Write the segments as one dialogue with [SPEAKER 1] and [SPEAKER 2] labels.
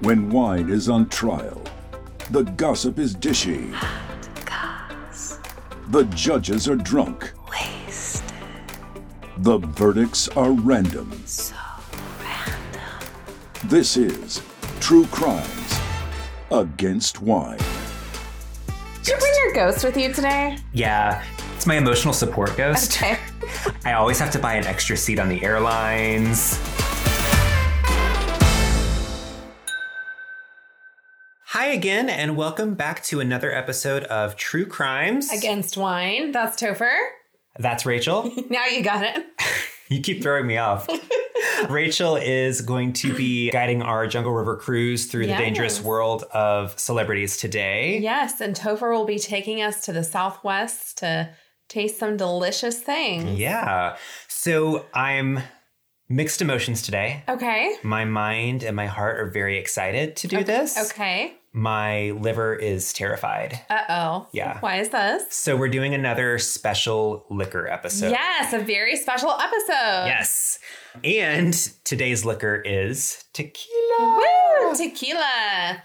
[SPEAKER 1] when wine is on trial. The gossip is dishy. The judges are drunk. The verdicts are random. This is True Crimes Against Wine.
[SPEAKER 2] Did you bring your ghost with you today?
[SPEAKER 3] Yeah, it's my emotional support ghost.
[SPEAKER 2] Okay.
[SPEAKER 3] I always have to buy an extra seat on the airlines. Hi again, and welcome back to another episode of True Crimes.
[SPEAKER 2] Against wine. That's Topher.
[SPEAKER 3] That's Rachel.
[SPEAKER 2] Now you got it.
[SPEAKER 3] You keep throwing me off. Rachel is going to be guiding our Jungle River cruise through
[SPEAKER 2] Yes.
[SPEAKER 3] the dangerous world of celebrities today.
[SPEAKER 2] Yes, and Topher will be taking us to the Southwest to taste some delicious things.
[SPEAKER 3] Yeah. So I'm mixed emotions today.
[SPEAKER 2] Okay.
[SPEAKER 3] My mind and my heart are very excited to do this.
[SPEAKER 2] Okay.
[SPEAKER 3] My liver is terrified.
[SPEAKER 2] Uh oh.
[SPEAKER 3] Yeah.
[SPEAKER 2] Why is this?
[SPEAKER 3] So we're doing another special liquor episode.
[SPEAKER 2] yes, a very special episode.
[SPEAKER 3] Yes. And today's liquor is tequila.
[SPEAKER 2] Woo! Tequila.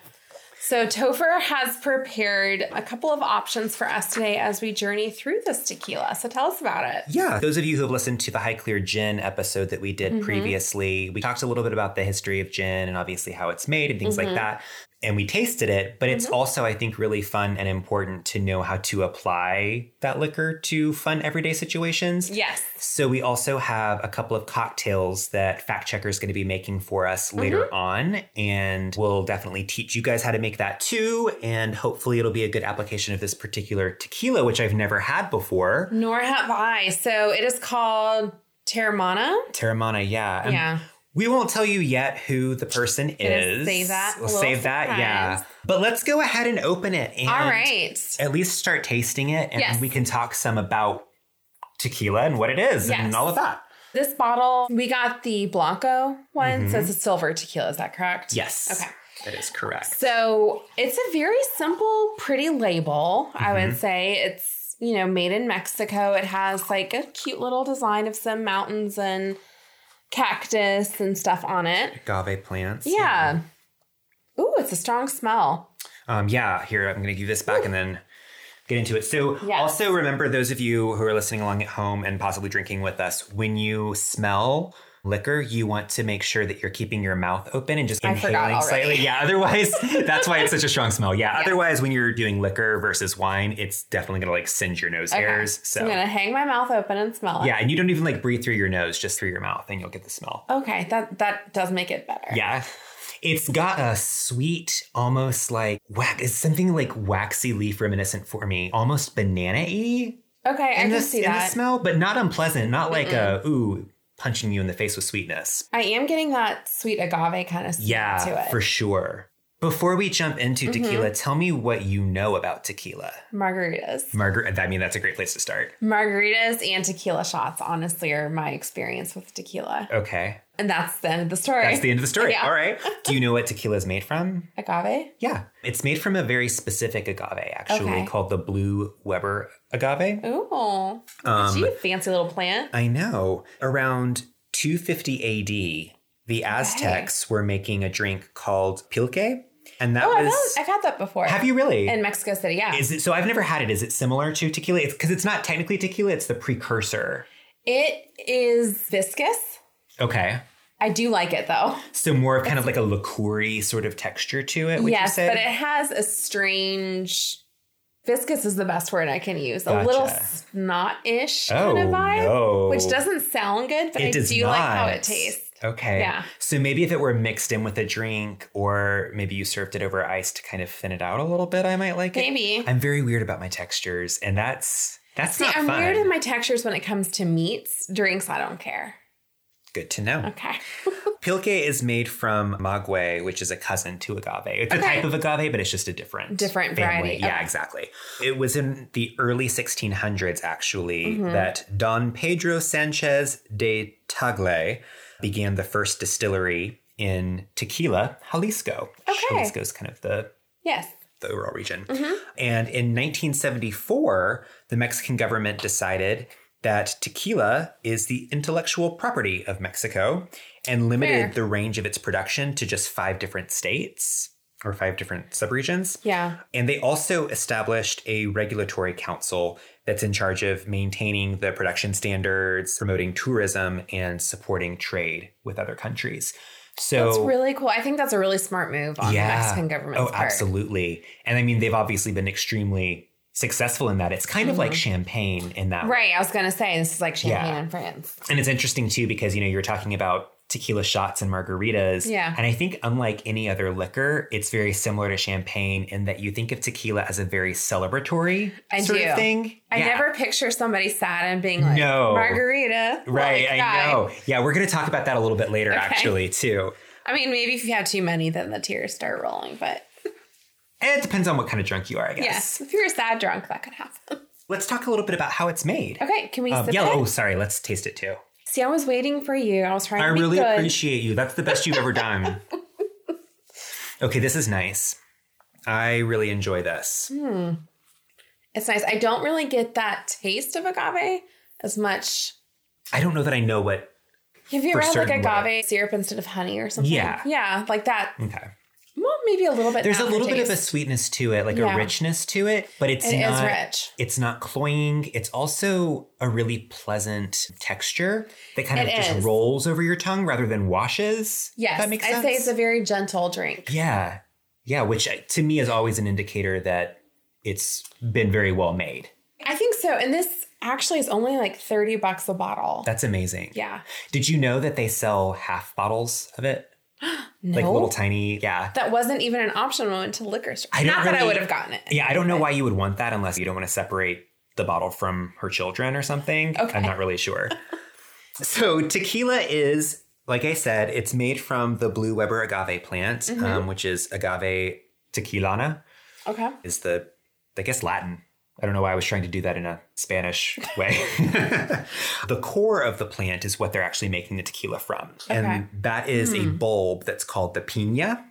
[SPEAKER 2] So Topher has prepared a couple of options for us today as we journey through this tequila. So tell us about it.
[SPEAKER 3] Yeah. Those of you who have listened to the High Clear Gin episode that we did
[SPEAKER 2] Mm-hmm.
[SPEAKER 3] previously, we talked a little bit about the history of gin and obviously how it's made and things
[SPEAKER 2] Mm-hmm.
[SPEAKER 3] like that. And we tasted it, but it's also, I think, really fun and important to know how to apply that liquor to fun everyday situations.
[SPEAKER 2] Yes.
[SPEAKER 3] So we also have a couple of cocktails that Fact Checker is going to be making for us
[SPEAKER 2] Mm-hmm.
[SPEAKER 3] later on, and we'll definitely teach you guys how to make that too. And hopefully, it'll be a good application of this particular tequila, which I've never had before.
[SPEAKER 2] Nor have I. So it is called Terramana.
[SPEAKER 3] Terramana, yeah. And
[SPEAKER 2] Yeah.
[SPEAKER 3] We won't tell you yet who the person is.
[SPEAKER 2] save that
[SPEAKER 3] We'll
[SPEAKER 2] little
[SPEAKER 3] save that, yeah.
[SPEAKER 2] surprise.
[SPEAKER 3] But let's go ahead and open it. And
[SPEAKER 2] All right.
[SPEAKER 3] At least start tasting it, and
[SPEAKER 2] Yes.
[SPEAKER 3] we can talk some about tequila and what it is
[SPEAKER 2] Yes.
[SPEAKER 3] and all of that.
[SPEAKER 2] This bottle, we got the Blanco one. So it's a silver tequila. Is that correct?
[SPEAKER 3] Mm-hmm. Yes.
[SPEAKER 2] Okay.
[SPEAKER 3] That is correct.
[SPEAKER 2] So it's a very simple, pretty label, I
[SPEAKER 3] Mm-hmm.
[SPEAKER 2] would say. It's, you know, made in Mexico. It has like a cute little design of some mountains and cactus and stuff on it.
[SPEAKER 3] Agave plants.
[SPEAKER 2] Yeah. Ooh, it's a strong smell.
[SPEAKER 3] Um, yeah, here, I'm going to give this back and then get into it. So,
[SPEAKER 2] Yes.
[SPEAKER 3] also remember those of you who are listening along at home and possibly drinking with us, when you smell liquor, you want to make sure that you're keeping your mouth open and just
[SPEAKER 2] I forgot
[SPEAKER 3] inhaling
[SPEAKER 2] already.
[SPEAKER 3] slightly. Yeah, otherwise, that's why it's such a strong smell. Yeah, otherwise, when you're doing liquor versus wine, it's definitely going to like singe your nose hairs. So,
[SPEAKER 2] I'm gonna hang my mouth open and smell it.
[SPEAKER 3] yeah, and you don't even like breathe through your nose, just through your mouth, and you'll get the smell.
[SPEAKER 2] Okay, that that does make it better.
[SPEAKER 3] Yeah. It's got a sweet, almost like wax. It's something like waxy leaf reminiscent for me, almost banana y
[SPEAKER 2] Okay, I
[SPEAKER 3] in,
[SPEAKER 2] can
[SPEAKER 3] the,
[SPEAKER 2] see
[SPEAKER 3] in the
[SPEAKER 2] that.
[SPEAKER 3] smell, but not unpleasant. Not like a, ooh, punching you in the face with sweetness.
[SPEAKER 2] I am getting that sweet agave kind of smell
[SPEAKER 3] Yeah,
[SPEAKER 2] to it. Mm-hmm.
[SPEAKER 3] for sure. Before we jump into tequila, tell me what you know about tequila.
[SPEAKER 2] Margaritas.
[SPEAKER 3] Margaret, I mean, that's a great place to start.
[SPEAKER 2] Margaritas and tequila shots, honestly, are my experience with tequila.
[SPEAKER 3] Okay.
[SPEAKER 2] And that's the end of the story.
[SPEAKER 3] That's the end of the story.
[SPEAKER 2] Yeah.
[SPEAKER 3] All right. Do you know what tequila is made from?
[SPEAKER 2] Agave?
[SPEAKER 3] Yeah. It's made from a very specific agave, actually,
[SPEAKER 2] Okay.
[SPEAKER 3] called the blue Weber agave.
[SPEAKER 2] Ooh.
[SPEAKER 3] Um,
[SPEAKER 2] Gee, fancy little plant.
[SPEAKER 3] I know. Around 250 AD, the Aztecs were making a drink called pilque, and that
[SPEAKER 2] Oh, I've
[SPEAKER 3] was.
[SPEAKER 2] had, I've had that before.
[SPEAKER 3] have you really?
[SPEAKER 2] In Mexico City, yeah.
[SPEAKER 3] is it so? I've never had it. Is it similar to tequila? It's because it's not technically tequila; it's the precursor.
[SPEAKER 2] it is viscous.
[SPEAKER 3] Okay,
[SPEAKER 2] I do like it though.
[SPEAKER 3] so more of kind of like a liqueur sort of texture to it. Would you
[SPEAKER 2] yes,
[SPEAKER 3] say?
[SPEAKER 2] but it has a strange. Viscous is the best word I can use. A
[SPEAKER 3] Gotcha.
[SPEAKER 2] little snot-ish
[SPEAKER 3] oh
[SPEAKER 2] kind of vibe,
[SPEAKER 3] no,
[SPEAKER 2] which doesn't sound good, but
[SPEAKER 3] It
[SPEAKER 2] I
[SPEAKER 3] does
[SPEAKER 2] do like how
[SPEAKER 3] not.
[SPEAKER 2] it tastes.
[SPEAKER 3] Okay.
[SPEAKER 2] Yeah.
[SPEAKER 3] So maybe if it were mixed in with a drink, or maybe you served it over ice to kind of thin it out a little bit, I might like it.
[SPEAKER 2] Maybe.
[SPEAKER 3] I'm very weird about my textures, and that's that's
[SPEAKER 2] See,
[SPEAKER 3] not
[SPEAKER 2] I'm
[SPEAKER 3] fun.
[SPEAKER 2] weird in my textures when it comes to meats. Drinks, I don't care.
[SPEAKER 3] Good to know.
[SPEAKER 2] Okay.
[SPEAKER 3] Pilque is made from maguey, which is a cousin to agave. It's a
[SPEAKER 2] Okay.
[SPEAKER 3] type of agave, but it's just a different
[SPEAKER 2] Different variety.
[SPEAKER 3] Yeah,
[SPEAKER 2] Okay.
[SPEAKER 3] exactly. It was in the early 1600s, actually,
[SPEAKER 2] Mm-hmm.
[SPEAKER 3] that Don Pedro Sanchez de Tagle began the first distillery in Tequila, Jalisco.
[SPEAKER 2] Okay.
[SPEAKER 3] Jalisco is kind of the
[SPEAKER 2] Yes.
[SPEAKER 3] the overall region.
[SPEAKER 2] Mm-hmm.
[SPEAKER 3] And in 1974, the Mexican government decided that tequila is the intellectual property of Mexico and limited
[SPEAKER 2] Fair.
[SPEAKER 3] the range of its production to just five different states or five different subregions.
[SPEAKER 2] Yeah.
[SPEAKER 3] And they also established a regulatory council that's in charge of maintaining the production standards, promoting tourism, and supporting trade with other countries. So
[SPEAKER 2] That's really cool. I think that's a really smart move on the Mexican government's
[SPEAKER 3] Oh,
[SPEAKER 2] part.
[SPEAKER 3] absolutely. And I mean, they've obviously been extremely successful in that. It's kind of like champagne in that way.
[SPEAKER 2] Mm-hmm. Right. I was going to say this is like champagne
[SPEAKER 3] Yeah.
[SPEAKER 2] in France.
[SPEAKER 3] And it's interesting too because you know you're talking about tequila shots and margaritas.
[SPEAKER 2] Yeah.
[SPEAKER 3] And I think unlike any other liquor, it's very similar to champagne in that you think of tequila as a very celebratory
[SPEAKER 2] I
[SPEAKER 3] sort
[SPEAKER 2] do.
[SPEAKER 3] of thing.
[SPEAKER 2] I
[SPEAKER 3] Yeah.
[SPEAKER 2] never picture somebody sad and being like,
[SPEAKER 3] No.
[SPEAKER 2] margarita.
[SPEAKER 3] Right,
[SPEAKER 2] Like,
[SPEAKER 3] I
[SPEAKER 2] guy.
[SPEAKER 3] know. Yeah, we're going to talk about that a little bit later,
[SPEAKER 2] Okay.
[SPEAKER 3] actually, too.
[SPEAKER 2] I mean, maybe if you have too many, then the tears start rolling. But
[SPEAKER 3] And it depends on what kind of drunk you are, I guess.
[SPEAKER 2] yes, if you're a sad drunk, that could happen.
[SPEAKER 3] Let's talk a little bit about how it's made.
[SPEAKER 2] Okay, can we
[SPEAKER 3] Um,
[SPEAKER 2] sip
[SPEAKER 3] yeah,
[SPEAKER 2] it?
[SPEAKER 3] oh, sorry. Let's taste it too.
[SPEAKER 2] See, I was waiting for you. I was trying
[SPEAKER 3] I
[SPEAKER 2] to be
[SPEAKER 3] really
[SPEAKER 2] good.
[SPEAKER 3] appreciate you. That's the best you've ever done. okay, this is nice. I really enjoy this.
[SPEAKER 2] it's nice. I don't really get that taste of agave as much.
[SPEAKER 3] I don't know that I know what.
[SPEAKER 2] Have you
[SPEAKER 3] For
[SPEAKER 2] ever had like
[SPEAKER 3] certain
[SPEAKER 2] agave
[SPEAKER 3] way.
[SPEAKER 2] syrup instead of honey or something?
[SPEAKER 3] Yeah.
[SPEAKER 2] Yeah, like that.
[SPEAKER 3] Okay.
[SPEAKER 2] Well, maybe a little bit.
[SPEAKER 3] There's a little bit of a
[SPEAKER 2] aftertaste.
[SPEAKER 3] sweetness to it, like
[SPEAKER 2] Yeah.
[SPEAKER 3] a richness to it, but it's
[SPEAKER 2] It is
[SPEAKER 3] not
[SPEAKER 2] rich.
[SPEAKER 3] It's not cloying. It's also a really pleasant texture that kind of
[SPEAKER 2] It
[SPEAKER 3] just
[SPEAKER 2] is.
[SPEAKER 3] rolls over your tongue rather than washes. if
[SPEAKER 2] Yes,
[SPEAKER 3] that makes
[SPEAKER 2] I'd
[SPEAKER 3] sense.
[SPEAKER 2] say it's a very gentle drink.
[SPEAKER 3] yeah, yeah. Which uh, to me is always an indicator that it's been very well made.
[SPEAKER 2] I think so. And this actually is only like 30 bucks a bottle.
[SPEAKER 3] That's amazing.
[SPEAKER 2] yeah.
[SPEAKER 3] Did you know that they sell half bottles of it?
[SPEAKER 2] No.
[SPEAKER 3] Like little tiny, yeah.
[SPEAKER 2] that wasn't even an option when I went to the liquor store.
[SPEAKER 3] I don't
[SPEAKER 2] Not that I
[SPEAKER 3] really-
[SPEAKER 2] would have gotten it.
[SPEAKER 3] Yeah, I don't know why you would want that unless you don't want to separate the bottle from her children or something.
[SPEAKER 2] Okay.
[SPEAKER 3] I'm not really sure. so, tequila is, like I said, it's made from the blue Weber agave plant,
[SPEAKER 2] Mm-hmm.
[SPEAKER 3] um, which is agave tequilana,
[SPEAKER 2] Okay.
[SPEAKER 3] is the, I guess, Latin. I don't know why I was trying to do that in a Spanish way. the core of the plant is what they're actually making the tequila from.
[SPEAKER 2] Okay. Hmm.
[SPEAKER 3] And that is a bulb that's called the pina,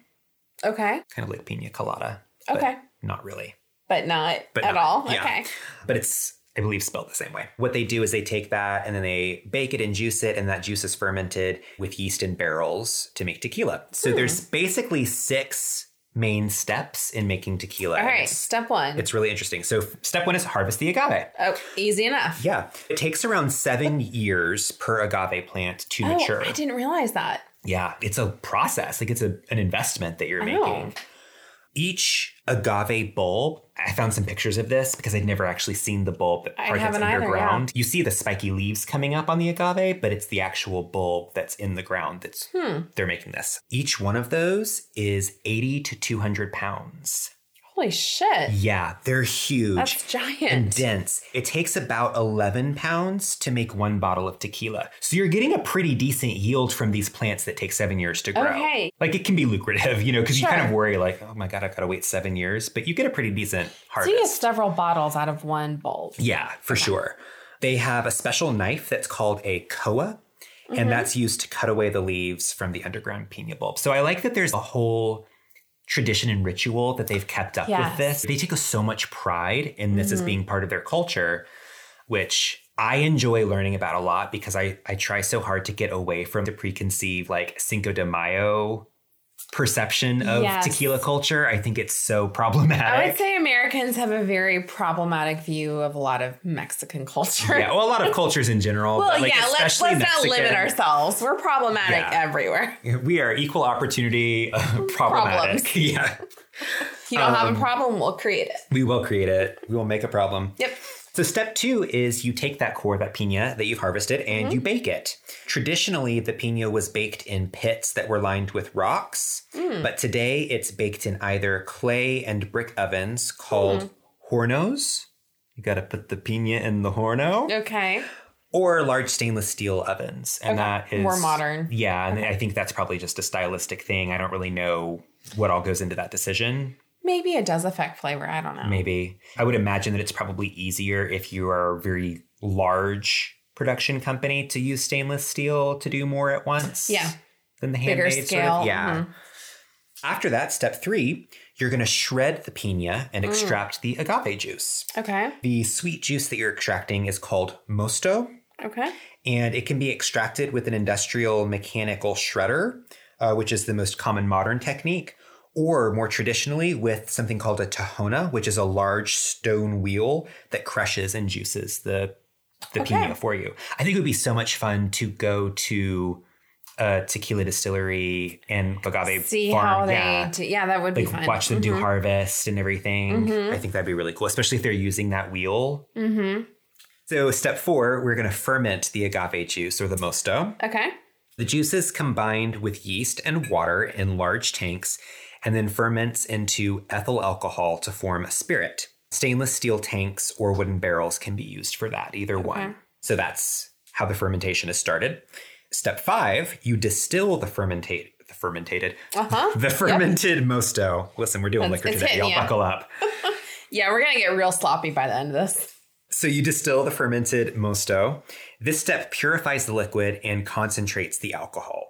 [SPEAKER 2] Okay.
[SPEAKER 3] kind of like pina colada. but
[SPEAKER 2] Okay.
[SPEAKER 3] Not really.
[SPEAKER 2] But not
[SPEAKER 3] But
[SPEAKER 2] at
[SPEAKER 3] not-
[SPEAKER 2] all.
[SPEAKER 3] yeah.
[SPEAKER 2] Okay.
[SPEAKER 3] But it's, I believe, spelled the same way. What they do is they take that and then they bake it and juice it, and that juice is fermented with yeast in barrels to make tequila. So there's
[SPEAKER 2] Hmm.
[SPEAKER 3] basically six main steps in making tequila.
[SPEAKER 2] All
[SPEAKER 3] and
[SPEAKER 2] right.
[SPEAKER 3] It's,
[SPEAKER 2] Step one.
[SPEAKER 3] it's really interesting. So f- step one is harvest the agave.
[SPEAKER 2] oh, easy enough.
[SPEAKER 3] Yeah. It takes around seven years per agave plant to
[SPEAKER 2] Oh,
[SPEAKER 3] mature.
[SPEAKER 2] I didn't realize that.
[SPEAKER 3] Yeah, it's a process. Like it's a, an investment that you're
[SPEAKER 2] Oh.
[SPEAKER 3] making. Each agave bulb, I found some pictures of this because I'd never actually seen the bulb that
[SPEAKER 2] I
[SPEAKER 3] part that's
[SPEAKER 2] haven't either,
[SPEAKER 3] underground. You see the spiky leaves coming up on the agave, but it's the actual bulb that's in the ground that's
[SPEAKER 2] Hmm.
[SPEAKER 3] they're making this. Each one of those is 80 to 200 pounds.
[SPEAKER 2] Holy shit.
[SPEAKER 3] Yeah, they're huge
[SPEAKER 2] That's giant.
[SPEAKER 3] and dense. It takes about 11 pounds to make one bottle of tequila. So you're getting a pretty decent yield from these plants that take seven years to grow.
[SPEAKER 2] Okay.
[SPEAKER 3] Like it can be lucrative, you know, because you kind of
[SPEAKER 2] Sure.
[SPEAKER 3] worry, like, oh my God, I've got to wait seven years, but you get a pretty decent
[SPEAKER 2] so
[SPEAKER 3] harvest.
[SPEAKER 2] you get several bottles out of one bulb.
[SPEAKER 3] Yeah, for sure. They have a special knife that's called a koa,
[SPEAKER 2] Mm-hmm.
[SPEAKER 3] and that's used to cut away the leaves from the underground pina bulb. So I like that there's a whole tradition and ritual that they've kept up
[SPEAKER 2] Yes. Mm-hmm.
[SPEAKER 3] with this. They take so much pride in this as being part of their culture, which I enjoy learning about a lot because I, I try so hard to get away from the preconceived like Cinco de Mayo perception of
[SPEAKER 2] Yes. Oh,
[SPEAKER 3] tequila culture. I think it's so problematic.
[SPEAKER 2] I would say Americans have a very problematic view of a lot of Mexican culture.
[SPEAKER 3] Yeah, well, a lot of cultures in general.
[SPEAKER 2] well,
[SPEAKER 3] but like
[SPEAKER 2] yeah, let's,
[SPEAKER 3] especially
[SPEAKER 2] let's not
[SPEAKER 3] Mexican,
[SPEAKER 2] limit ourselves. We're problematic
[SPEAKER 3] Yeah.
[SPEAKER 2] everywhere.
[SPEAKER 3] We are equal opportunity uh, problematic.
[SPEAKER 2] Problems.
[SPEAKER 3] Yeah,
[SPEAKER 2] If you don't
[SPEAKER 3] Um,
[SPEAKER 2] have a problem, we'll create it.
[SPEAKER 3] we will create it. We will make a problem.
[SPEAKER 2] Yep.
[SPEAKER 3] So step two is you take that core, that pina that you've harvested, and
[SPEAKER 2] Mm-hmm.
[SPEAKER 3] you bake it. Traditionally, the pina was baked in pits that were lined with rocks,
[SPEAKER 2] Mm.
[SPEAKER 3] but today it's baked in either clay and brick ovens called
[SPEAKER 2] Mm-hmm.
[SPEAKER 3] hornos. You got to put the pina in the horno.
[SPEAKER 2] Okay.
[SPEAKER 3] or large stainless steel ovens. And that is
[SPEAKER 2] More modern.
[SPEAKER 3] Yeah, and I think that's probably just a stylistic thing. I don't really know what all goes into that decision.
[SPEAKER 2] Maybe it does affect flavor. I don't know.
[SPEAKER 3] Maybe I would imagine that it's probably easier if you are a very large production company to use stainless steel to do more at once.
[SPEAKER 2] Yeah.
[SPEAKER 3] Than the
[SPEAKER 2] Bigger
[SPEAKER 3] handmade sort
[SPEAKER 2] scale, Mm-hmm.
[SPEAKER 3] of. Yeah. After that, step three, you're going to shred the pina
[SPEAKER 2] Mm.
[SPEAKER 3] and extract the agave juice.
[SPEAKER 2] Okay.
[SPEAKER 3] The sweet juice that you're extracting is called mosto,
[SPEAKER 2] Okay.
[SPEAKER 3] and it can be extracted with an industrial mechanical shredder, uh, which is the most common modern technique, or more traditionally with something called a tahona, which is a large stone wheel that crushes and juices the the
[SPEAKER 2] Okay.
[SPEAKER 3] pino for you. I think it would be so much fun to go to a tequila distillery and agave
[SPEAKER 2] See
[SPEAKER 3] farm.
[SPEAKER 2] how they.
[SPEAKER 3] yeah.
[SPEAKER 2] do- yeah, that would be
[SPEAKER 3] Like
[SPEAKER 2] fun.
[SPEAKER 3] watch them do harvest and everything. I think that'd be really cool, especially if they're using that wheel.
[SPEAKER 2] Mm-hmm.
[SPEAKER 3] So step four, we're going to ferment the agave juice or the mosto.
[SPEAKER 2] Okay.
[SPEAKER 3] The juice is combined with yeast and water in large tanks and then ferments into ethyl alcohol to form a spirit. Stainless steel tanks or wooden barrels can be used for that, either one. So that's how the fermentation is started. Step five, you distill the fermentate the fermentated
[SPEAKER 2] Uh huh.
[SPEAKER 3] the fermented mosto. Listen, we're doing
[SPEAKER 2] That's-
[SPEAKER 3] liquor
[SPEAKER 2] it's
[SPEAKER 3] today.
[SPEAKER 2] hitting
[SPEAKER 3] Y'all
[SPEAKER 2] you.
[SPEAKER 3] buckle up.
[SPEAKER 2] Yeah, we're gonna get real sloppy by the end of this.
[SPEAKER 3] So you distill the fermented mosto. This step purifies the liquid and concentrates the alcohol.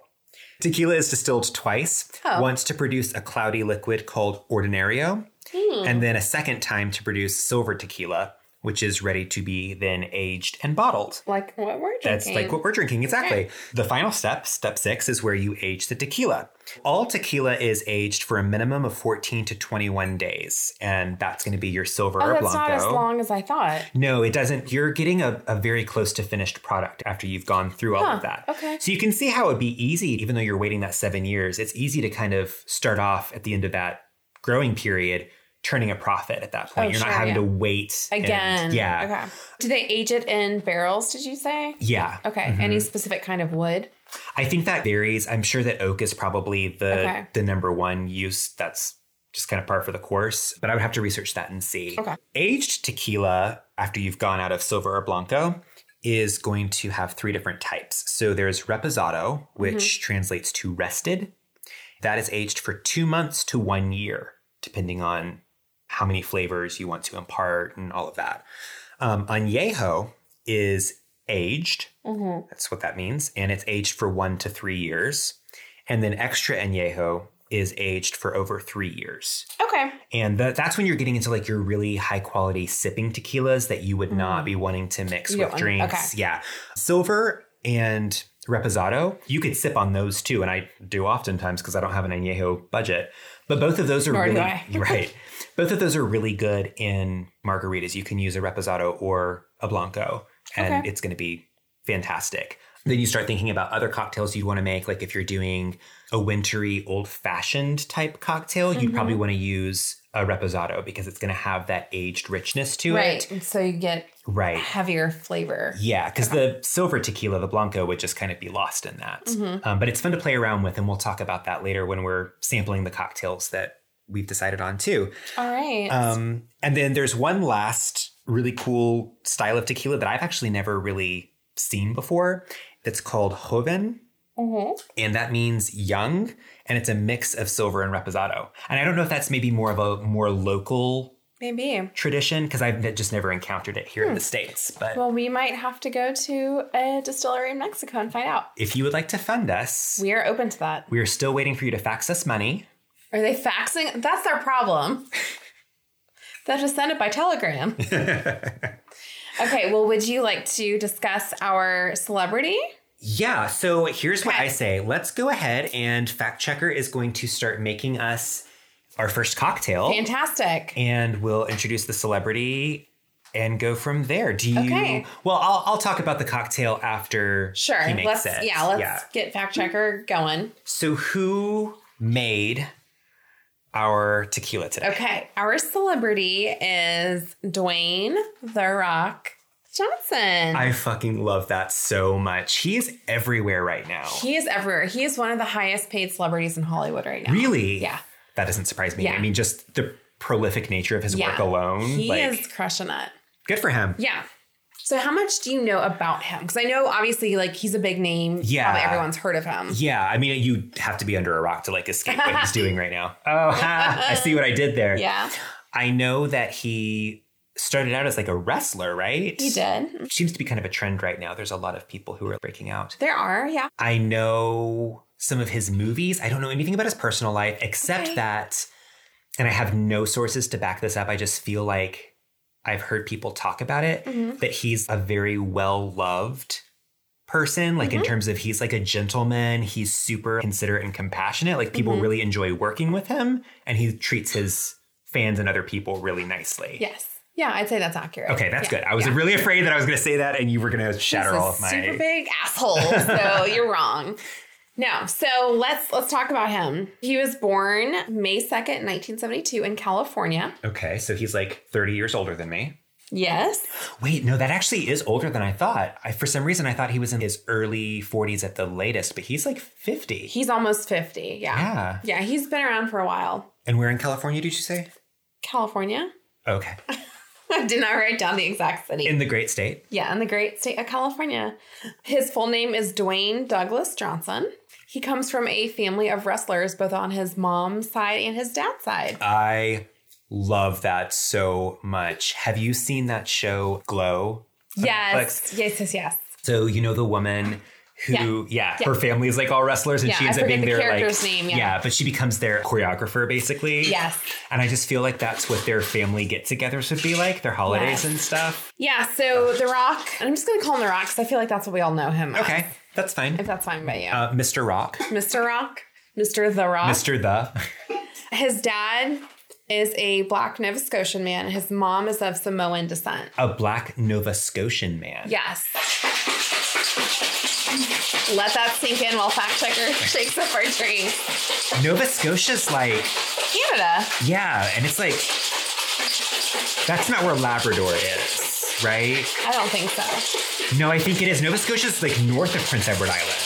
[SPEAKER 3] Tequila is distilled twice,
[SPEAKER 2] Oh.
[SPEAKER 3] once to produce a cloudy liquid called ordinario,
[SPEAKER 2] Hmm.
[SPEAKER 3] and then a second time to produce silver tequila, which is ready to be then aged and bottled.
[SPEAKER 2] Like what we're drinking.
[SPEAKER 3] That's like what we're drinking, exactly. The final step, step six, is where you age the tequila. All tequila is aged for a minimum of 14 to 21 days, and that's going to be your silver
[SPEAKER 2] Oh,
[SPEAKER 3] or
[SPEAKER 2] that's
[SPEAKER 3] blanco.
[SPEAKER 2] not as long as I thought.
[SPEAKER 3] No, it doesn't. You're getting a, a very close to finished product after you've gone through all
[SPEAKER 2] Huh,
[SPEAKER 3] of that.
[SPEAKER 2] okay.
[SPEAKER 3] So you can see how it'd be easy, even though you're waiting that seven years, it's easy to kind of start off at the end of that growing period, turning a profit at that point.
[SPEAKER 2] Oh,
[SPEAKER 3] you're
[SPEAKER 2] sure,
[SPEAKER 3] not having
[SPEAKER 2] yeah.
[SPEAKER 3] to wait and-
[SPEAKER 2] Again.
[SPEAKER 3] yeah.
[SPEAKER 2] Okay. Do they age it in barrels, did you say?
[SPEAKER 3] Yeah. Mm-hmm.
[SPEAKER 2] Okay. Any specific kind of wood?
[SPEAKER 3] I think that varies. I'm sure that oak is probably the
[SPEAKER 2] Okay.
[SPEAKER 3] the number one use. That's just kind of par for the course, but I would have to research that and see.
[SPEAKER 2] Okay.
[SPEAKER 3] Aged tequila after you've gone out of silver or blanco is going to have three different types. So there's reposado, which
[SPEAKER 2] Mm-hmm.
[SPEAKER 3] translates to rested. That is aged for 2 months to 1 year depending on how many flavors you want to impart and all of that. Um, añejo is aged
[SPEAKER 2] Mm-hmm.
[SPEAKER 3] that's what that means. And it's aged for one to three years. And then extra añejo is aged for over three years.
[SPEAKER 2] Okay.
[SPEAKER 3] And tha- that's when you're getting into like your really high quality sipping tequilas that you would not be wanting to mix
[SPEAKER 2] Mm. You
[SPEAKER 3] with
[SPEAKER 2] don't want-
[SPEAKER 3] drinks. Yeah. Silver and reposado, you could sip on those too. And I do oftentimes because I don't have an añejo budget. But both of those are
[SPEAKER 2] Nor do
[SPEAKER 3] really
[SPEAKER 2] I.
[SPEAKER 3] right. Both of those are really good in margaritas. You can use a reposado or a blanco, and
[SPEAKER 2] Okay.
[SPEAKER 3] it's going to be fantastic. Then you start thinking about other cocktails you'd want to make. Like if you're doing a wintry, old fashioned type cocktail, you'd
[SPEAKER 2] Mm-hmm.
[SPEAKER 3] probably want to use a reposado because it's going to have that aged richness to it.
[SPEAKER 2] Right. So you get
[SPEAKER 3] Right.
[SPEAKER 2] heavier flavor.
[SPEAKER 3] Yeah, because the silver tequila, the blanco, would just kind of be lost in that.
[SPEAKER 2] Mm-hmm.
[SPEAKER 3] Um, but it's fun to play around with, and we'll talk about that later when we're sampling the cocktails that we've decided on too.
[SPEAKER 2] All right.
[SPEAKER 3] Um, and then there's one last really cool style of tequila that I've actually never really seen before. That's called joven,
[SPEAKER 2] Mhm.
[SPEAKER 3] and that means young, and it's a mix of silver and reposado. And I don't know if that's maybe more of a more local
[SPEAKER 2] Maybe.
[SPEAKER 3] tradition because I've just never encountered it here in the states. But
[SPEAKER 2] Hmm. Well, we might have to go to a distillery in Mexico and find out.
[SPEAKER 3] if you would like to fund us,
[SPEAKER 2] We are open to that.
[SPEAKER 3] we are still waiting for you to fax us money.
[SPEAKER 2] Are they faxing? That's their problem. They'll just send it by telegram. okay, well, would you like to discuss our celebrity?
[SPEAKER 3] Yeah, so here's what
[SPEAKER 2] Okay.
[SPEAKER 3] I say. Let's go ahead and Fact Checker is going to start making us our first cocktail.
[SPEAKER 2] Fantastic.
[SPEAKER 3] and we'll introduce the celebrity and go from there. Do you?
[SPEAKER 2] Okay.
[SPEAKER 3] Well, I'll, I'll talk about the cocktail after
[SPEAKER 2] Sure.
[SPEAKER 3] he makes
[SPEAKER 2] Let's
[SPEAKER 3] it.
[SPEAKER 2] yeah, let's get fact checker going.
[SPEAKER 3] So who made our tequila today?
[SPEAKER 2] Okay, our celebrity is Dwayne The Rock Johnson.
[SPEAKER 3] I fucking love that so much. He is everywhere right now.
[SPEAKER 2] he is everywhere. He is one of the highest paid celebrities in Hollywood right now.
[SPEAKER 3] really?
[SPEAKER 2] Yeah.
[SPEAKER 3] That doesn't surprise me.
[SPEAKER 2] Yeah.
[SPEAKER 3] I mean, just the prolific nature of his
[SPEAKER 2] Yeah.
[SPEAKER 3] work alone.
[SPEAKER 2] He
[SPEAKER 3] like,
[SPEAKER 2] is crushing it.
[SPEAKER 3] good for him.
[SPEAKER 2] Yeah. So how much do you know about him? Because I know obviously like he's a big name.
[SPEAKER 3] Yeah.
[SPEAKER 2] Probably everyone's heard of him.
[SPEAKER 3] Yeah, I mean, you have to be under a rock to like escape what he's doing right now. Oh, ha, I see what I did there.
[SPEAKER 2] Yeah.
[SPEAKER 3] I know that he started out as like a wrestler, right?
[SPEAKER 2] He did.
[SPEAKER 3] Seems to be kind of a trend right now. There's a lot of people who are breaking out.
[SPEAKER 2] There are, yeah.
[SPEAKER 3] I know some of his movies. I don't know anything about his personal life except
[SPEAKER 2] Okay.
[SPEAKER 3] that, and I have no sources to back this up. I just feel like I've heard people talk about it
[SPEAKER 2] Mm-hmm.
[SPEAKER 3] that he's a very well loved person, like in
[SPEAKER 2] Mm-hmm.
[SPEAKER 3] terms of he's like a gentleman, he's super considerate and compassionate. Like
[SPEAKER 2] Mm-hmm.
[SPEAKER 3] people really enjoy working with him and he treats his fans and other people really nicely.
[SPEAKER 2] Yes. Yeah, I'd say that's accurate.
[SPEAKER 3] Okay, that's
[SPEAKER 2] Yeah,
[SPEAKER 3] good. I was
[SPEAKER 2] yeah.
[SPEAKER 3] really afraid that I was going to say that and you were going to shatter
[SPEAKER 2] He's a
[SPEAKER 3] all of my
[SPEAKER 2] super big asshole. So you're wrong. No, so let's let's talk about him. He was born May 2nd, 1972 in California.
[SPEAKER 3] Okay, so he's like 30 years older than me.
[SPEAKER 2] Yes.
[SPEAKER 3] Wait, no, that actually is older than I thought. I for some reason I thought he was in his early 40s at the latest, but he's like 50.
[SPEAKER 2] He's almost 50. Yeah.
[SPEAKER 3] yeah.
[SPEAKER 2] Yeah, he's been around for a while.
[SPEAKER 3] And we're in California, did you say?
[SPEAKER 2] California.
[SPEAKER 3] Okay.
[SPEAKER 2] I did not write down the exact city.
[SPEAKER 3] In the great state.
[SPEAKER 2] yeah, in the great state of California. His full name is Dwayne Douglas Johnson. He comes from a family of wrestlers, both on his mom's side and his dad's side.
[SPEAKER 3] I love that so much. Have you seen that show Glow?
[SPEAKER 2] yes.
[SPEAKER 3] Netflix.
[SPEAKER 2] Yes, yes, yes.
[SPEAKER 3] So, you know the woman who, yeah, her family is like all wrestlers and
[SPEAKER 2] Yeah,
[SPEAKER 3] she
[SPEAKER 2] I
[SPEAKER 3] ends up
[SPEAKER 2] forget
[SPEAKER 3] being
[SPEAKER 2] the
[SPEAKER 3] their
[SPEAKER 2] character's
[SPEAKER 3] like,
[SPEAKER 2] name, yeah.
[SPEAKER 3] but she becomes their choreographer basically.
[SPEAKER 2] Yes.
[SPEAKER 3] And I just feel like that's what their family get togethers would be like, their holidays
[SPEAKER 2] Yes.
[SPEAKER 3] and stuff.
[SPEAKER 2] Yeah, so The Rock, and I'm just going to call him The Rock because I feel like that's what we all know him as,
[SPEAKER 3] Okay, that's
[SPEAKER 2] if
[SPEAKER 3] fine.
[SPEAKER 2] that's fine by you.
[SPEAKER 3] Uh, Mr. Rock,
[SPEAKER 2] Mr. Rock, Mr. The Rock.
[SPEAKER 3] Mr. The.
[SPEAKER 2] His dad is a black Nova Scotian man. His mom is of Samoan descent.
[SPEAKER 3] a black Nova Scotian man.
[SPEAKER 2] Yes. Let that sink in while fact checker shakes up our drink.
[SPEAKER 3] Nova Scotia's like,
[SPEAKER 2] Canada.
[SPEAKER 3] yeah, and it's like, that's not where Labrador is, right?
[SPEAKER 2] I don't think so.
[SPEAKER 3] No, I think it is. Nova Scotia's like north of Prince Edward Island.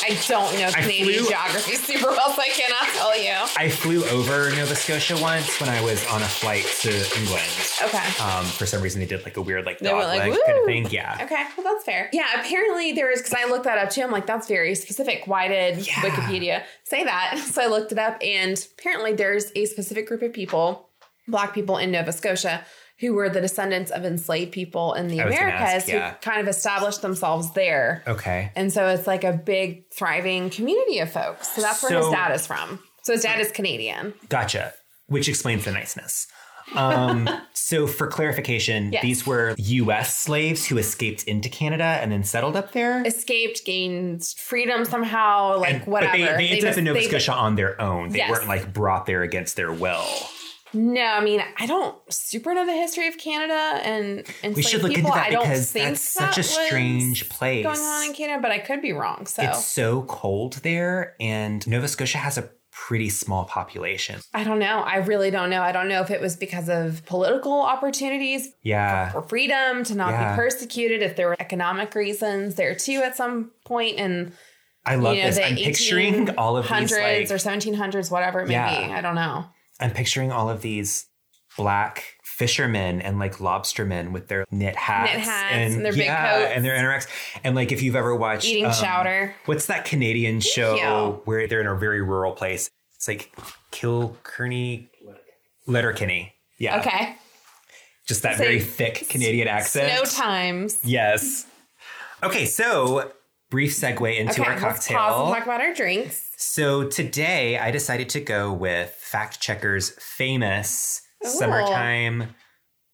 [SPEAKER 2] I don't know
[SPEAKER 3] I
[SPEAKER 2] Canadian
[SPEAKER 3] flew-
[SPEAKER 2] geography super well, so I cannot tell you.
[SPEAKER 3] I flew over Nova Scotia once when I was on a flight to England.
[SPEAKER 2] Okay.
[SPEAKER 3] Um, for some reason, they did like a weird like
[SPEAKER 2] They were
[SPEAKER 3] dog
[SPEAKER 2] like,
[SPEAKER 3] leg kind
[SPEAKER 2] "Woo!"
[SPEAKER 3] of thing. Yeah.
[SPEAKER 2] Okay, well that's fair. Yeah, apparently there is because I looked that up too. I'm like, that's very specific. Why did
[SPEAKER 3] Yeah.
[SPEAKER 2] Wikipedia say that? So I looked it up, and apparently there's a specific group of people, black people in Nova Scotia, who were the descendants of enslaved people in the
[SPEAKER 3] I was gonna
[SPEAKER 2] Americas,
[SPEAKER 3] ask, yeah.
[SPEAKER 2] who kind of established themselves there.
[SPEAKER 3] Okay.
[SPEAKER 2] And so it's like a big thriving community of folks. So that's where his
[SPEAKER 3] So-
[SPEAKER 2] dad is from. So his dad is Canadian.
[SPEAKER 3] Gotcha. Which explains the niceness. Um, so, for clarification,
[SPEAKER 2] Yes.
[SPEAKER 3] these were U.S. slaves who escaped into Canada and then settled up there.
[SPEAKER 2] Escaped, gained freedom somehow, like
[SPEAKER 3] And-
[SPEAKER 2] whatever.
[SPEAKER 3] But they, they ended
[SPEAKER 2] just-
[SPEAKER 3] up in Nova
[SPEAKER 2] they-
[SPEAKER 3] Scotia on their own. They
[SPEAKER 2] Yes.
[SPEAKER 3] weren't like brought there against their will.
[SPEAKER 2] No, I mean I don't super know the history of Canada and and
[SPEAKER 3] We should look
[SPEAKER 2] people.
[SPEAKER 3] into that
[SPEAKER 2] I don't
[SPEAKER 3] because
[SPEAKER 2] think
[SPEAKER 3] that's
[SPEAKER 2] that
[SPEAKER 3] such a
[SPEAKER 2] was
[SPEAKER 3] strange place.
[SPEAKER 2] going on in Canada, but I could be wrong. So
[SPEAKER 3] It's so cold there, and Nova Scotia has a pretty small population.
[SPEAKER 2] I don't know. I really don't know. I don't know if it was because of political opportunities
[SPEAKER 3] Yeah.
[SPEAKER 2] or freedom to not
[SPEAKER 3] Yeah.
[SPEAKER 2] be persecuted, if there were economic reasons there too at some point, and
[SPEAKER 3] I love
[SPEAKER 2] you know
[SPEAKER 3] this.
[SPEAKER 2] the
[SPEAKER 3] I'm picturing all of these.
[SPEAKER 2] hundreds
[SPEAKER 3] Like,
[SPEAKER 2] or seventeen hundreds, whatever it may
[SPEAKER 3] Yeah.
[SPEAKER 2] be. I don't know.
[SPEAKER 3] I'm picturing all of these black fishermen and like lobstermen with their knit hats,
[SPEAKER 2] hats and their big coats.
[SPEAKER 3] and their anoraks. And like if you've ever watched um,
[SPEAKER 2] Eating chowder.
[SPEAKER 3] what's that Canadian show
[SPEAKER 2] you.
[SPEAKER 3] where they're in a very rural place? It's like Kilkerny, Letterkenny. Yeah,
[SPEAKER 2] Okay,
[SPEAKER 3] just that
[SPEAKER 2] Say
[SPEAKER 3] very thick Canadian accent.
[SPEAKER 2] no times.
[SPEAKER 3] Yes. Okay, so brief segue into
[SPEAKER 2] Okay,
[SPEAKER 3] our
[SPEAKER 2] let's
[SPEAKER 3] cocktail.
[SPEAKER 2] pause and talk about our drinks.
[SPEAKER 3] So today I decided to go with Fact Checker's famous
[SPEAKER 2] Ooh.
[SPEAKER 3] summertime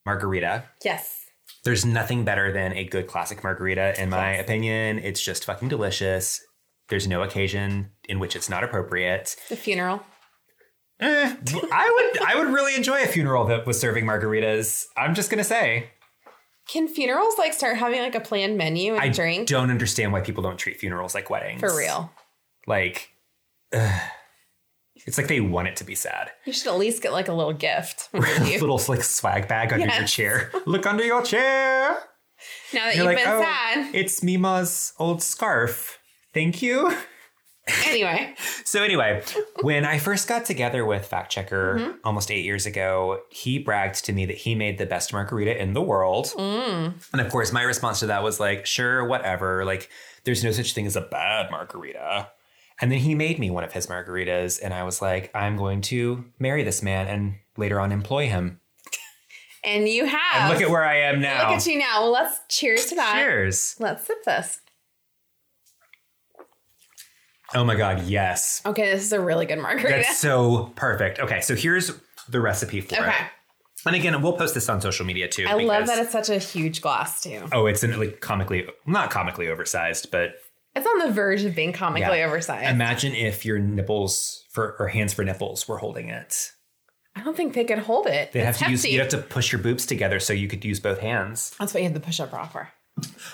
[SPEAKER 3] margarita.
[SPEAKER 2] Yes.
[SPEAKER 3] There's nothing better than a good classic margarita, in my opinion. It's just fucking delicious. There's no occasion in which it's not appropriate.
[SPEAKER 2] The funeral.
[SPEAKER 3] Eh, I would I would really enjoy a funeral that was serving margaritas. I'm just gonna say
[SPEAKER 2] Can funerals like start having like a planned menu and
[SPEAKER 3] I
[SPEAKER 2] drink
[SPEAKER 3] don't understand why people don't treat funerals like weddings.
[SPEAKER 2] for real?
[SPEAKER 3] Like, ugh. it's like they want it to be sad.
[SPEAKER 2] You should at least get like a little gift. with you.
[SPEAKER 3] little like swag bag under your
[SPEAKER 2] Yes.
[SPEAKER 3] chair. Look under your chair.
[SPEAKER 2] now that
[SPEAKER 3] You're
[SPEAKER 2] you've
[SPEAKER 3] like,
[SPEAKER 2] been
[SPEAKER 3] oh,
[SPEAKER 2] sad.
[SPEAKER 3] it's Mima's old scarf. Thank you.
[SPEAKER 2] Anyway,
[SPEAKER 3] So anyway, when I first got together with Fact Checker
[SPEAKER 2] Mm-hmm.
[SPEAKER 3] almost eight years ago, he bragged to me that he made the best margarita in the world.
[SPEAKER 2] Mm.
[SPEAKER 3] And of course, my response to that was like, sure, whatever. Like, there's no such thing as a bad margarita. And then he made me one of his margaritas, and I was like, I'm going to marry this man and later on employ him.
[SPEAKER 2] and you have.
[SPEAKER 3] And look at where I am
[SPEAKER 2] Oh. Look
[SPEAKER 3] now.
[SPEAKER 2] at you now. Well, let's cheers to that.
[SPEAKER 3] Cheers.
[SPEAKER 2] Let's sip this.
[SPEAKER 3] Oh my God, yes.
[SPEAKER 2] Okay, this is a really good margarita.
[SPEAKER 3] That's so perfect. Okay, so here's the recipe for
[SPEAKER 2] okay.
[SPEAKER 3] it. And again, we'll post this on social media too.
[SPEAKER 2] I love
[SPEAKER 3] because-
[SPEAKER 2] that it's such a huge glass too.
[SPEAKER 3] Oh, it's an, like comically, not comically oversized, but
[SPEAKER 2] It's on the verge of being comically
[SPEAKER 3] Yeah.
[SPEAKER 2] oversized.
[SPEAKER 3] imagine if your nipples for or hands for nipples were holding it.
[SPEAKER 2] I don't think they could hold it.
[SPEAKER 3] They'd have
[SPEAKER 2] it's
[SPEAKER 3] to use.
[SPEAKER 2] hefty.
[SPEAKER 3] You'd have to push your boobs together so you could use both hands.
[SPEAKER 2] That's what you have the push-up bra for.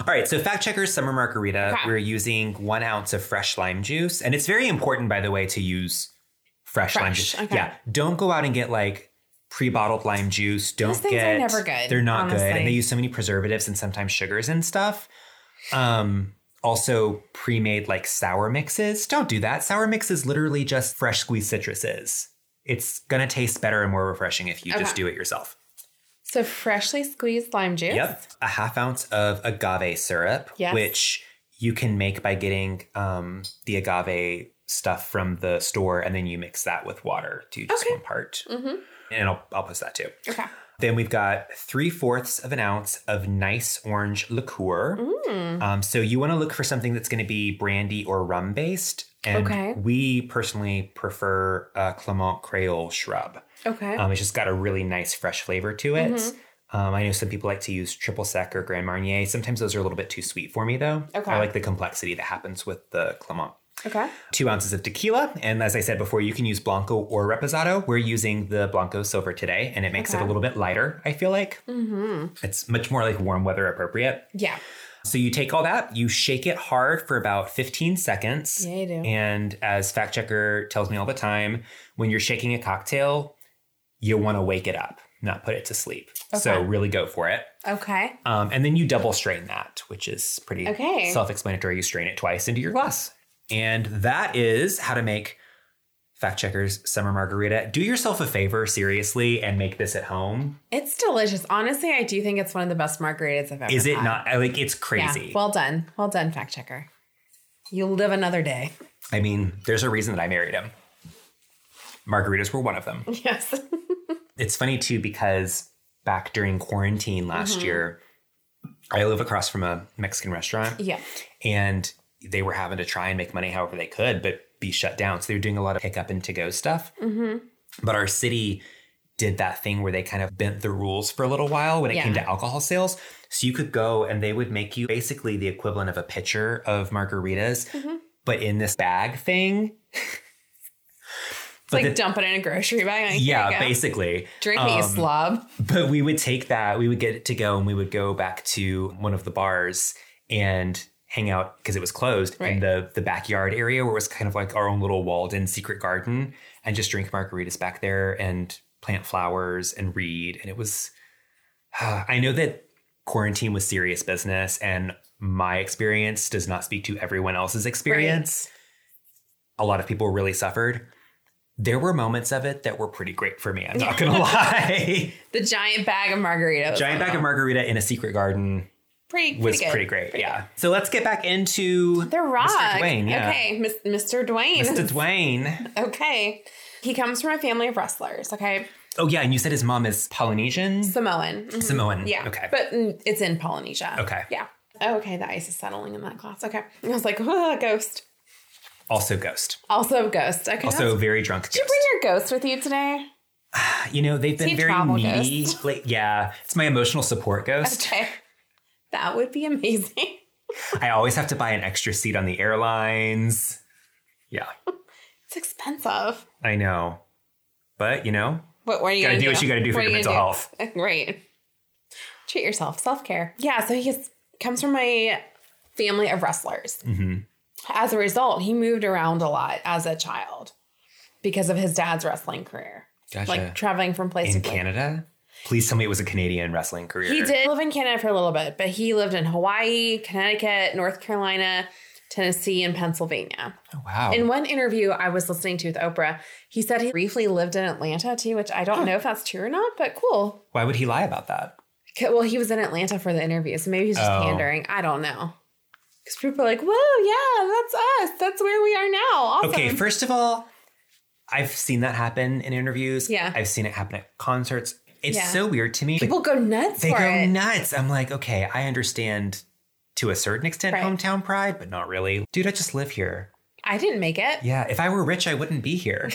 [SPEAKER 3] All right. So fact checkers summer margarita.
[SPEAKER 2] Okay.
[SPEAKER 3] We're using one ounce of fresh lime juice, and it's very important, by the way, to use fresh, lime
[SPEAKER 2] Fresh,
[SPEAKER 3] juice.
[SPEAKER 2] okay.
[SPEAKER 3] Yeah. Don't go out and get like pre-bottled lime juice. Don't
[SPEAKER 2] things are
[SPEAKER 3] get.
[SPEAKER 2] never good,
[SPEAKER 3] They're not good,
[SPEAKER 2] honestly.
[SPEAKER 3] and they use so many preservatives and sometimes sugars and stuff. Um. Also, pre-made like sour mixes. Don't do that. Sour mix is literally just fresh squeezed citruses. It's gonna taste better and more refreshing if you just
[SPEAKER 2] Okay.
[SPEAKER 3] do it yourself.
[SPEAKER 2] So freshly squeezed lime juice.
[SPEAKER 3] Yep. A half ounce of agave syrup,
[SPEAKER 2] Yes.
[SPEAKER 3] which you can make by getting um, the agave stuff from the store and then you mix that with water to just
[SPEAKER 2] Okay.
[SPEAKER 3] one part.
[SPEAKER 2] Mm-hmm.
[SPEAKER 3] And I'll, I'll post that too.
[SPEAKER 2] Okay.
[SPEAKER 3] Then we've got three fourths of an ounce of nice orange liqueur.
[SPEAKER 2] Mm.
[SPEAKER 3] Um, so you want to look for something that's going to be brandy or rum based. And
[SPEAKER 2] Okay.
[SPEAKER 3] we personally prefer uh, Clement Creole shrub.
[SPEAKER 2] Okay.
[SPEAKER 3] Um, it's just got a really nice fresh flavor to it.
[SPEAKER 2] Mm-hmm.
[SPEAKER 3] Um, I know some people like to use triple sec or Grand Marnier. Sometimes those are a little bit too sweet for me, though.
[SPEAKER 2] Okay.
[SPEAKER 3] I like the complexity that happens with the Clement.
[SPEAKER 2] okay.
[SPEAKER 3] Two ounces of tequila, and as I said before, you can use Blanco or Reposado. We're using the Blanco silver today, and it makes it
[SPEAKER 2] Okay.
[SPEAKER 3] a little bit lighter. I feel like
[SPEAKER 2] Mm-hmm.
[SPEAKER 3] it's much more like warm weather appropriate.
[SPEAKER 2] Yeah.
[SPEAKER 3] So you take all that, you shake it hard for about 15 seconds.
[SPEAKER 2] Yeah, you do.
[SPEAKER 3] And as fact checker tells me all the time, when you're shaking a cocktail, you want to wake it up, not put it to sleep. So
[SPEAKER 2] Okay.
[SPEAKER 3] really go for it.
[SPEAKER 2] Okay.
[SPEAKER 3] Um, and then you double strain that, which is pretty
[SPEAKER 2] Okay.
[SPEAKER 3] self-explanatory. You strain it twice into your glass. And that is how to make fact checkers summer margarita. Do yourself a favor, seriously, and make this at home.
[SPEAKER 2] It's delicious. Honestly, I do think it's one of the best margaritas I've ever
[SPEAKER 3] Is it
[SPEAKER 2] had.
[SPEAKER 3] not I- like it's
[SPEAKER 2] Yeah.
[SPEAKER 3] crazy?
[SPEAKER 2] Well done. Well done, fact checker. You live another day.
[SPEAKER 3] I mean, there's a reason that I married him. Margaritas were one of them.
[SPEAKER 2] Yes.
[SPEAKER 3] It's funny too because back during quarantine last year, I live across from a Mexican restaurant
[SPEAKER 2] yeah.
[SPEAKER 3] and they were having to try and make money however they could, but be shut down. So they were doing a lot of pickup and to go stuff.
[SPEAKER 2] Mm-hmm.
[SPEAKER 3] But our city did that thing where they kind of bent the rules for a little while when it came
[SPEAKER 2] Yeah.
[SPEAKER 3] to alcohol sales. So you could go and they would make you basically the equivalent of a pitcher of margaritas,
[SPEAKER 2] Mm-hmm.
[SPEAKER 3] but in this bag thing.
[SPEAKER 2] It's like dump it in a grocery bag. Like,
[SPEAKER 3] yeah,
[SPEAKER 2] here you go.
[SPEAKER 3] basically.
[SPEAKER 2] Drink it, you
[SPEAKER 3] Um,
[SPEAKER 2] slob.
[SPEAKER 3] But we would take that, we would get it to go, and we would go back to one of the bars and hang out because it was closed in
[SPEAKER 2] Right.
[SPEAKER 3] the the backyard area where it was kind of like our own little walled-in secret garden, and just drink margaritas back there and plant flowers and read. And it was, I know that quarantine was serious business, and my experience does not speak to everyone else's experience. A lot of people really suffered. There were moments of it that were pretty great for me. I'm not gonna lie.
[SPEAKER 2] The giant bag of margaritas.
[SPEAKER 3] Giant bag of margarita in a secret garden
[SPEAKER 2] Pretty,
[SPEAKER 3] was
[SPEAKER 2] good.
[SPEAKER 3] pretty, great. yeah. So let's get back into
[SPEAKER 2] The Rock.
[SPEAKER 3] Mr. Dwayne. Yeah.
[SPEAKER 2] Okay, Mis- Mr. Dwayne.
[SPEAKER 3] Mr. Dwayne.
[SPEAKER 2] Okay. He comes from a family of wrestlers, okay?
[SPEAKER 3] Oh yeah, and you said his mom is Polynesian.
[SPEAKER 2] Samoan. Mhm.
[SPEAKER 3] Samoan.
[SPEAKER 2] Yeah.
[SPEAKER 3] Okay.
[SPEAKER 2] But mm, it's in Polynesia.
[SPEAKER 3] Okay.
[SPEAKER 2] Yeah. Oh, Okay, the ice is settling in that glass. Okay. I was like, "Ugh, ghost.
[SPEAKER 3] also ghost.
[SPEAKER 2] Also ghost. Okay.
[SPEAKER 3] Also
[SPEAKER 2] that's-
[SPEAKER 3] very drunk ghost.
[SPEAKER 2] did you bring your ghost with you today?
[SPEAKER 3] you know, they've been
[SPEAKER 2] he
[SPEAKER 3] very
[SPEAKER 2] travel
[SPEAKER 3] needy. Like, yeah. It's my emotional support ghost.
[SPEAKER 2] Okay. That would be amazing.
[SPEAKER 3] I always have to buy an extra seat on the airlines. Yeah.
[SPEAKER 2] It's expensive.
[SPEAKER 3] I know. But you know,
[SPEAKER 2] What were you
[SPEAKER 3] Gotta
[SPEAKER 2] gonna
[SPEAKER 3] do what you gotta do for
[SPEAKER 2] What
[SPEAKER 3] your
[SPEAKER 2] are you gonna
[SPEAKER 3] mental
[SPEAKER 2] do? right. Treat yourself. Self care. Yeah. So he gets, comes from a family of wrestlers.
[SPEAKER 3] Mm-hmm.
[SPEAKER 2] As a result, he moved around a lot as a child because of his dad's wrestling career,
[SPEAKER 3] Gotcha.
[SPEAKER 2] like traveling from place
[SPEAKER 3] in
[SPEAKER 2] to place.
[SPEAKER 3] Canada. Please tell me it was a Canadian wrestling career.
[SPEAKER 2] He did live in Canada for a little bit, but he lived in Hawaii, Connecticut, North Carolina, Tennessee, and Pennsylvania.
[SPEAKER 3] Oh, wow.
[SPEAKER 2] In one interview I was listening to with Oprah, he said he briefly lived in Atlanta too, which I don't know if that's true or not, but cool.
[SPEAKER 3] Why would he lie about that?
[SPEAKER 2] Okay, Well, he was in Atlanta for the interview, so maybe he's just
[SPEAKER 3] Oh.
[SPEAKER 2] pandering. I don't know. Because people are like, whoa, yeah, that's us. That's where we are now. Awesome.
[SPEAKER 3] Okay, first of all, I've seen that happen in interviews.
[SPEAKER 2] Yeah.
[SPEAKER 3] I've seen it happen at concerts. It's
[SPEAKER 2] Yeah.
[SPEAKER 3] so weird to me. Like,
[SPEAKER 2] people go nuts
[SPEAKER 3] they
[SPEAKER 2] for
[SPEAKER 3] go
[SPEAKER 2] it.
[SPEAKER 3] nuts. I'm like, okay, I understand to a certain extent
[SPEAKER 2] Right.
[SPEAKER 3] hometown pride, but not really. Dude, I just live here.
[SPEAKER 2] I didn't make it.
[SPEAKER 3] Yeah, if I were rich, I wouldn't be here.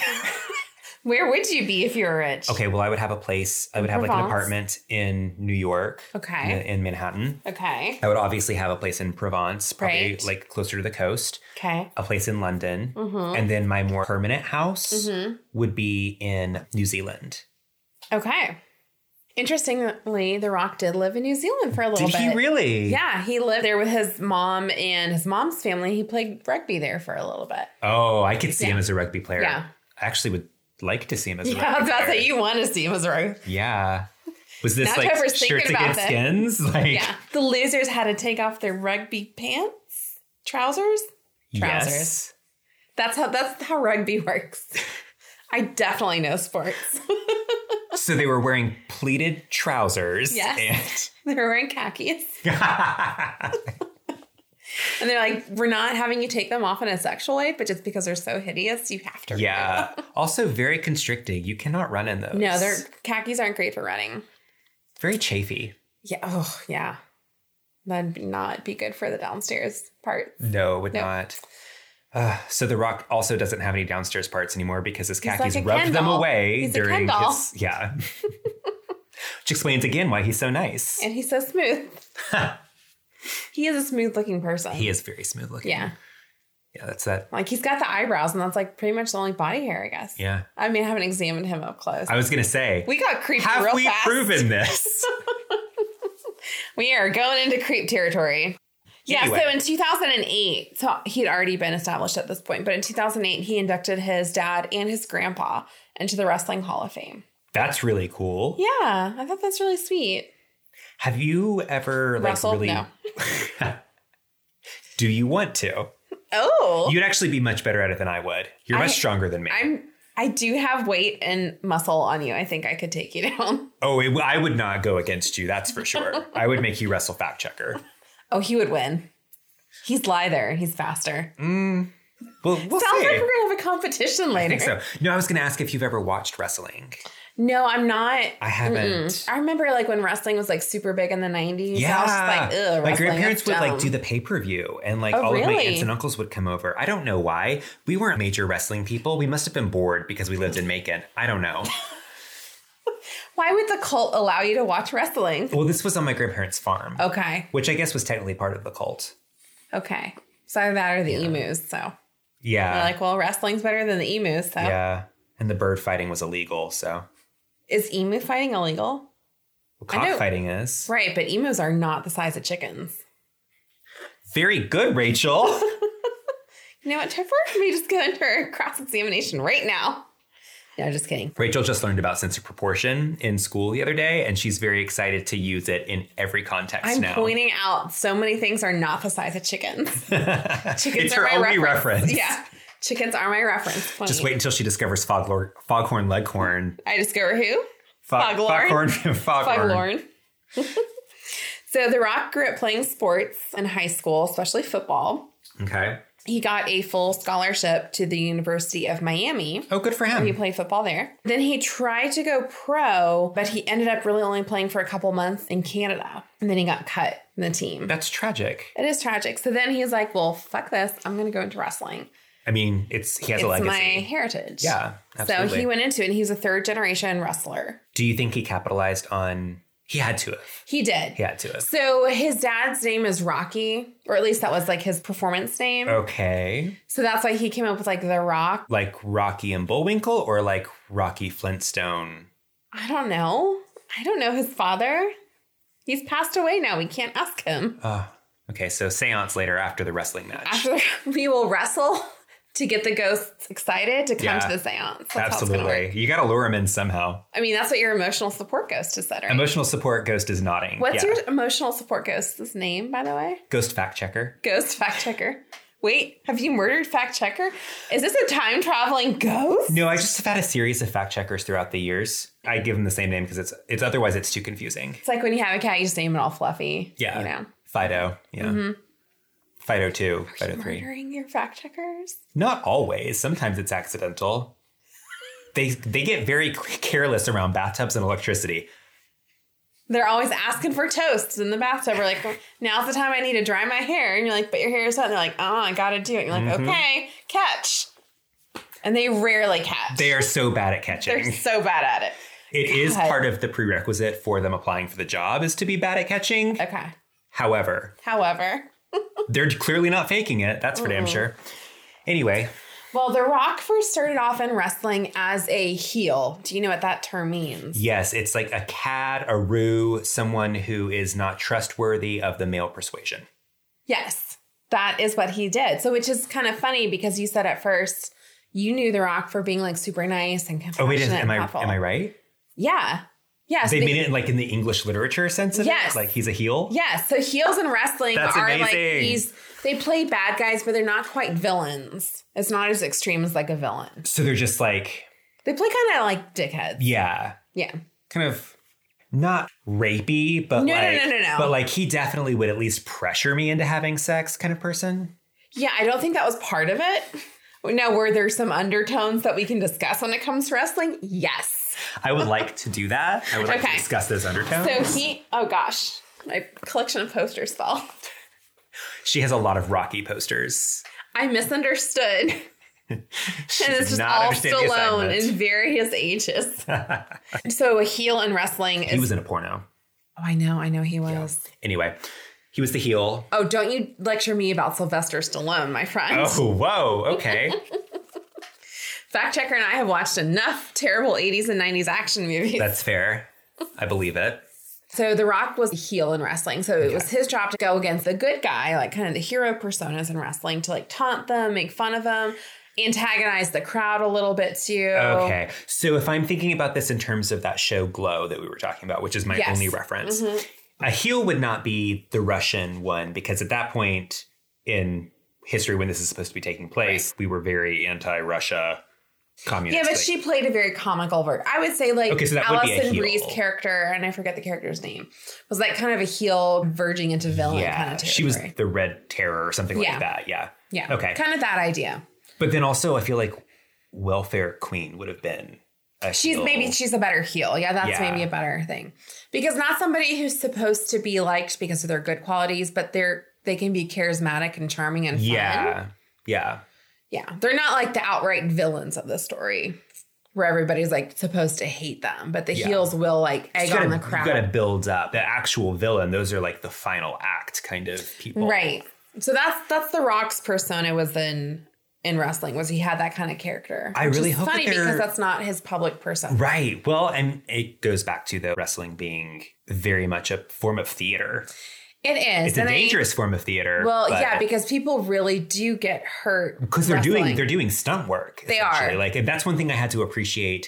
[SPEAKER 2] Where would you be if you were rich?
[SPEAKER 3] Okay, well, I would have a place. I would have like an
[SPEAKER 2] Provence.
[SPEAKER 3] apartment in New York.
[SPEAKER 2] Okay.
[SPEAKER 3] In, in Manhattan.
[SPEAKER 2] Okay.
[SPEAKER 3] I would obviously have a place in Provence, probably
[SPEAKER 2] Right.
[SPEAKER 3] like closer to the coast,
[SPEAKER 2] Okay.
[SPEAKER 3] a place in London,
[SPEAKER 2] Mhm.
[SPEAKER 3] and then my more permanent house
[SPEAKER 2] Mhm.
[SPEAKER 3] would be in New Zealand.
[SPEAKER 2] Okay. Interestingly, The Rock did live in New Zealand for a little
[SPEAKER 3] Did
[SPEAKER 2] bit.
[SPEAKER 3] he really?
[SPEAKER 2] Yeah, he lived there with his mom and his mom's family. He played rugby there for a little bit.
[SPEAKER 3] Oh, I could see
[SPEAKER 2] Yeah.
[SPEAKER 3] him as a rugby player.
[SPEAKER 2] Yeah.
[SPEAKER 3] I actually would like to see him as a
[SPEAKER 2] Yeah, I
[SPEAKER 3] rugby
[SPEAKER 2] was about to
[SPEAKER 3] player.
[SPEAKER 2] say you want to see him as a rugby.
[SPEAKER 3] Yeah. Was this
[SPEAKER 2] Now
[SPEAKER 3] like
[SPEAKER 2] Trevor's thinking
[SPEAKER 3] shirts
[SPEAKER 2] about
[SPEAKER 3] against
[SPEAKER 2] this.
[SPEAKER 3] skins? Like
[SPEAKER 2] Yeah, the losers had to take off their rugby pants, trousers. Trousers.
[SPEAKER 3] yes.
[SPEAKER 2] That's how that's how rugby works. I definitely know sports.
[SPEAKER 3] So they were wearing pleated trousers.
[SPEAKER 2] Yes. they were wearing khakis,
[SPEAKER 3] And
[SPEAKER 2] and they're like, "We're not having you take them off in a sexual way, but just because they're so hideous, you have to."
[SPEAKER 3] yeah. Also very constricting. You cannot run in those.
[SPEAKER 2] No, their khakis aren't great for running.
[SPEAKER 3] very chafy.
[SPEAKER 2] Yeah. Oh, yeah. That'd not be good for the downstairs part.
[SPEAKER 3] No, would
[SPEAKER 2] No.
[SPEAKER 3] not. Ugh, so The Rock also doesn't have any downstairs parts anymore because his
[SPEAKER 2] like
[SPEAKER 3] khakis
[SPEAKER 2] a Ken
[SPEAKER 3] rubbed them
[SPEAKER 2] doll.
[SPEAKER 3] away
[SPEAKER 2] He's a Ken
[SPEAKER 3] during
[SPEAKER 2] doll.
[SPEAKER 3] his yeah. Which explains again why he's so nice.
[SPEAKER 2] And he's so smooth. he is a smooth looking person.
[SPEAKER 3] he is very smooth looking.
[SPEAKER 2] Yeah.
[SPEAKER 3] Yeah, that's that.
[SPEAKER 2] Like he's got the eyebrows, and that's like pretty much the only body hair, I guess.
[SPEAKER 3] Yeah.
[SPEAKER 2] I mean, I haven't examined him up close.
[SPEAKER 3] I was gonna say,
[SPEAKER 2] we got creeped
[SPEAKER 3] have
[SPEAKER 2] real
[SPEAKER 3] we
[SPEAKER 2] fast.
[SPEAKER 3] proven this?
[SPEAKER 2] We are going into creep territory. Yeah, so
[SPEAKER 3] Anyway.
[SPEAKER 2] in 2008, so he'd already been established at this point, but in 2008, he inducted his dad and his grandpa into the Wrestling Hall of Fame.
[SPEAKER 3] That's really cool.
[SPEAKER 2] Yeah, I thought that's really sweet.
[SPEAKER 3] Have you ever like
[SPEAKER 2] Russell?
[SPEAKER 3] really?
[SPEAKER 2] No.
[SPEAKER 3] Do you want to?
[SPEAKER 2] Oh,
[SPEAKER 3] You'd actually be much better at it than I would. You're much
[SPEAKER 2] I-
[SPEAKER 3] stronger than me.
[SPEAKER 2] I'm. I do have weight and muscle on you. I think I could take you down.
[SPEAKER 3] oh, it, I would not go against you. That's for sure. I would make you wrestle fact checker.
[SPEAKER 2] Oh, he would win. He's lither and he's faster.
[SPEAKER 3] Well, we'll
[SPEAKER 2] Sounds
[SPEAKER 3] Mm, see.
[SPEAKER 2] like we're gonna have a competition later.
[SPEAKER 3] I think so. No, I was going to ask if you've ever watched wrestling.
[SPEAKER 2] No, I'm not.
[SPEAKER 3] I haven't.
[SPEAKER 2] I remember like when wrestling was like super big in the 90s. I was
[SPEAKER 3] Yeah,
[SPEAKER 2] just like, Ugh,
[SPEAKER 3] my
[SPEAKER 2] wrestling,
[SPEAKER 3] grandparents
[SPEAKER 2] that's
[SPEAKER 3] would like
[SPEAKER 2] dumb."
[SPEAKER 3] do the pay per view, and like
[SPEAKER 2] Oh,
[SPEAKER 3] all of my
[SPEAKER 2] really?
[SPEAKER 3] aunts and uncles would come over. I don't know why. We weren't major wrestling people. We must have been bored because we lived in Macon. I don't know.
[SPEAKER 2] Why would the cult allow you to watch wrestling?
[SPEAKER 3] well, this was on my grandparents' farm,
[SPEAKER 2] Okay.
[SPEAKER 3] which I guess was technically part of the cult.
[SPEAKER 2] Okay. So either that or the emus. So
[SPEAKER 3] Yeah,
[SPEAKER 2] they're like, well, wrestling's better than the emus. So
[SPEAKER 3] yeah. And the bird fighting was illegal, so
[SPEAKER 2] is emu fighting illegal?
[SPEAKER 3] well,
[SPEAKER 2] I know.
[SPEAKER 3] cockfighting is
[SPEAKER 2] Right, but emus are not the size of chickens.
[SPEAKER 3] very good, Rachel.
[SPEAKER 2] You know what, Trevor? Can we just go under cross examination right now? No, just kidding.
[SPEAKER 3] Rachel just learned about sense of proportion in school the other day, and she's very excited to use it in every context
[SPEAKER 2] I'm
[SPEAKER 3] now.
[SPEAKER 2] pointing out so many things are not the size of chickens. chickens
[SPEAKER 3] it's
[SPEAKER 2] are
[SPEAKER 3] her
[SPEAKER 2] my
[SPEAKER 3] only
[SPEAKER 2] reference.
[SPEAKER 3] reference.
[SPEAKER 2] Yeah. Chickens are my reference. Point.
[SPEAKER 3] Just wait until she discovers Foglor- Foghorn Leghorn.
[SPEAKER 2] I discover who?
[SPEAKER 3] Fo-
[SPEAKER 2] Foglorn.
[SPEAKER 3] Foghorn. Foghorn.
[SPEAKER 2] Foghorn. so The Rock grew up playing sports in high school, especially football.
[SPEAKER 3] Okay.
[SPEAKER 2] He got a full scholarship to the University of Miami.
[SPEAKER 3] Oh, good for
[SPEAKER 2] He
[SPEAKER 3] him.
[SPEAKER 2] played football there. Then he tried to go pro, but he ended up really only playing for a couple months in Canada. And then he got cut from the team.
[SPEAKER 3] That's tragic.
[SPEAKER 2] It is tragic. So then he was like, well, fuck this. I'm going to go into wrestling.
[SPEAKER 3] I mean, it's he has
[SPEAKER 2] It's
[SPEAKER 3] a legacy.
[SPEAKER 2] my heritage.
[SPEAKER 3] yeah, absolutely.
[SPEAKER 2] So he went into it and he's a third generation wrestler.
[SPEAKER 3] Do you think he capitalized on? He had to have.
[SPEAKER 2] He did.
[SPEAKER 3] He had to have.
[SPEAKER 2] So his dad's name is Rocky, or at least that was like his performance name.
[SPEAKER 3] Oh. Okay.
[SPEAKER 2] So that's why he came up with like The Rock.
[SPEAKER 3] Like Rocky and Bullwinkle, or like Rocky Flintstone.
[SPEAKER 2] I don't know. I don't know his father. He's passed away now. We can't ask him.
[SPEAKER 3] Uh, okay, so seance later after the wrestling match.
[SPEAKER 2] After we will wrestle to get the ghosts excited to come
[SPEAKER 3] Yeah.
[SPEAKER 2] to the seance. That's How it's gonna
[SPEAKER 3] Absolutely.
[SPEAKER 2] work.
[SPEAKER 3] You got to lure him in somehow.
[SPEAKER 2] I mean, that's what your emotional support ghost is, etc.
[SPEAKER 3] Emotional support ghost is nodding.
[SPEAKER 2] What's
[SPEAKER 3] Yeah.
[SPEAKER 2] your emotional support ghost's name, by the way?
[SPEAKER 3] ghost fact checker?
[SPEAKER 2] Ghost fact checker. Wait, have you murdered fact checker? Is this a time traveling ghost?
[SPEAKER 3] No, I just have had a series of fact checkers throughout the years. I give them the same name because it's it's otherwise it's too confusing.
[SPEAKER 2] It's like when you have a cat, you just name it all fluffy.
[SPEAKER 3] Yeah.
[SPEAKER 2] You know.
[SPEAKER 3] Fido. Yeah.
[SPEAKER 2] Mm-hmm.
[SPEAKER 3] Fido two. Fido three.
[SPEAKER 2] Murdering your fact checkers.
[SPEAKER 3] Not always. Sometimes it's accidental. They they get very careless around bathtubs and electricity.
[SPEAKER 2] They're always asking for toasts in the bathtub. We're like, now's the time I need to dry
[SPEAKER 3] Mm-hmm.
[SPEAKER 2] my hair. And you're like, but your hair is wet. And they're like, oh, I gotta do it. And you're like, okay, catch. and they rarely catch.
[SPEAKER 3] They are so bad at catching.
[SPEAKER 2] They're so bad at it.
[SPEAKER 3] It is
[SPEAKER 2] God.
[SPEAKER 3] part of the prerequisite for them applying for the job is to be bad at catching.
[SPEAKER 2] Okay.
[SPEAKER 3] However,
[SPEAKER 2] However,
[SPEAKER 3] they're clearly not faking it. That's for
[SPEAKER 2] Oh.
[SPEAKER 3] damn sure. Anyway,
[SPEAKER 2] well, The Rock first started off in wrestling as a heel. Do you know what that term means?
[SPEAKER 3] yes, it's like a cad, a rue, someone who is not trustworthy of the male persuasion.
[SPEAKER 2] Yes, that is what he did. So, which is kind of funny because you said at first you knew The Rock for being like super nice and
[SPEAKER 3] Oh
[SPEAKER 2] compassionate.
[SPEAKER 3] wait, is, am I
[SPEAKER 2] and helpful.
[SPEAKER 3] am I right?
[SPEAKER 2] Yeah. Yes.
[SPEAKER 3] They mean it like in the English literature sense of
[SPEAKER 2] Yes.
[SPEAKER 3] it, like he's a heel.
[SPEAKER 2] Yes. So heels in wrestling
[SPEAKER 3] That's
[SPEAKER 2] are like
[SPEAKER 3] amazing.
[SPEAKER 2] these. They play bad guys, but they're not quite villains. It's not as extreme as like a villain.
[SPEAKER 3] So they're just like,
[SPEAKER 2] They play kind of like dickheads.
[SPEAKER 3] yeah,
[SPEAKER 2] Yeah.
[SPEAKER 3] kind of not rapey, but
[SPEAKER 2] No, no,
[SPEAKER 3] like,
[SPEAKER 2] no, no, no.
[SPEAKER 3] but like he definitely would at least pressure me into having sex, kind of person.
[SPEAKER 2] Yeah. I don't think that was part of it. Now, were there some undertones that we can discuss when it comes to wrestling? Yes.
[SPEAKER 3] I would like to do that. I would like
[SPEAKER 2] Okay.
[SPEAKER 3] to discuss those undertones.
[SPEAKER 2] So he. Oh gosh, my collection of posters fell.
[SPEAKER 3] she has a lot of Rocky posters.
[SPEAKER 2] I misunderstood. and
[SPEAKER 3] did
[SPEAKER 2] this is
[SPEAKER 3] not
[SPEAKER 2] all
[SPEAKER 3] understand the
[SPEAKER 2] Stallone
[SPEAKER 3] assignment.
[SPEAKER 2] in various ages. so a heel in wrestling is.
[SPEAKER 3] He was in a porno.
[SPEAKER 2] oh, I know, I know he was.
[SPEAKER 3] Anyway, he was the heel.
[SPEAKER 2] Oh, don't you lecture me about Sylvester Stallone, my friend.
[SPEAKER 3] Oh, whoa. Okay.
[SPEAKER 2] Fact checker and I have watched enough terrible 80s and 90s action movies.
[SPEAKER 3] That's fair. I believe it.
[SPEAKER 2] so The Rock was a heel in wrestling. So it was his job to go against the good guy, like kind of the hero personas in wrestling, to like taunt them, make fun of them, antagonize the crowd a little bit too.
[SPEAKER 3] Okay. So if I'm thinking about this in terms of that show Glow that we were talking about, which is my
[SPEAKER 2] Yes. Mm-hmm.
[SPEAKER 3] only reference, a heel would not be the Russian one because at that point in history when this is supposed to be taking place, we were very anti-Russia communist.
[SPEAKER 2] Yeah, but
[SPEAKER 3] like-
[SPEAKER 2] she played a very comical version. I would say like
[SPEAKER 3] Okay, so that would be a
[SPEAKER 2] Allison
[SPEAKER 3] heel.
[SPEAKER 2] Bree's character, and I forget the character's name, was like kind of a heel verging into villain kind
[SPEAKER 3] yeah,
[SPEAKER 2] of territory.
[SPEAKER 3] she was the Red Terror or something
[SPEAKER 2] Yeah.
[SPEAKER 3] like that. Yeah.
[SPEAKER 2] yeah,
[SPEAKER 3] Okay.
[SPEAKER 2] kind of that idea.
[SPEAKER 3] But then also, I feel like Welfare Queen would have been. A
[SPEAKER 2] She's
[SPEAKER 3] heel.
[SPEAKER 2] maybe she's a better heel. Yeah, that's
[SPEAKER 3] Yeah.
[SPEAKER 2] maybe a better thing. Because not somebody who's supposed to be liked because of their good qualities, but they're they can be charismatic and charming and fun.
[SPEAKER 3] Yeah. Yeah.
[SPEAKER 2] Yeah. They're not like the outright villains of the story where everybody's like supposed to hate them, but the
[SPEAKER 3] Yeah.
[SPEAKER 2] heels will like egg
[SPEAKER 3] You gotta,
[SPEAKER 2] on the
[SPEAKER 3] you
[SPEAKER 2] crowd.
[SPEAKER 3] gotta build up the actual villain. Those are like the final act kind of people.
[SPEAKER 2] Right. So that's that's the Rock's persona was in in wrestling was he had that kind of character.
[SPEAKER 3] I
[SPEAKER 2] Which
[SPEAKER 3] really
[SPEAKER 2] is
[SPEAKER 3] hope that
[SPEAKER 2] funny
[SPEAKER 3] they're-
[SPEAKER 2] because that's not his public persona.
[SPEAKER 3] Right. Well, and it goes back to the wrestling being very much a form of theater.
[SPEAKER 2] It is.
[SPEAKER 3] It's a
[SPEAKER 2] and I-
[SPEAKER 3] dangerous form of theater.
[SPEAKER 2] well,
[SPEAKER 3] but-
[SPEAKER 2] yeah, because people really do get hurt
[SPEAKER 3] because they're doing
[SPEAKER 2] wrestling.
[SPEAKER 3] they're doing stunt work.
[SPEAKER 2] They are.
[SPEAKER 3] essentially. like, and that's one thing I had to appreciate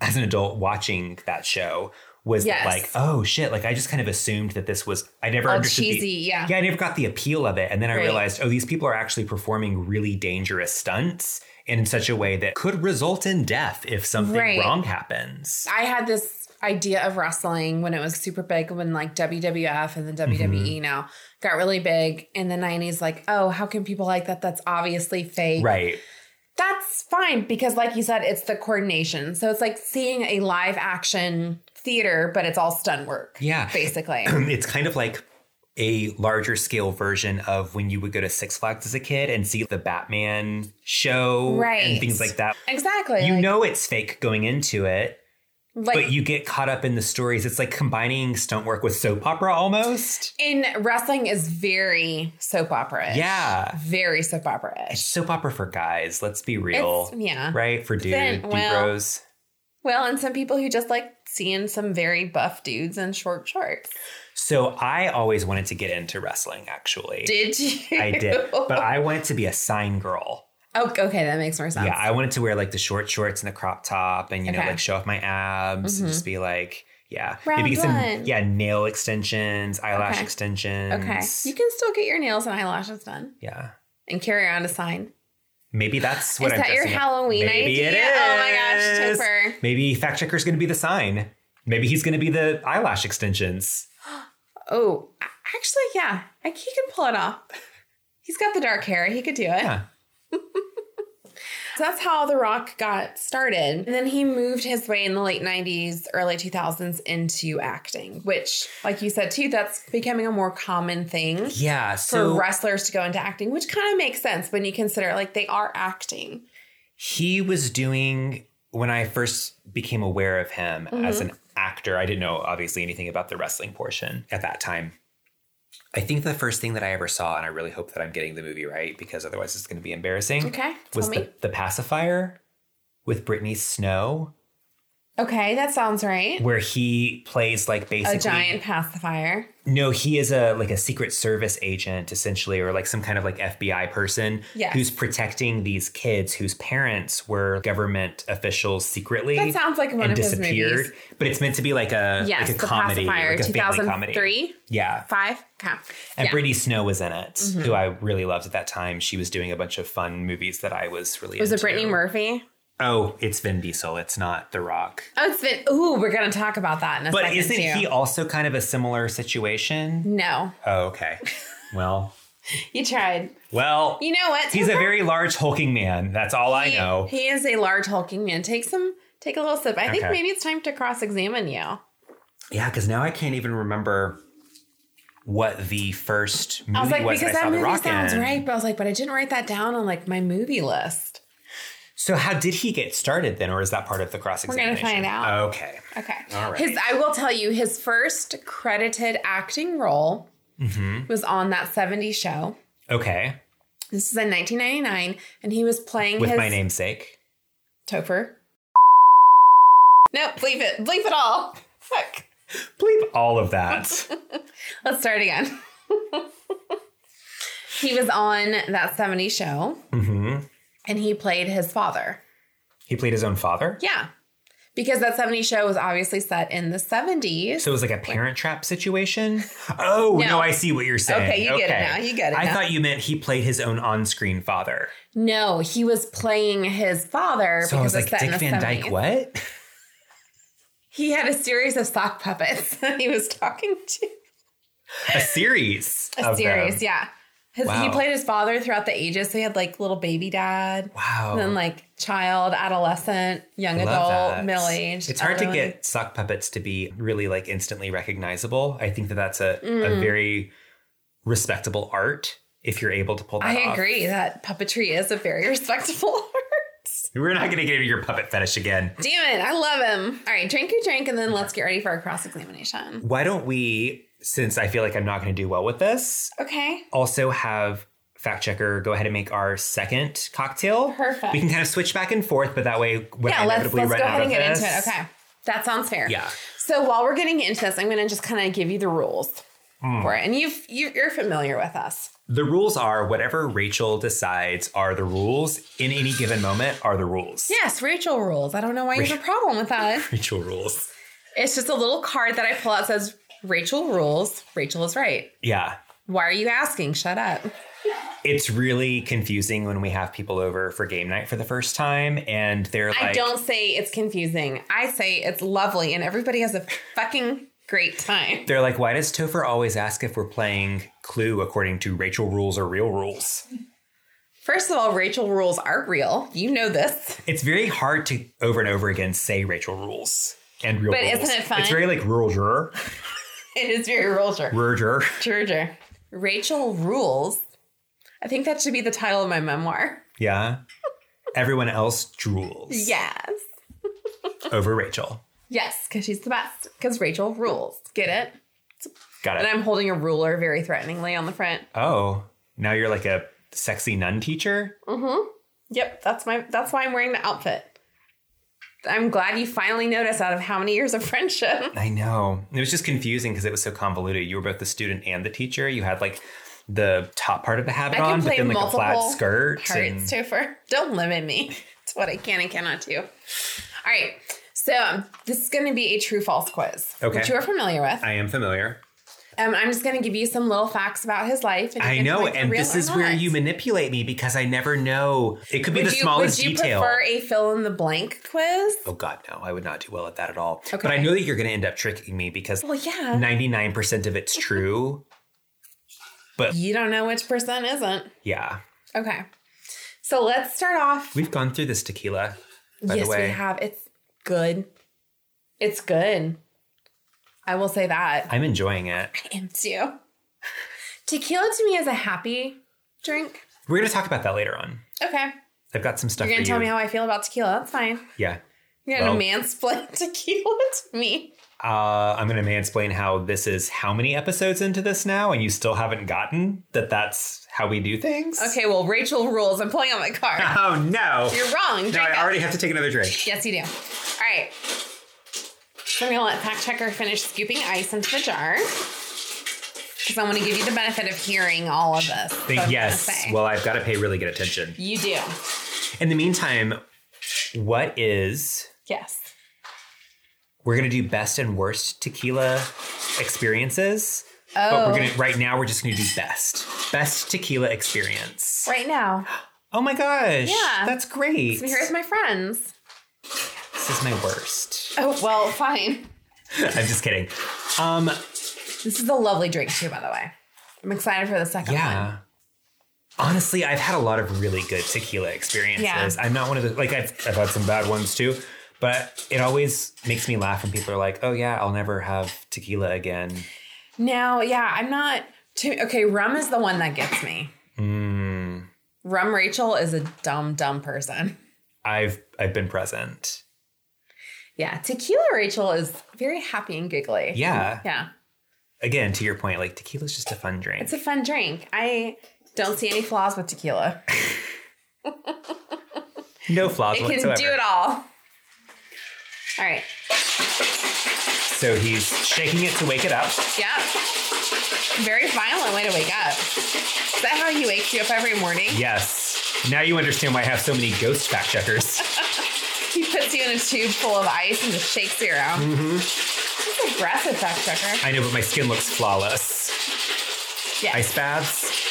[SPEAKER 3] as an adult watching that show was that,
[SPEAKER 2] Yes.
[SPEAKER 3] like, oh shit, like I just kind of assumed that this was I never
[SPEAKER 2] all
[SPEAKER 3] understood the-
[SPEAKER 2] cheesy. yeah.
[SPEAKER 3] yeah, I never got the appeal of it, and then I
[SPEAKER 2] Right.
[SPEAKER 3] realized, oh, these people are actually performing really dangerous stunts in such a way that could result in death if something
[SPEAKER 2] Right.
[SPEAKER 3] wrong happens.
[SPEAKER 2] I had this idea of wrestling when it was super big when like WWF and
[SPEAKER 3] Mm-hmm.
[SPEAKER 2] then WWE now got really big in the 90s like oh how can people like that that's obviously fake
[SPEAKER 3] Right.
[SPEAKER 2] that's fine because like you said it's the coordination so it's like seeing a live action theater but it's all stunt work
[SPEAKER 3] Yeah.
[SPEAKER 2] basically
[SPEAKER 3] it's kind of like a larger scale version of when you would go to Six Flags as a kid and see the Batman show
[SPEAKER 2] Right.
[SPEAKER 3] and things like that.
[SPEAKER 2] exactly
[SPEAKER 3] You
[SPEAKER 2] like,
[SPEAKER 3] know it's fake going into it,
[SPEAKER 2] like
[SPEAKER 3] but you get caught up in the stories. It's like combining stunt work with soap opera almost.
[SPEAKER 2] in wrestling is very soap opera
[SPEAKER 3] Yeah.
[SPEAKER 2] very soap opera
[SPEAKER 3] It's soap opera for guys, let's be real.
[SPEAKER 2] yeah
[SPEAKER 3] Right? For dude,
[SPEAKER 2] Then-
[SPEAKER 3] dude
[SPEAKER 2] well-
[SPEAKER 3] bros.
[SPEAKER 2] well and some people who just like seeing some very buff dudes in short shorts
[SPEAKER 3] So I always wanted to get into wrestling, actually.
[SPEAKER 2] did you
[SPEAKER 3] I did. But I wanted to be a sign girl.
[SPEAKER 2] oh, okay that makes more sense
[SPEAKER 3] Yeah, I wanted to wear like the short shorts and the crop top and you know
[SPEAKER 2] Okay. Mm-hmm.
[SPEAKER 3] like show off my abs and just be like, yeah,
[SPEAKER 2] Round
[SPEAKER 3] get
[SPEAKER 2] one.
[SPEAKER 3] yeah nail extensions, eyelash
[SPEAKER 2] Okay.
[SPEAKER 3] extensions.
[SPEAKER 2] okay you can still get your nails and eyelashes done
[SPEAKER 3] yeah,
[SPEAKER 2] and carry around a sign
[SPEAKER 3] maybe that's what
[SPEAKER 2] Is
[SPEAKER 3] I'm
[SPEAKER 2] that your
[SPEAKER 3] dressing up.
[SPEAKER 2] Halloween
[SPEAKER 3] Maybe
[SPEAKER 2] idea?
[SPEAKER 3] It is.
[SPEAKER 2] Oh my gosh, Topher.
[SPEAKER 3] Maybe fact checker's going to be the sign. Maybe he's going to be the eyelash extensions.
[SPEAKER 2] Oh, a- actually, yeah, I, he can pull it off. He's got the dark hair; he could do it.
[SPEAKER 3] Yeah.
[SPEAKER 2] So that's how The Rock got started, and then he moved his way in the late '90s, early 2000s into acting, which, like you said too, that's becoming a more common thing
[SPEAKER 3] Yeah,
[SPEAKER 2] for
[SPEAKER 3] so
[SPEAKER 2] wrestlers to go into acting, which kind of makes sense when you consider like they are acting.
[SPEAKER 3] He was doing when I first became aware of him as
[SPEAKER 2] Mm-hmm.
[SPEAKER 3] an actor. I didn't know obviously anything about the wrestling portion at that time. I think the first thing that I ever saw, and I really hope that I'm getting the movie right because otherwise it's going to be embarrassing.
[SPEAKER 2] Okay,
[SPEAKER 3] was
[SPEAKER 2] tell me.
[SPEAKER 3] The, the pacifier with Brittany Snow,
[SPEAKER 2] Okay, that sounds right.
[SPEAKER 3] where he plays like basically
[SPEAKER 2] a giant pacifier.
[SPEAKER 3] No, he is a like a secret service agent essentially or like some kind of like FBI person
[SPEAKER 2] Yes.
[SPEAKER 3] who's protecting these kids whose parents were government officials secretly
[SPEAKER 2] That sounds like one
[SPEAKER 3] and
[SPEAKER 2] of his
[SPEAKER 3] disappeared.
[SPEAKER 2] movies.
[SPEAKER 3] But it's meant to be like a
[SPEAKER 2] Yes,
[SPEAKER 3] like a
[SPEAKER 2] the
[SPEAKER 3] comedy,
[SPEAKER 2] pacifier,
[SPEAKER 3] like a family comedy.
[SPEAKER 2] 2003,
[SPEAKER 3] Yeah.
[SPEAKER 2] five. Okay.
[SPEAKER 3] And
[SPEAKER 2] yeah. Mm-hmm.
[SPEAKER 3] Brittany Snow was in it, who I really loved at that time. She was doing a bunch of fun movies that I was really
[SPEAKER 2] was
[SPEAKER 3] into.
[SPEAKER 2] it Brittany Murphy?
[SPEAKER 3] Oh, it's Vin Diesel. It's not The Rock.
[SPEAKER 2] Oh, it's been. Ooh, we're gonna talk about that in a
[SPEAKER 3] But
[SPEAKER 2] second.
[SPEAKER 3] isn't
[SPEAKER 2] too.
[SPEAKER 3] he also kind of a similar situation?
[SPEAKER 2] No,
[SPEAKER 3] Oh, okay. Well,
[SPEAKER 2] you tried.
[SPEAKER 3] well,
[SPEAKER 2] You know what?
[SPEAKER 3] He's a
[SPEAKER 2] Tucker?
[SPEAKER 3] very large hulking man. That's all I
[SPEAKER 2] He-
[SPEAKER 3] know.
[SPEAKER 2] He is a large hulking man. Take some take a little sip. I think
[SPEAKER 3] Okay.
[SPEAKER 2] maybe it's time to cross examine you.
[SPEAKER 3] Yeah, because now I can't even remember what the first movie
[SPEAKER 2] I was
[SPEAKER 3] was,
[SPEAKER 2] like,
[SPEAKER 3] that
[SPEAKER 2] because
[SPEAKER 3] I saw
[SPEAKER 2] that
[SPEAKER 3] The
[SPEAKER 2] movie
[SPEAKER 3] Rock
[SPEAKER 2] sounds
[SPEAKER 3] in.
[SPEAKER 2] right, but I was like, but I didn't write that down on like my movie list.
[SPEAKER 3] So how did he get started then, or is that part of the cross examination?
[SPEAKER 2] gonna find out.
[SPEAKER 3] Okay.
[SPEAKER 2] Okay.
[SPEAKER 3] All right.
[SPEAKER 2] His I will tell you, his first credited acting role
[SPEAKER 3] Mm-hmm.
[SPEAKER 2] was on that 70s show.
[SPEAKER 3] Okay.
[SPEAKER 2] This is in 1999, and he was playing
[SPEAKER 3] With
[SPEAKER 2] his
[SPEAKER 3] my namesake.
[SPEAKER 2] Topher. No, bleep it. Bleep it all. Fuck.
[SPEAKER 3] Bleep all of that.
[SPEAKER 2] Let's start again. he was on that 70s show
[SPEAKER 3] hmm
[SPEAKER 2] and he played his father.
[SPEAKER 3] He played his own father.
[SPEAKER 2] Yeah. Because that 70s show was obviously set in the 70s.
[SPEAKER 3] So it was like a parent trap situation. Oh no,
[SPEAKER 2] No.
[SPEAKER 3] I see what you're saying.
[SPEAKER 2] Okay, you get it now. You get it
[SPEAKER 3] I
[SPEAKER 2] now.
[SPEAKER 3] thought you meant he played his own on-screen father.
[SPEAKER 2] no, he was playing his father
[SPEAKER 3] So I
[SPEAKER 2] because
[SPEAKER 3] was
[SPEAKER 2] it was set
[SPEAKER 3] like, Dick
[SPEAKER 2] in the 70s.
[SPEAKER 3] Van Dyke, what?
[SPEAKER 2] He had a series of sock puppets that he was talking to.
[SPEAKER 3] A series.
[SPEAKER 2] A series, yeah. His, He
[SPEAKER 3] Wow.
[SPEAKER 2] played his father throughout the ages. So he had like little baby dad.
[SPEAKER 3] Wow.
[SPEAKER 2] And then like child, adolescent, young
[SPEAKER 3] Love
[SPEAKER 2] adult,
[SPEAKER 3] that.
[SPEAKER 2] middle aged.
[SPEAKER 3] It's hard to get sock puppets to be really like instantly recognizable. I think that that's a,
[SPEAKER 2] Mm-hmm.
[SPEAKER 3] a very respectable art if you're able to pull that
[SPEAKER 2] I
[SPEAKER 3] off.
[SPEAKER 2] agree that puppetry is a very respectable art.
[SPEAKER 3] We're not going to get into your puppet fetish again.
[SPEAKER 2] Damn it, I love him. All right, drink your drink and then let's get ready for our cross examination.
[SPEAKER 3] Why don't we, since I feel like I'm not going to do well with this,
[SPEAKER 2] Okay.
[SPEAKER 3] also have fact checker go ahead and make our second cocktail.
[SPEAKER 2] Perfect.
[SPEAKER 3] We can kind of switch back and forth, but that way when I
[SPEAKER 2] Yeah, let's
[SPEAKER 3] inevitably
[SPEAKER 2] let's go
[SPEAKER 3] run out
[SPEAKER 2] ahead
[SPEAKER 3] of
[SPEAKER 2] and get
[SPEAKER 3] this,
[SPEAKER 2] into it. Okay. That sounds fair.
[SPEAKER 3] Yeah.
[SPEAKER 2] So while we're getting into this, I'm gonna just kind of give you the rules
[SPEAKER 3] Hmm.
[SPEAKER 2] for it. And you've you, you're familiar with us.
[SPEAKER 3] The rules are whatever Rachel decides are the rules in any given moment are the rules.
[SPEAKER 2] Yes, Rachel rules. I don't know why you have a problem with that.
[SPEAKER 3] Rachel rules.
[SPEAKER 2] It's just a little card that I pull out that says Rachel rules. Rachel is right.
[SPEAKER 3] Yeah.
[SPEAKER 2] Why are you asking? Shut up.
[SPEAKER 3] It's really confusing when we have people over for game night for the first time and they're like,
[SPEAKER 2] I don't say it's confusing. I say it's lovely and everybody has a fucking great time.
[SPEAKER 3] they're like, why does Topher always ask if we're playing Clue according to Rachel rules or real rules?
[SPEAKER 2] First of all, Rachel rules aren't real. You know this.
[SPEAKER 3] It's very hard to over and over again say Rachel rules and real
[SPEAKER 2] But
[SPEAKER 3] rules.
[SPEAKER 2] isn't it fun?
[SPEAKER 3] It's very like rural juror,
[SPEAKER 2] It is very real. Sure.
[SPEAKER 3] rural juror.
[SPEAKER 2] Sure, sure. Rachel rules. I think that should be the title of my memoir.
[SPEAKER 3] Yeah. Everyone else drools
[SPEAKER 2] Yes.
[SPEAKER 3] over Rachel.
[SPEAKER 2] Yes, because she's the best. Because Rachel rules. Get it?
[SPEAKER 3] Got
[SPEAKER 2] And
[SPEAKER 3] it.
[SPEAKER 2] I'm holding a ruler very threateningly on the front.
[SPEAKER 3] Oh, now you're like a sexy nun teacher?
[SPEAKER 2] Yep, that's my that's why I'm wearing the outfit. I'm glad you finally noticed out of how many years of friendship.
[SPEAKER 3] I know. It was just confusing because it was so convoluted. You were both the student and the teacher. You had like the top part of the habit
[SPEAKER 2] I can
[SPEAKER 3] on, but
[SPEAKER 2] play
[SPEAKER 3] then like a
[SPEAKER 2] multiple
[SPEAKER 3] flat skirt. and-
[SPEAKER 2] Parts Topher. Don't limit me. It's what I can and cannot do. All right. So um, this is going to be a true false quiz,
[SPEAKER 3] Okay.
[SPEAKER 2] which you are familiar with.
[SPEAKER 3] I am familiar.
[SPEAKER 2] Um, I'm just going to give you some little facts about his life. And you
[SPEAKER 3] I
[SPEAKER 2] can tell
[SPEAKER 3] know,
[SPEAKER 2] if they're
[SPEAKER 3] and
[SPEAKER 2] real
[SPEAKER 3] this
[SPEAKER 2] or
[SPEAKER 3] is where
[SPEAKER 2] not.
[SPEAKER 3] you manipulate me because I never know. It could be
[SPEAKER 2] Would
[SPEAKER 3] the
[SPEAKER 2] you-
[SPEAKER 3] smallest
[SPEAKER 2] Would you
[SPEAKER 3] detail.
[SPEAKER 2] prefer a fill in the blank quiz?
[SPEAKER 3] oh God, no! I would not do well at that at all. But
[SPEAKER 2] Okay.
[SPEAKER 3] I know that you're going to end up tricking me because
[SPEAKER 2] Well, yeah.
[SPEAKER 3] ninety-nine percent of it's true. but
[SPEAKER 2] You don't know which percent isn't.
[SPEAKER 3] yeah,
[SPEAKER 2] Okay. So let's start off.
[SPEAKER 3] we've gone through this tequila. By
[SPEAKER 2] yes,
[SPEAKER 3] the way,
[SPEAKER 2] we have. It's good. It's good. I will say that.
[SPEAKER 3] I'm enjoying it.
[SPEAKER 2] am too. Tequila to me is a happy drink.
[SPEAKER 3] We're going to talk about that later on.
[SPEAKER 2] Okay.
[SPEAKER 3] I've got some stuff
[SPEAKER 2] You're gonna
[SPEAKER 3] for
[SPEAKER 2] tell
[SPEAKER 3] you.
[SPEAKER 2] me how I feel about tequila. That's fine.
[SPEAKER 3] yeah.
[SPEAKER 2] You're gonna
[SPEAKER 3] Well-
[SPEAKER 2] mansplain tequila to me.
[SPEAKER 3] Uh, I'm going to mansplain how this is how many episodes into this now, and you still haven't gotten that that's how we do things?
[SPEAKER 2] Okay, well, Rachel rules. I'm pulling out my card.
[SPEAKER 3] Oh, no.
[SPEAKER 2] You're wrong.
[SPEAKER 3] no,
[SPEAKER 2] Jacob.
[SPEAKER 3] I already have to take another drink.
[SPEAKER 2] Yes, you do. All right. So I'm gonna let fact checker finish scooping ice into the jar because I want to give you the benefit of hearing all of this.
[SPEAKER 3] Think-
[SPEAKER 2] that I'm gonna
[SPEAKER 3] yes.
[SPEAKER 2] say.
[SPEAKER 3] Well, I've got to pay really good attention.
[SPEAKER 2] you do.
[SPEAKER 3] In the meantime, what is.
[SPEAKER 2] Yes.
[SPEAKER 3] We're going to do best and worst tequila experiences.
[SPEAKER 2] Oh,
[SPEAKER 3] But we're gonna right now we're just gonna do best. Best tequila experience.
[SPEAKER 2] right now.
[SPEAKER 3] Oh my gosh.
[SPEAKER 2] Yeah.
[SPEAKER 3] That's great.
[SPEAKER 2] So here's my friends.
[SPEAKER 3] this is my worst.
[SPEAKER 2] Oh well, fine.
[SPEAKER 3] I'm just kidding. Um
[SPEAKER 2] This is a lovely drink too, by the way. I'm excited for the second one.
[SPEAKER 3] yeah. Honestly, I've had a lot of really good tequila experiences.
[SPEAKER 2] Yeah.
[SPEAKER 3] I'm not one of the like I've I've had some bad ones too. But it always makes me laugh when people are like, oh yeah, I'll never have tequila again.
[SPEAKER 2] Now, yeah, I'm not too okay. Rum is the one that gets me.
[SPEAKER 3] Mm,
[SPEAKER 2] Rum Rachel is a dumb, dumb person.
[SPEAKER 3] I've I've been present.
[SPEAKER 2] Yeah, tequila Rachel is very happy and giggly.
[SPEAKER 3] Yeah.
[SPEAKER 2] Yeah.
[SPEAKER 3] Again, to your point, like tequila's just a fun drink.
[SPEAKER 2] It's a fun drink. I don't see any flaws with tequila.
[SPEAKER 3] no flaws
[SPEAKER 2] It can
[SPEAKER 3] whatsoever.
[SPEAKER 2] do it all. All right.
[SPEAKER 3] So he's shaking it to wake it up.
[SPEAKER 2] Yep. Very violent way to wake up. Is that how he wakes you up every morning?
[SPEAKER 3] Yes. Now you understand why I have so many ghost fact checkers.
[SPEAKER 2] He puts you in a tube full of ice and just shakes you around. Mm-hmm. He's aggressive fact checker.
[SPEAKER 3] I know, but my skin looks flawless.
[SPEAKER 2] Yeah.
[SPEAKER 3] Ice baths.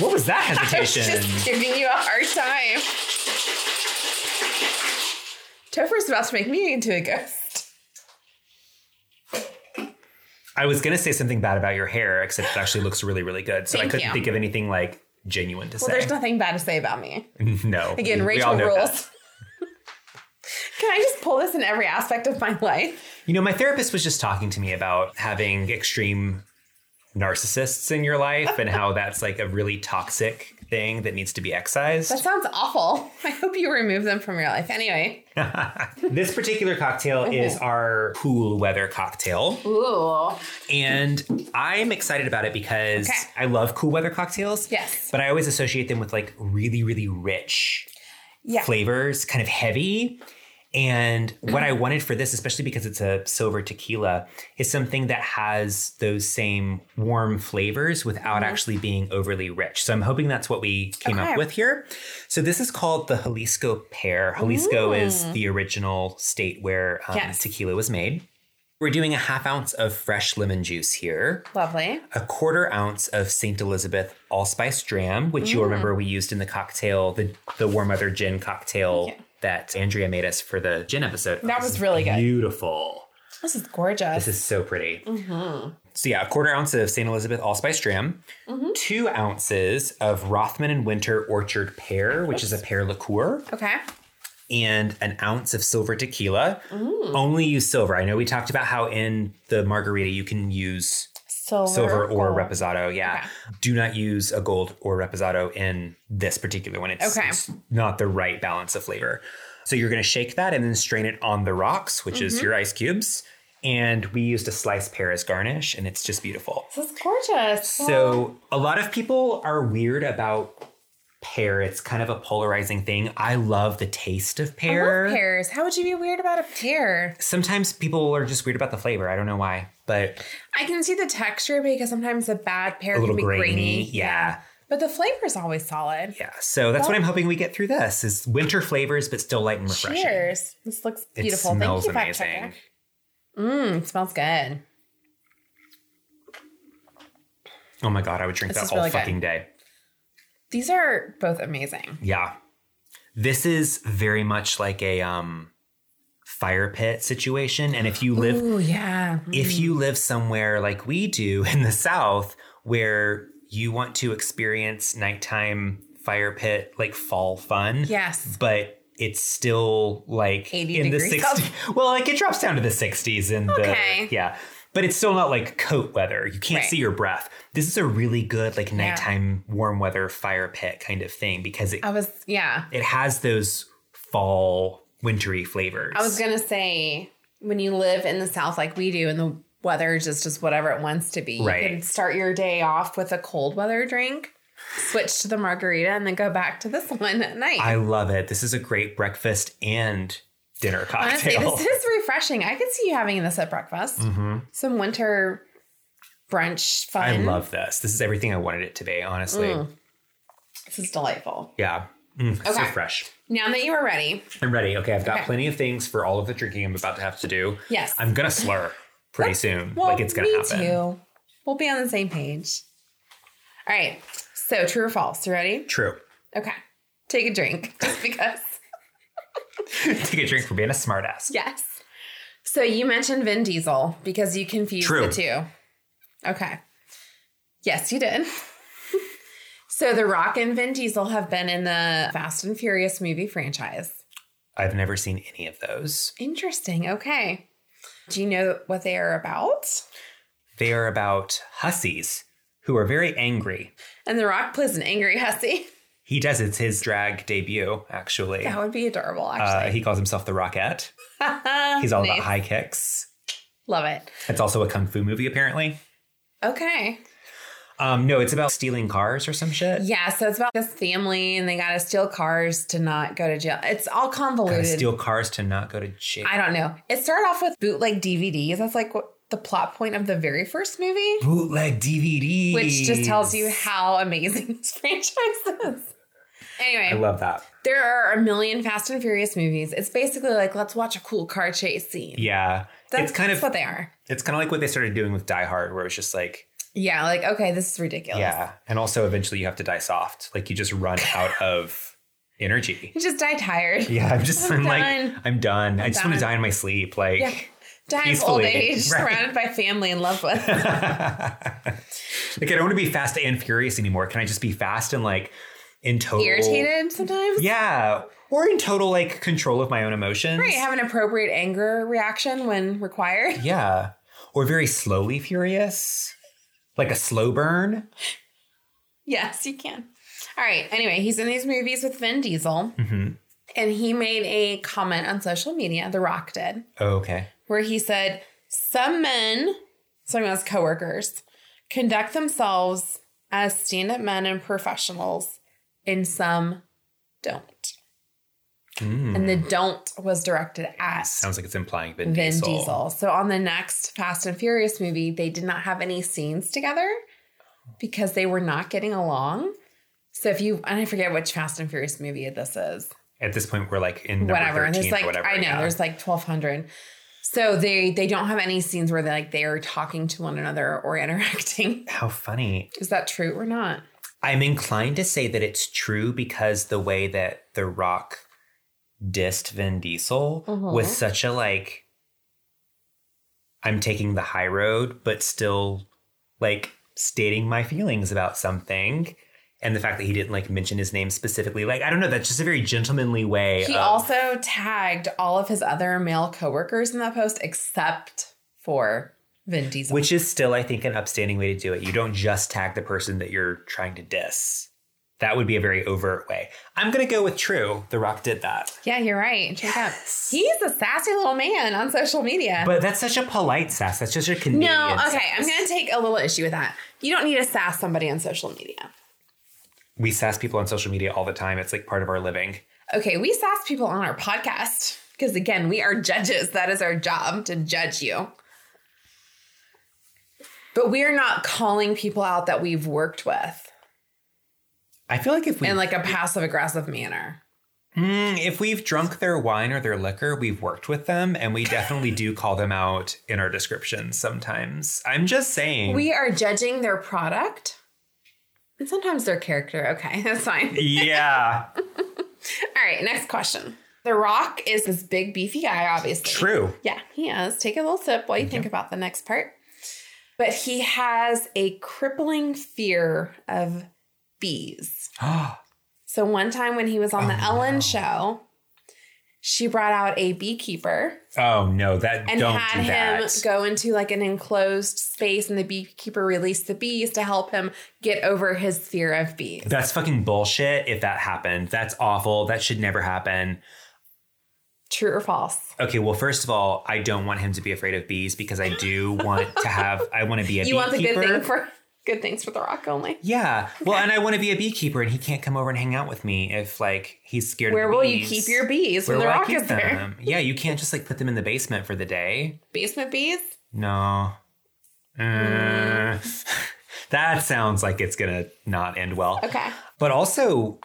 [SPEAKER 3] What was that
[SPEAKER 2] I was
[SPEAKER 3] hesitation?
[SPEAKER 2] just giving you a hard time. Topher's about to make me into a ghost.
[SPEAKER 3] I was gonna say something bad about your hair, except it actually looks really, really good. So I
[SPEAKER 2] Thank
[SPEAKER 3] couldn't
[SPEAKER 2] you.
[SPEAKER 3] think of anything like genuine to
[SPEAKER 2] Well,
[SPEAKER 3] say.
[SPEAKER 2] there's nothing bad to say about me.
[SPEAKER 3] no.
[SPEAKER 2] Again,
[SPEAKER 3] we- we all
[SPEAKER 2] Rachel
[SPEAKER 3] know that.
[SPEAKER 2] rules. Can I just pull this in every aspect of my life?
[SPEAKER 3] You know, my therapist was just talking to me about having extreme narcissists in your life and how that's like a really toxic thing that needs to be excised.
[SPEAKER 2] That sounds awful. I hope you remove them from your life. Anyway.
[SPEAKER 3] This particular cocktail is our cool weather cocktail.
[SPEAKER 2] Mm-hmm. Ooh.
[SPEAKER 3] And I'm excited about it because
[SPEAKER 2] Okay.
[SPEAKER 3] I love cool weather cocktails.
[SPEAKER 2] Yes.
[SPEAKER 3] But I always associate them with like really, really rich
[SPEAKER 2] Yeah.
[SPEAKER 3] flavors, kind of heavy. And what I wanted for this, especially because it's a silver tequila, is something that has those same warm flavors without actually being overly rich. So I'm hoping that's what we came
[SPEAKER 2] Mm-hmm. Okay.
[SPEAKER 3] up with here. So this is called the Jalisco pear. Jalisco is the original state where um,
[SPEAKER 2] Yes.
[SPEAKER 3] tequila was made. We're doing a half ounce of fresh lemon juice here
[SPEAKER 2] Lovely.
[SPEAKER 3] a quarter ounce of St. Elizabeth allspice dram, which
[SPEAKER 2] Mm.
[SPEAKER 3] you'll remember we used in the cocktail, the, the warm weather gin cocktail
[SPEAKER 2] Yeah.
[SPEAKER 3] that Andrea made us for the gin episode.
[SPEAKER 2] That
[SPEAKER 3] This
[SPEAKER 2] was
[SPEAKER 3] is
[SPEAKER 2] really good.
[SPEAKER 3] Beautiful.
[SPEAKER 2] This is gorgeous.
[SPEAKER 3] This is so pretty.
[SPEAKER 2] Mm-hmm.
[SPEAKER 3] So, yeah, a quarter ounce of St. Elizabeth allspice dram, two ounces of Rothman and Winter orchard pear, which is a pear liqueur
[SPEAKER 2] okay.
[SPEAKER 3] and an ounce of silver tequila.
[SPEAKER 2] Mm.
[SPEAKER 3] Only use silver. I know we talked about how in the margarita you can use
[SPEAKER 2] Silver,
[SPEAKER 3] silver or
[SPEAKER 2] gold.
[SPEAKER 3] reposado. Yeah. Do not use a gold or reposado in this particular one. It's,
[SPEAKER 2] Okay.
[SPEAKER 3] it's not the right balance of flavor. So you're going to shake that and then strain it on the rocks, which
[SPEAKER 2] Mm-hmm.
[SPEAKER 3] is your ice cubes. And we used a sliced pear as garnish, and it's just beautiful.
[SPEAKER 2] This is gorgeous.
[SPEAKER 3] So a lot of people are weird about pear. It's kind of a polarizing thing. I love the taste
[SPEAKER 2] I
[SPEAKER 3] of
[SPEAKER 2] love
[SPEAKER 3] pear.
[SPEAKER 2] pears. How would you be weird about a pear?
[SPEAKER 3] Sometimes people are just weird about the flavor. I don't know why, but
[SPEAKER 2] I can see the texture because sometimes a bad pear
[SPEAKER 3] a
[SPEAKER 2] can
[SPEAKER 3] little
[SPEAKER 2] be grainy.
[SPEAKER 3] grainy. yeah.
[SPEAKER 2] But the flavor is always solid.
[SPEAKER 3] Yeah, so that's what I'm hoping we get through this is winter flavors, but still light and refreshing.
[SPEAKER 2] Cheers. This looks
[SPEAKER 3] It
[SPEAKER 2] beautiful.
[SPEAKER 3] smells
[SPEAKER 2] Thank you, fact
[SPEAKER 3] amazing.
[SPEAKER 2] checker. Mmm, it smells good.
[SPEAKER 3] Oh my god, I would drink
[SPEAKER 2] This is
[SPEAKER 3] that all
[SPEAKER 2] really good.
[SPEAKER 3] fucking day.
[SPEAKER 2] These are both amazing.
[SPEAKER 3] Yeah, this is very much like a um, fire pit situation, and if you live
[SPEAKER 2] Ooh, yeah.
[SPEAKER 3] if you live somewhere like we do in the South, where you want to experience nighttime fire pit like fall fun,
[SPEAKER 2] Yes.
[SPEAKER 3] but it's still like
[SPEAKER 2] 80
[SPEAKER 3] in the
[SPEAKER 2] degrees
[SPEAKER 3] 60s. Well, like it drops down to the 60s in
[SPEAKER 2] Okay.
[SPEAKER 3] the yeah. but it's still not like coat weather. You can't
[SPEAKER 2] Right.
[SPEAKER 3] see your breath. This is a really good like nighttime warm weather fire pit kind of thing because it
[SPEAKER 2] I was, yeah.
[SPEAKER 3] it has those fall wintry flavors.
[SPEAKER 2] I was going to say, when you live in the South like we do, and the weather is just, just whatever it wants to be,
[SPEAKER 3] Right.
[SPEAKER 2] you can start your day off with a cold weather drink, switch to the margarita, and then go back to this one at night.
[SPEAKER 3] I love it. This is a great breakfast and dinner
[SPEAKER 2] Honestly,
[SPEAKER 3] cocktail.
[SPEAKER 2] this is refreshing. I could see you having this at breakfast. Some winter brunch fun.
[SPEAKER 3] Mm-hmm. I love this. This is everything I wanted it to be, honestly.
[SPEAKER 2] this. is delightful.
[SPEAKER 3] Yeah. Mm, So
[SPEAKER 2] Okay.
[SPEAKER 3] fresh.
[SPEAKER 2] Now that you are ready,
[SPEAKER 3] I'm ready. Okay, I've got
[SPEAKER 2] Okay.
[SPEAKER 3] plenty of things for all of the drinking I'm about to have to do.
[SPEAKER 2] Yes.
[SPEAKER 3] I'm gonna slur pretty soon.
[SPEAKER 2] well,
[SPEAKER 3] like it's gonna
[SPEAKER 2] me
[SPEAKER 3] happen.
[SPEAKER 2] too. We'll be on the same page. All right. So true or false? You ready?
[SPEAKER 3] True.
[SPEAKER 2] Okay. Take a drink, just because.
[SPEAKER 3] Take a drink for being a smartass.
[SPEAKER 2] yes. So you mentioned Vin Diesel because you confused
[SPEAKER 3] True.
[SPEAKER 2] the two. Okay. Yes, you did. so The Rock and Vin Diesel have been in the Fast and Furious movie franchise.
[SPEAKER 3] I've never seen any of those.
[SPEAKER 2] Interesting. Okay. Do you know what they are about?
[SPEAKER 3] They are about hussies who are very angry.
[SPEAKER 2] And The Rock plays an angry hussy.
[SPEAKER 3] He does. It's his drag debut, actually.
[SPEAKER 2] That would be adorable,
[SPEAKER 3] Uh,
[SPEAKER 2] actually.
[SPEAKER 3] he calls himself the Rockette. He's all
[SPEAKER 2] Nice.
[SPEAKER 3] about high kicks.
[SPEAKER 2] Love it.
[SPEAKER 3] It's also a kung fu movie, apparently.
[SPEAKER 2] Okay.
[SPEAKER 3] Um, no, it's about stealing cars or some shit.
[SPEAKER 2] Yeah, so it's about this family and they got to steal cars to not go to jail. It's all
[SPEAKER 3] Gotta
[SPEAKER 2] convoluted.
[SPEAKER 3] steal cars to not go to jail.
[SPEAKER 2] I don't know. It started off with bootleg DVDs. That's like what the plot point of the very first movie,
[SPEAKER 3] Bootleg DVDs.
[SPEAKER 2] which just tells you how amazing this franchise is. Anyway,
[SPEAKER 3] I love that.
[SPEAKER 2] there are a million Fast and Furious movies. It's basically like, let's watch a cool car chase scene.
[SPEAKER 3] Yeah.
[SPEAKER 2] That's,
[SPEAKER 3] it's kind
[SPEAKER 2] that's
[SPEAKER 3] of
[SPEAKER 2] what they are.
[SPEAKER 3] it's kind of like what they started doing with Die Hard, where it's just like,
[SPEAKER 2] Yeah, like okay, this is ridiculous.
[SPEAKER 3] yeah. And also eventually you have to die soft. Like you just run out of energy.
[SPEAKER 2] You just die tired.
[SPEAKER 3] Yeah, I'm just I'm,
[SPEAKER 2] I'm
[SPEAKER 3] like
[SPEAKER 2] done.
[SPEAKER 3] I'm done. i just want to
[SPEAKER 2] done.
[SPEAKER 3] die in my sleep. Like
[SPEAKER 2] Yeah. Die of old
[SPEAKER 3] Peacefully.
[SPEAKER 2] age,
[SPEAKER 3] Right.
[SPEAKER 2] surrounded by family and loved ones.
[SPEAKER 3] like I don't want to be fast and furious anymore. Can I just be fast and like in total
[SPEAKER 2] Irritated sometimes.
[SPEAKER 3] Yeah. Or in total like control of my own emotions.
[SPEAKER 2] Right, have an appropriate anger reaction when required.
[SPEAKER 3] Yeah. Or very slowly furious. Like a slow burn.
[SPEAKER 2] Yes, you can. All right. Anyway, he's in these movies with Vin Diesel,
[SPEAKER 3] Mm-hmm.
[SPEAKER 2] and he made a comment on social media, The Rock did,
[SPEAKER 3] Oh, okay.
[SPEAKER 2] where he said, Some men, some of his coworkers, conduct themselves as stand up men and professionals, and some don't.
[SPEAKER 3] Mm.
[SPEAKER 2] And the don't was directed at
[SPEAKER 3] Sounds like it's implying Vin,
[SPEAKER 2] Vin Diesel. So on the next Fast and Furious movie, they did not have any scenes together because they were not getting along. So if you and I forget which Fast and Furious movie this is,
[SPEAKER 3] At this point, we're like in number
[SPEAKER 2] whatever.
[SPEAKER 3] 13
[SPEAKER 2] There's like
[SPEAKER 3] or whatever.
[SPEAKER 2] I know
[SPEAKER 3] yeah.
[SPEAKER 2] there's like twelve hundred. So they they don't have any scenes where they like they are talking to one another or interacting.
[SPEAKER 3] How funny.
[SPEAKER 2] Is that true or not?
[SPEAKER 3] I'm inclined to say that it's true because the way that The Rock dissed Vin Diesel
[SPEAKER 2] Mhm.
[SPEAKER 3] was such a like, I'm taking the high road, but still like stating my feelings about something. And the fact that he didn't like mention his name specifically, like, I don't know, that's just a very gentlemanly way.
[SPEAKER 2] He
[SPEAKER 3] of-
[SPEAKER 2] also tagged all of his other male coworkers in that post except for Vin Diesel.
[SPEAKER 3] Which is still, I think, an upstanding way to do it. You don't just tag the person that you're trying to diss. That would be a very overt way. I'm going to go with true. The Rock did that.
[SPEAKER 2] Yeah, you're right. Check out. He's a sassy little man on social media.
[SPEAKER 3] But that's such a polite sass. That's just a Canadian
[SPEAKER 2] no, okay,
[SPEAKER 3] sass.
[SPEAKER 2] I'm going to take a little issue with that. You don't need to sass somebody on social media.
[SPEAKER 3] We sass people on social media all the time. It's like part of our living.
[SPEAKER 2] Okay, we sass people on our podcast because, again, we are judges. That is our job to judge you. But we are not calling people out that we've worked with
[SPEAKER 3] I feel like if we
[SPEAKER 2] in like a passive aggressive manner.
[SPEAKER 3] Mm, if we've drunk their wine or their liquor, we've worked with them, and we definitely do call them out in our descriptions sometimes. I'm just saying.
[SPEAKER 2] We are judging their product and sometimes their character. Okay, that's fine.
[SPEAKER 3] yeah,
[SPEAKER 2] All right, next question. The Rock is this big, beefy guy, obviously.
[SPEAKER 3] true.
[SPEAKER 2] Yeah, he is. Take a little sip while you think about the next part. But he has a crippling fear of
[SPEAKER 3] Oh,
[SPEAKER 2] bees. So one time when he was on the Ellen show, she brought out a beekeeper
[SPEAKER 3] Oh no, that
[SPEAKER 2] and
[SPEAKER 3] don't
[SPEAKER 2] had
[SPEAKER 3] do that.
[SPEAKER 2] him go into like an enclosed space and the beekeeper released the bees to help him get over his fear of bees.
[SPEAKER 3] That's fucking bullshit if that happened. That's awful. That should never happen.
[SPEAKER 2] True or false?
[SPEAKER 3] Okay, well, first of all, I don't want him to be afraid of bees because I do want to have I want to be a
[SPEAKER 2] You
[SPEAKER 3] beekeeper.
[SPEAKER 2] want the good thing for good things for the rock only.
[SPEAKER 3] Yeah. Well, and I want to be a beekeeper and he can't come over and hang out with me if like he's scared
[SPEAKER 2] Where
[SPEAKER 3] of the
[SPEAKER 2] will you
[SPEAKER 3] bees.
[SPEAKER 2] keep your bees
[SPEAKER 3] Where
[SPEAKER 2] when the
[SPEAKER 3] will I
[SPEAKER 2] rock
[SPEAKER 3] keep
[SPEAKER 2] is there?
[SPEAKER 3] them? Yeah, you can't just like put them in the basement for the day.
[SPEAKER 2] Basement bees?
[SPEAKER 3] No.
[SPEAKER 2] Hmm.
[SPEAKER 3] Uh, that sounds like it's gonna not end well.
[SPEAKER 2] Okay.
[SPEAKER 3] But also,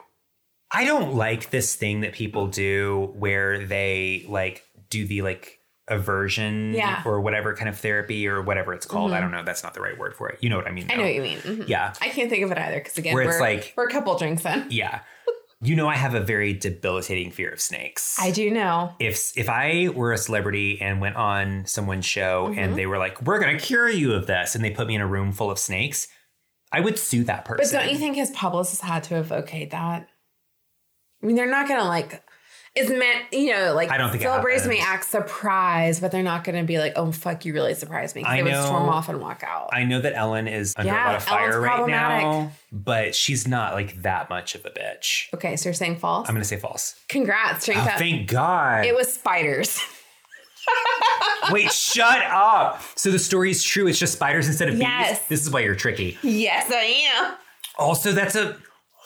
[SPEAKER 3] I don't like this thing that people do where they like do the like aversion
[SPEAKER 2] Yeah. Mm-hmm.
[SPEAKER 3] or whatever kind of therapy or whatever it's called. I don't know. That's not the right word for it. You know what I mean?
[SPEAKER 2] I know
[SPEAKER 3] though.
[SPEAKER 2] what you mean. Mhm.
[SPEAKER 3] Yeah.
[SPEAKER 2] I can't think of it either because again,
[SPEAKER 3] Where it's
[SPEAKER 2] we're
[SPEAKER 3] like-
[SPEAKER 2] we're a couple drinks in.
[SPEAKER 3] Yeah. you know, I have a very debilitating fear of snakes.
[SPEAKER 2] I do know.
[SPEAKER 3] if if I were a celebrity and went on someone's show
[SPEAKER 2] Mm-hmm.
[SPEAKER 3] and they were like, "We're gonna cure you of this," and they put me in a room full of snakes, I would sue that person.
[SPEAKER 2] But don't you think his publicist had to have okayed that? I mean, they're not gonna like. It's meant, you know, like
[SPEAKER 3] I don't think it
[SPEAKER 2] celebrities may
[SPEAKER 3] happened.
[SPEAKER 2] act surprised, but they're not gonna be like, "Oh fuck, you really surprised me." 'cause
[SPEAKER 3] I
[SPEAKER 2] they would
[SPEAKER 3] know.
[SPEAKER 2] storm off and walk out.
[SPEAKER 3] I know that Ellen is under
[SPEAKER 2] Yeah,
[SPEAKER 3] a lot of fire
[SPEAKER 2] Ellen's
[SPEAKER 3] right now,
[SPEAKER 2] problematic.
[SPEAKER 3] but she's not like that much of a bitch.
[SPEAKER 2] okay, so you're saying false?
[SPEAKER 3] I'm gonna say false.
[SPEAKER 2] Congrats, drink
[SPEAKER 3] Oh,
[SPEAKER 2] up.
[SPEAKER 3] thank God.
[SPEAKER 2] it was spiders.
[SPEAKER 3] Wait, shut up. So the story is true. It's just spiders instead of
[SPEAKER 2] Yes.
[SPEAKER 3] bees. This is why you're tricky.
[SPEAKER 2] yes, I am.
[SPEAKER 3] Also, that's a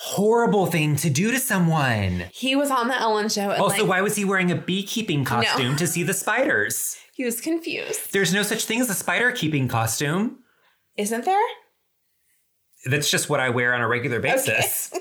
[SPEAKER 3] horrible thing to do to someone.
[SPEAKER 2] He was on the Ellen show, and
[SPEAKER 3] Also,
[SPEAKER 2] like,
[SPEAKER 3] why was he wearing a beekeeping costume to see the spiders?
[SPEAKER 2] he was confused.
[SPEAKER 3] There's no such thing as a spider keeping costume.
[SPEAKER 2] Isn't there?
[SPEAKER 3] That's just what I wear on a regular basis.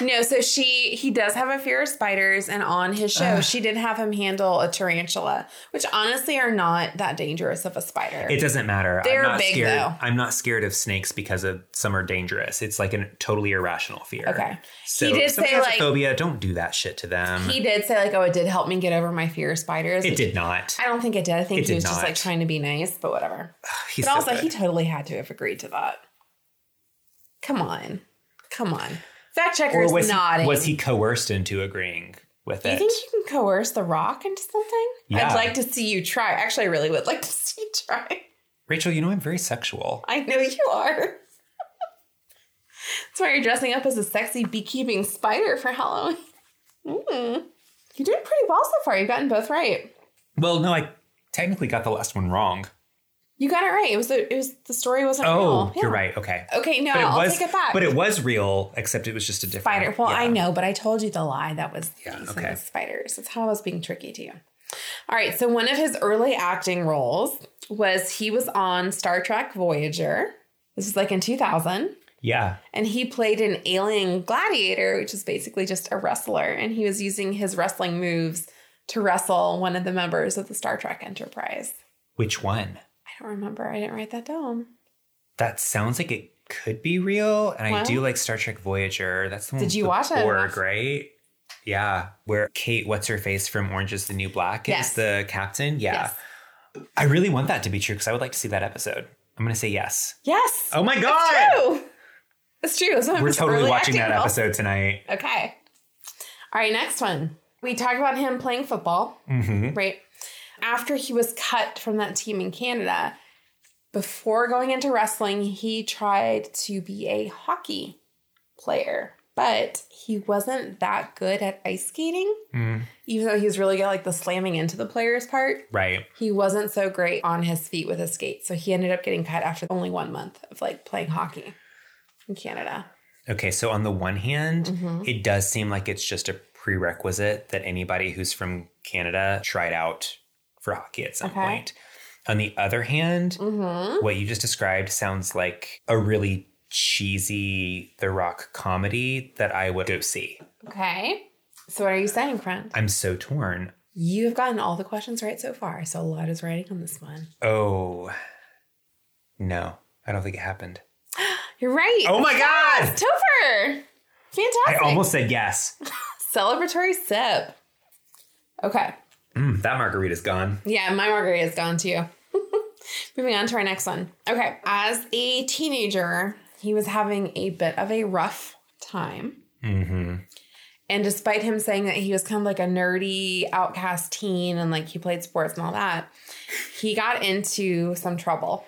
[SPEAKER 2] No, so she he does have a fear of spiders, and on his show, she did have him handle a tarantula, which honestly are not that dangerous of a spider.
[SPEAKER 3] It doesn't matter.
[SPEAKER 2] They're
[SPEAKER 3] I'm not
[SPEAKER 2] big,
[SPEAKER 3] scared.
[SPEAKER 2] though.
[SPEAKER 3] I'm not scared of snakes because of some are dangerous. It's like a totally irrational fear.
[SPEAKER 2] Okay.
[SPEAKER 3] So
[SPEAKER 2] He did
[SPEAKER 3] if somebody
[SPEAKER 2] say,
[SPEAKER 3] has a
[SPEAKER 2] like-
[SPEAKER 3] phobia. Don't do that shit to them.
[SPEAKER 2] he did say like, "Oh, it did help me get over my fear of spiders."
[SPEAKER 3] it
[SPEAKER 2] which
[SPEAKER 3] did not.
[SPEAKER 2] I don't think it did. I think
[SPEAKER 3] It
[SPEAKER 2] he
[SPEAKER 3] did
[SPEAKER 2] was just
[SPEAKER 3] not.
[SPEAKER 2] like trying to be nice, but whatever.
[SPEAKER 3] He's
[SPEAKER 2] but
[SPEAKER 3] so
[SPEAKER 2] also,
[SPEAKER 3] good.
[SPEAKER 2] he totally had to have agreed to that. Come on, come on. Fact checkers
[SPEAKER 3] or was
[SPEAKER 2] nodding.
[SPEAKER 3] he, was he coerced into agreeing with
[SPEAKER 2] Do you
[SPEAKER 3] it?
[SPEAKER 2] think you can coerce the rock into something?
[SPEAKER 3] Yeah.
[SPEAKER 2] I'd like to see you try. Actually, I really would like to see you try.
[SPEAKER 3] Rachel, you know I'm very sexual.
[SPEAKER 2] I know you are. That's why you're dressing up as a sexy beekeeping spider for Halloween. Mm. You're doing pretty well so far. You've gotten both right.
[SPEAKER 3] Well, no, I technically got the last one wrong.
[SPEAKER 2] You got it right. It was the, it was the story wasn't
[SPEAKER 3] Oh,
[SPEAKER 2] real. Yeah.
[SPEAKER 3] you're right. Okay.
[SPEAKER 2] Okay, no,
[SPEAKER 3] But it
[SPEAKER 2] I'll
[SPEAKER 3] was,
[SPEAKER 2] take it back.
[SPEAKER 3] but it was real, except it was just a different
[SPEAKER 2] spider. Well, I
[SPEAKER 3] yeah.
[SPEAKER 2] know, but I told you the lie. That was
[SPEAKER 3] Yeah,
[SPEAKER 2] these
[SPEAKER 3] okay.
[SPEAKER 2] are the spiders. That's how I was being tricky to you. All right. So one of his early acting roles was he was on Star Trek Voyager. This was like in 2000.
[SPEAKER 3] Yeah.
[SPEAKER 2] And he played an alien gladiator, which is basically just a wrestler. And he was using his wrestling moves to wrestle one of the members of the Star Trek Enterprise.
[SPEAKER 3] Which one?
[SPEAKER 2] I don't remember. I didn't write that down.
[SPEAKER 3] That sounds like it could be real. And I
[SPEAKER 2] Well-
[SPEAKER 3] do like Star Trek Voyager. That's the one.
[SPEAKER 2] Did
[SPEAKER 3] with
[SPEAKER 2] you
[SPEAKER 3] the
[SPEAKER 2] watch it?
[SPEAKER 3] Borg, right? Yeah. Where Kate, what's her face from Orange is the New Black, is
[SPEAKER 2] Yes.
[SPEAKER 3] the captain. Yeah. I really want that to be true because I would like to see that episode. I'm going to say yes.
[SPEAKER 2] Yes.
[SPEAKER 3] Oh my God.
[SPEAKER 2] It's true. It's true. It's one of
[SPEAKER 3] We're
[SPEAKER 2] his
[SPEAKER 3] totally
[SPEAKER 2] early
[SPEAKER 3] watching
[SPEAKER 2] acting
[SPEAKER 3] that
[SPEAKER 2] roles.
[SPEAKER 3] episode tonight.
[SPEAKER 2] Okay. All right, next one. We talked about him playing football,
[SPEAKER 3] hmm
[SPEAKER 2] right? After he was cut from that team in Canada, before going into wrestling, he tried to be a hockey player, but he wasn't that good at ice skating.
[SPEAKER 3] Mm,
[SPEAKER 2] Even though he was really good, at, like the slamming into the players part,
[SPEAKER 3] right.
[SPEAKER 2] he wasn't so great on his feet with his skates. So he ended up getting cut after only one month of like playing hockey in Canada.
[SPEAKER 3] Okay. So, on the one hand,
[SPEAKER 2] Mhm.
[SPEAKER 3] it does seem like it's just a prerequisite that anybody who's from Canada tried out for hockey at some
[SPEAKER 2] Okay.
[SPEAKER 3] point. On the other hand,
[SPEAKER 2] Mm-hmm.
[SPEAKER 3] what you just described sounds like a really cheesy The Rock comedy that I would go see.
[SPEAKER 2] Okay. So what are you saying, friend?
[SPEAKER 3] I'm so torn.
[SPEAKER 2] You have gotten all the questions right so far, so a lot is writing on this one.
[SPEAKER 3] Oh, no, I don't think it happened.
[SPEAKER 2] You're right.
[SPEAKER 3] Oh my God!
[SPEAKER 2] Topher!
[SPEAKER 3] I
[SPEAKER 2] Fantastic.
[SPEAKER 3] almost said yes.
[SPEAKER 2] Celebratory sip. Okay.
[SPEAKER 3] Mm, that margarita's gone.
[SPEAKER 2] Yeah, my margarita is gone too. Moving on to our next one. Okay. As a teenager, he was having a bit of a rough time.
[SPEAKER 3] hmm
[SPEAKER 2] And despite him saying that he was kind of like a nerdy outcast teen and like he played sports and all that, he got into some trouble.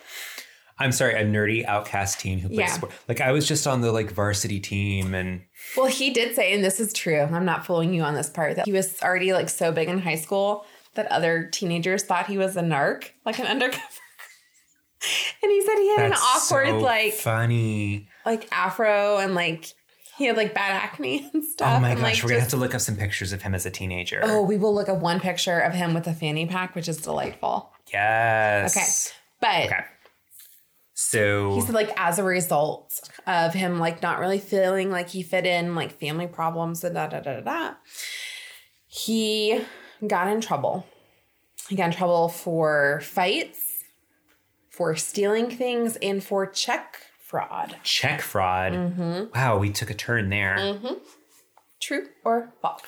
[SPEAKER 3] I'm sorry, a nerdy outcast teen who plays
[SPEAKER 2] Yeah.
[SPEAKER 3] sport. Like I was just on the like varsity team and
[SPEAKER 2] Well, he did say, and this is true, I'm not fooling you on this part, that he was already like so big in high school that other teenagers thought he was a narc, like an undercover. and he said he had
[SPEAKER 3] that's
[SPEAKER 2] an awkward
[SPEAKER 3] so
[SPEAKER 2] like
[SPEAKER 3] funny.
[SPEAKER 2] like afro and like he had like bad acne and stuff.
[SPEAKER 3] Oh my
[SPEAKER 2] and,
[SPEAKER 3] gosh,
[SPEAKER 2] like,
[SPEAKER 3] we're gonna
[SPEAKER 2] just-
[SPEAKER 3] have to look up some pictures of him as a teenager.
[SPEAKER 2] Oh, we will look up one picture of him with a fanny pack, which is delightful. Okay.
[SPEAKER 3] Yes.
[SPEAKER 2] But
[SPEAKER 3] Okay. So
[SPEAKER 2] he said like as a result of him like not really feeling like he fit in, like family problems and da da da da da. He got in trouble. He got in trouble for fights, for stealing things, and for check fraud.
[SPEAKER 3] check fraud.
[SPEAKER 2] Mm-hmm.
[SPEAKER 3] Wow, we took a turn there.
[SPEAKER 2] True or false?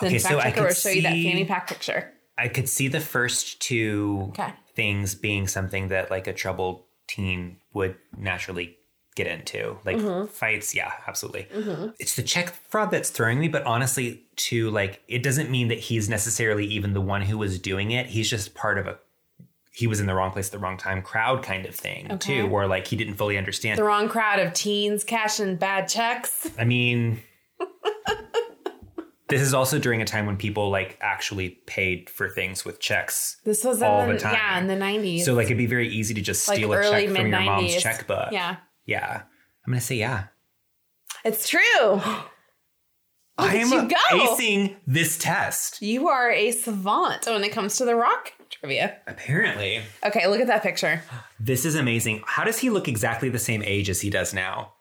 [SPEAKER 2] Then
[SPEAKER 3] Okay, so I
[SPEAKER 2] checker
[SPEAKER 3] could
[SPEAKER 2] will show you that
[SPEAKER 3] see-
[SPEAKER 2] fanny pack picture.
[SPEAKER 3] I could see the first two
[SPEAKER 2] Okay.
[SPEAKER 3] things being something that like a troubled teen would naturally get into. Like
[SPEAKER 2] Mm-hmm.
[SPEAKER 3] fights, yeah, absolutely. It's the check fraud that's throwing me, but honestly, too, like it doesn't mean that he's necessarily even the one who was doing it. He's just part of a he was in the wrong place at the wrong time crowd kind of thing
[SPEAKER 2] Okay.
[SPEAKER 3] too, where like he didn't fully understand.
[SPEAKER 2] The wrong crowd of teens cashing bad checks.
[SPEAKER 3] I mean, this is also during a time when people like actually paid for things with checks.
[SPEAKER 2] This was
[SPEAKER 3] All
[SPEAKER 2] in the,
[SPEAKER 3] the time.
[SPEAKER 2] yeah in the nineties.
[SPEAKER 3] So like it'd be very easy to just
[SPEAKER 2] like
[SPEAKER 3] steal a
[SPEAKER 2] early
[SPEAKER 3] check
[SPEAKER 2] mid
[SPEAKER 3] from your mom's
[SPEAKER 2] nineties.
[SPEAKER 3] checkbook.
[SPEAKER 2] Yeah,
[SPEAKER 3] Yeah. I'm gonna say yeah.
[SPEAKER 2] it's true.
[SPEAKER 3] I am
[SPEAKER 2] Oh, you go.
[SPEAKER 3] acing this test.
[SPEAKER 2] You are a savant when it comes to the rock trivia.
[SPEAKER 3] Apparently.
[SPEAKER 2] Okay, look at that picture.
[SPEAKER 3] This is amazing. How does he look exactly the same age as he does now?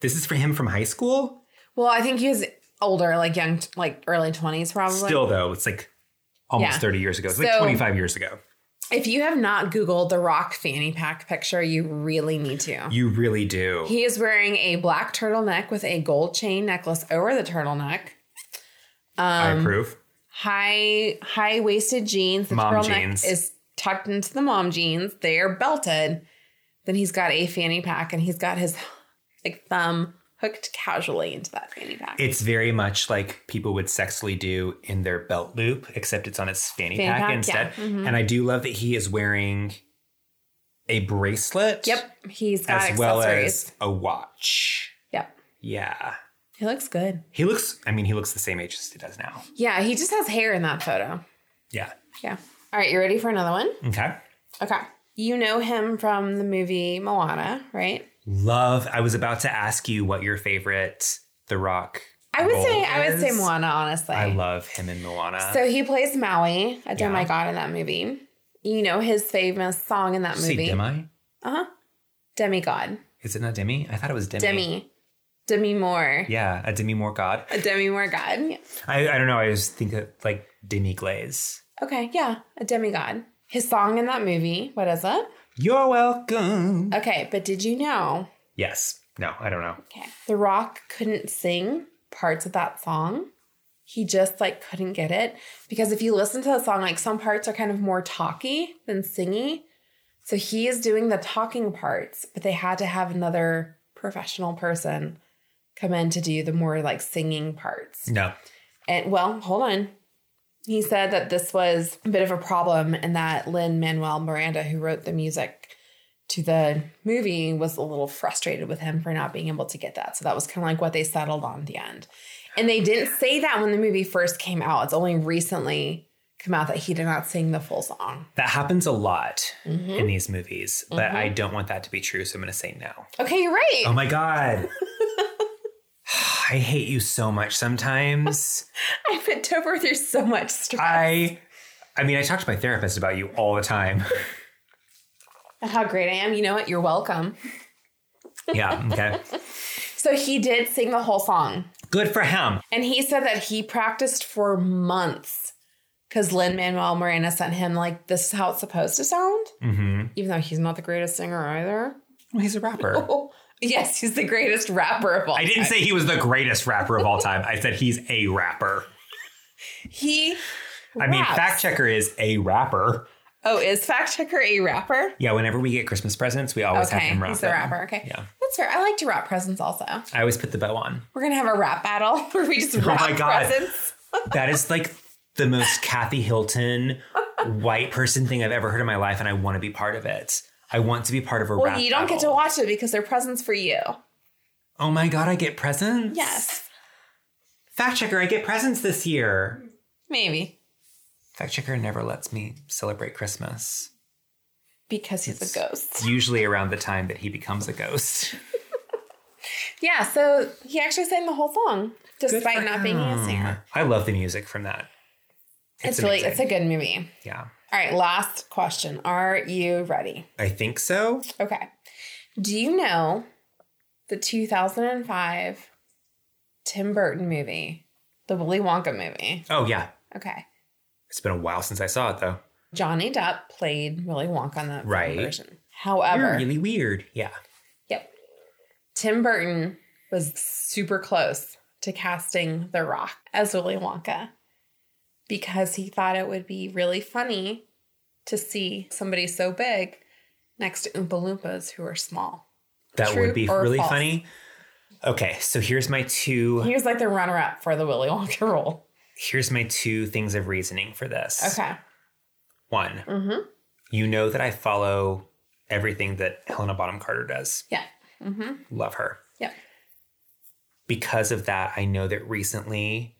[SPEAKER 3] This is for him from high school?
[SPEAKER 2] Well, I think he was older, like young, like early twenties, probably.
[SPEAKER 3] Still though, it's like almost
[SPEAKER 2] Yeah.
[SPEAKER 3] 30 years ago. It's
[SPEAKER 2] So-
[SPEAKER 3] like 25 years ago.
[SPEAKER 2] If you have not Googled the rock fanny pack picture, you really need to.
[SPEAKER 3] You really do.
[SPEAKER 2] He is wearing a black turtleneck with a gold chain necklace over the turtleneck.
[SPEAKER 3] I
[SPEAKER 2] um,
[SPEAKER 3] approve.
[SPEAKER 2] high high waisted jeans. The
[SPEAKER 3] Mom
[SPEAKER 2] turtleneck
[SPEAKER 3] jeans.
[SPEAKER 2] is tucked into the mom jeans. They are belted. Then he's got a fanny pack, and he's got his like thumb hooked casually into that fanny pack.
[SPEAKER 3] It's very much like people would sexily do in their belt loop, except it's on his fanny,
[SPEAKER 2] Fanny
[SPEAKER 3] pack,
[SPEAKER 2] pack,
[SPEAKER 3] instead.
[SPEAKER 2] yeah. Mhm.
[SPEAKER 3] And I do love that he is wearing a bracelet.
[SPEAKER 2] yep, he's got
[SPEAKER 3] As
[SPEAKER 2] accessories.
[SPEAKER 3] well as a watch.
[SPEAKER 2] yep,
[SPEAKER 3] Yeah.
[SPEAKER 2] he looks good.
[SPEAKER 3] He looks, I mean, he looks the same age as he does now.
[SPEAKER 2] Yeah, he just has hair in that photo.
[SPEAKER 3] Yeah.
[SPEAKER 2] Yeah. All right, you ready for another one?
[SPEAKER 3] Okay.
[SPEAKER 2] Okay. You know him from the movie Moana, right?
[SPEAKER 3] Love. I was about to ask you what your favorite The Rock.
[SPEAKER 2] I would
[SPEAKER 3] role
[SPEAKER 2] say I would say
[SPEAKER 3] is.
[SPEAKER 2] Moana, honestly.
[SPEAKER 3] I love him in Moana.
[SPEAKER 2] So he plays Maui, a
[SPEAKER 3] Yeah.
[SPEAKER 2] demigod in that movie. You know his famous song in that
[SPEAKER 3] Did you say
[SPEAKER 2] movie.
[SPEAKER 3] Demi?
[SPEAKER 2] Uh-huh. Demigod.
[SPEAKER 3] Is it not Demi? I thought it was Demi.
[SPEAKER 2] Demi. Demi Moore.
[SPEAKER 3] Yeah, a Demi Moore god.
[SPEAKER 2] A Demi Moore god. Yeah.
[SPEAKER 3] I, I don't know. I was thinking like Demi Glaze.
[SPEAKER 2] Okay, yeah, a demigod. His song in that movie, what is it?
[SPEAKER 3] You're welcome.
[SPEAKER 2] Okay, but did you know?
[SPEAKER 3] Yes. No, I don't know.
[SPEAKER 2] Okay. The Rock couldn't sing parts of that song. He just like couldn't get it because if you listen to the song, like some parts are kind of more talky than singy. So he is doing the talking parts, but they had to have another professional person come in to do the more like singing parts.
[SPEAKER 3] No.
[SPEAKER 2] And well, hold on. He said that this was a bit of a problem and that Lynn Manuel Miranda, who wrote the music to the movie, was a little frustrated with him for not being able to get that. So that was kind of like what they settled on at the end. And they didn't say that when the movie first came out. It's only recently come out that he did not sing the full song.
[SPEAKER 3] That happens a lot in these movies, but I don't want that to be true, so I'm going to say no.
[SPEAKER 2] Okay, you're right.
[SPEAKER 3] Oh my God. I hate you so much sometimes.
[SPEAKER 2] I put Topher through so much stress.
[SPEAKER 3] I. I mean, I talk to my therapist about you all the time.
[SPEAKER 2] And How great I am. You know what? You're welcome.
[SPEAKER 3] yeah. Okay.
[SPEAKER 2] So he did sing the whole song.
[SPEAKER 3] Good for him.
[SPEAKER 2] And he said that he practiced for months because Lynn Manuel Miranda sent him, like, this is how it's supposed to sound,
[SPEAKER 3] Mm-hmm.
[SPEAKER 2] even though he's not the greatest singer either.
[SPEAKER 3] Well, he's a rapper.
[SPEAKER 2] Oh, yes, he's the greatest rapper of all.
[SPEAKER 3] I didn't
[SPEAKER 2] time.
[SPEAKER 3] say he was the greatest rapper of all time. I said he's a rapper.
[SPEAKER 2] he.
[SPEAKER 3] I mean,
[SPEAKER 2] raps.
[SPEAKER 3] fact checker is a rapper.
[SPEAKER 2] Oh, is fact checker a rapper?
[SPEAKER 3] Yeah, whenever we get Christmas presents, we always have
[SPEAKER 2] Okay,
[SPEAKER 3] him rap.
[SPEAKER 2] he's the
[SPEAKER 3] it.
[SPEAKER 2] rapper. Okay,
[SPEAKER 3] Yeah.
[SPEAKER 2] that's fair. I like to wrap presents. Also,
[SPEAKER 3] I always put the bow on.
[SPEAKER 2] we're gonna have a rap battle where we just wrap
[SPEAKER 3] Oh my God.
[SPEAKER 2] presents.
[SPEAKER 3] That is like the most Kathy Hilton white person thing I've ever heard in my life, and I want to be part of it. I want to be part of a
[SPEAKER 2] Well,
[SPEAKER 3] rap
[SPEAKER 2] you don't get to
[SPEAKER 3] battle.
[SPEAKER 2] watch it because they're presents for you.
[SPEAKER 3] Oh my god, I get presents.
[SPEAKER 2] Yes,
[SPEAKER 3] Fact checker, I get presents this year.
[SPEAKER 2] maybe
[SPEAKER 3] Fact checker never lets me celebrate Christmas.
[SPEAKER 2] because he's a ghost.
[SPEAKER 3] It's usually around the time that he becomes a ghost.
[SPEAKER 2] Yeah, so he actually sang the whole song despite not being a singer.
[SPEAKER 3] I love the music from that.
[SPEAKER 2] It's, really it's a good
[SPEAKER 3] amazing.
[SPEAKER 2] movie.
[SPEAKER 3] yeah.
[SPEAKER 2] All right, last question. Are you ready?
[SPEAKER 3] I think so.
[SPEAKER 2] Okay. Do you know the 2005 Tim Burton movie, the Willy Wonka movie?
[SPEAKER 3] Oh yeah.
[SPEAKER 2] Okay.
[SPEAKER 3] It's been a while since I saw it though.
[SPEAKER 2] Johnny Depp played Willy Wonka on that
[SPEAKER 3] Right.
[SPEAKER 2] version. However,
[SPEAKER 3] You're really weird. Yeah.
[SPEAKER 2] yep. Tim Burton was super close to casting The Rock as Willy Wonka because he thought it would be really funny to see somebody so big next to Oompa Loompas who are small.
[SPEAKER 3] That
[SPEAKER 2] True
[SPEAKER 3] would be
[SPEAKER 2] or
[SPEAKER 3] really
[SPEAKER 2] false?
[SPEAKER 3] funny. Okay, so here's my two
[SPEAKER 2] He was like the runner up for the Willy Wonka role.
[SPEAKER 3] here's my two things of reasoning for this.
[SPEAKER 2] Okay.
[SPEAKER 3] One,
[SPEAKER 2] Mm-hmm.
[SPEAKER 3] you know that I follow everything that Helena Bonham Carter does.
[SPEAKER 2] Yeah. Mm-hmm.
[SPEAKER 3] Love her.
[SPEAKER 2] Yeah.
[SPEAKER 3] Because of that, I know that recently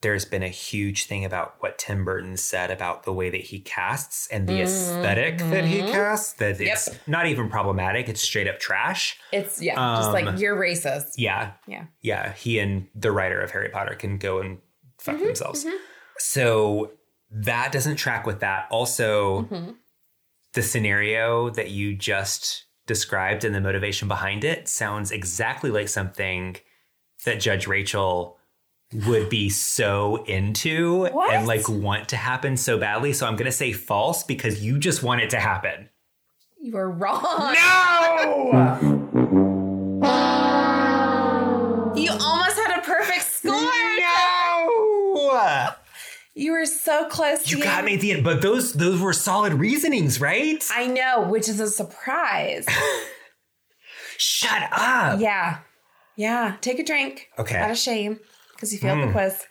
[SPEAKER 3] there's been a huge thing about what Tim Burton said about the way that he casts and the aesthetic that he casts that it's not even problematic, it's straight up trash.
[SPEAKER 2] It's yeah, just
[SPEAKER 3] Um,
[SPEAKER 2] like you're racist.
[SPEAKER 3] Yeah.
[SPEAKER 2] Yeah.
[SPEAKER 3] Yeah. He and the writer of Harry Potter can go and fuck themselves. So that doesn't track with that. Also,
[SPEAKER 2] Mhm.
[SPEAKER 3] the scenario that you just described and the motivation behind it sounds exactly like something that Judge Rachel would be so into
[SPEAKER 2] What?
[SPEAKER 3] and like want to happen so badly. So I'm going to say false because you just want it to happen.
[SPEAKER 2] You are wrong.
[SPEAKER 3] No!
[SPEAKER 2] You almost had a perfect score.
[SPEAKER 3] no!
[SPEAKER 2] You were so close.
[SPEAKER 3] You
[SPEAKER 2] to
[SPEAKER 3] got me at the end, but those those were solid reasonings, right?
[SPEAKER 2] I know, which is a surprise.
[SPEAKER 3] Shut up.
[SPEAKER 2] yeah, yeah. Take a drink.
[SPEAKER 3] Okay. Mm.
[SPEAKER 2] Out of shame, because you failed the quiz.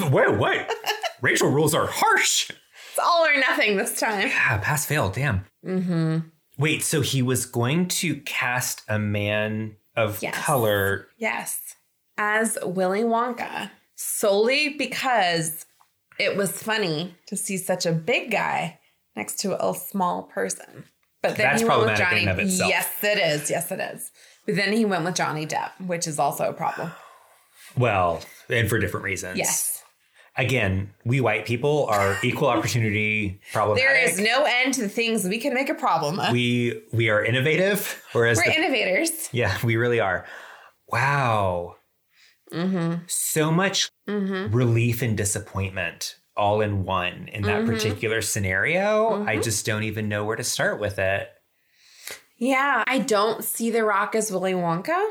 [SPEAKER 3] Wait, what? Rachel rules are harsh.
[SPEAKER 2] It's all or nothing this time.
[SPEAKER 3] Ah, pass fail. Damn. Mm-hmm. Wait, so he was going to cast a man of
[SPEAKER 2] Yes.
[SPEAKER 3] color.
[SPEAKER 2] Yes, as Willy Wonka, solely because it was funny to see such a big guy next to a small person. But then
[SPEAKER 3] That's
[SPEAKER 2] he went with
[SPEAKER 3] problematic
[SPEAKER 2] Johnny.
[SPEAKER 3] in and of itself.
[SPEAKER 2] Yes, it is. Yes, it is. But then he went with Johnny Depp, which is also a problem.
[SPEAKER 3] Well, and for different reasons.
[SPEAKER 2] Yes.
[SPEAKER 3] Again, we white people are equal opportunity problematic.
[SPEAKER 2] There is no end to the things we can make a problem of.
[SPEAKER 3] we we are innovative, whereas
[SPEAKER 2] We're
[SPEAKER 3] the
[SPEAKER 2] innovators.
[SPEAKER 3] Yeah, we really are. Wow.
[SPEAKER 2] Mm-hmm.
[SPEAKER 3] So much relief and disappointment all in one in
[SPEAKER 2] Mm-hmm.
[SPEAKER 3] that particular scenario. I just don't even know where to start with it.
[SPEAKER 2] Yeah, I don't see The Rock as Willy Wonka.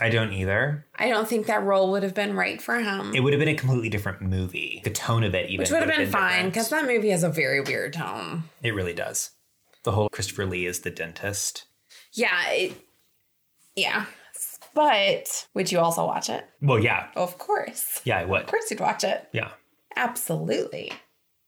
[SPEAKER 3] I don't either.
[SPEAKER 2] I don't think that role would have been right for him,
[SPEAKER 3] It would have been a completely different movie. The tone of it, even,
[SPEAKER 2] which would have been fine
[SPEAKER 3] different.
[SPEAKER 2] because that movie has a very weird tone.
[SPEAKER 3] it really does. The whole Christopher Lee is the dentist.
[SPEAKER 2] Yeah, it, yeah. But would you also watch it?
[SPEAKER 3] Well, yeah,
[SPEAKER 2] Of course,
[SPEAKER 3] yeah, I would.
[SPEAKER 2] of course you'd watch it.
[SPEAKER 3] Yeah,
[SPEAKER 2] Absolutely.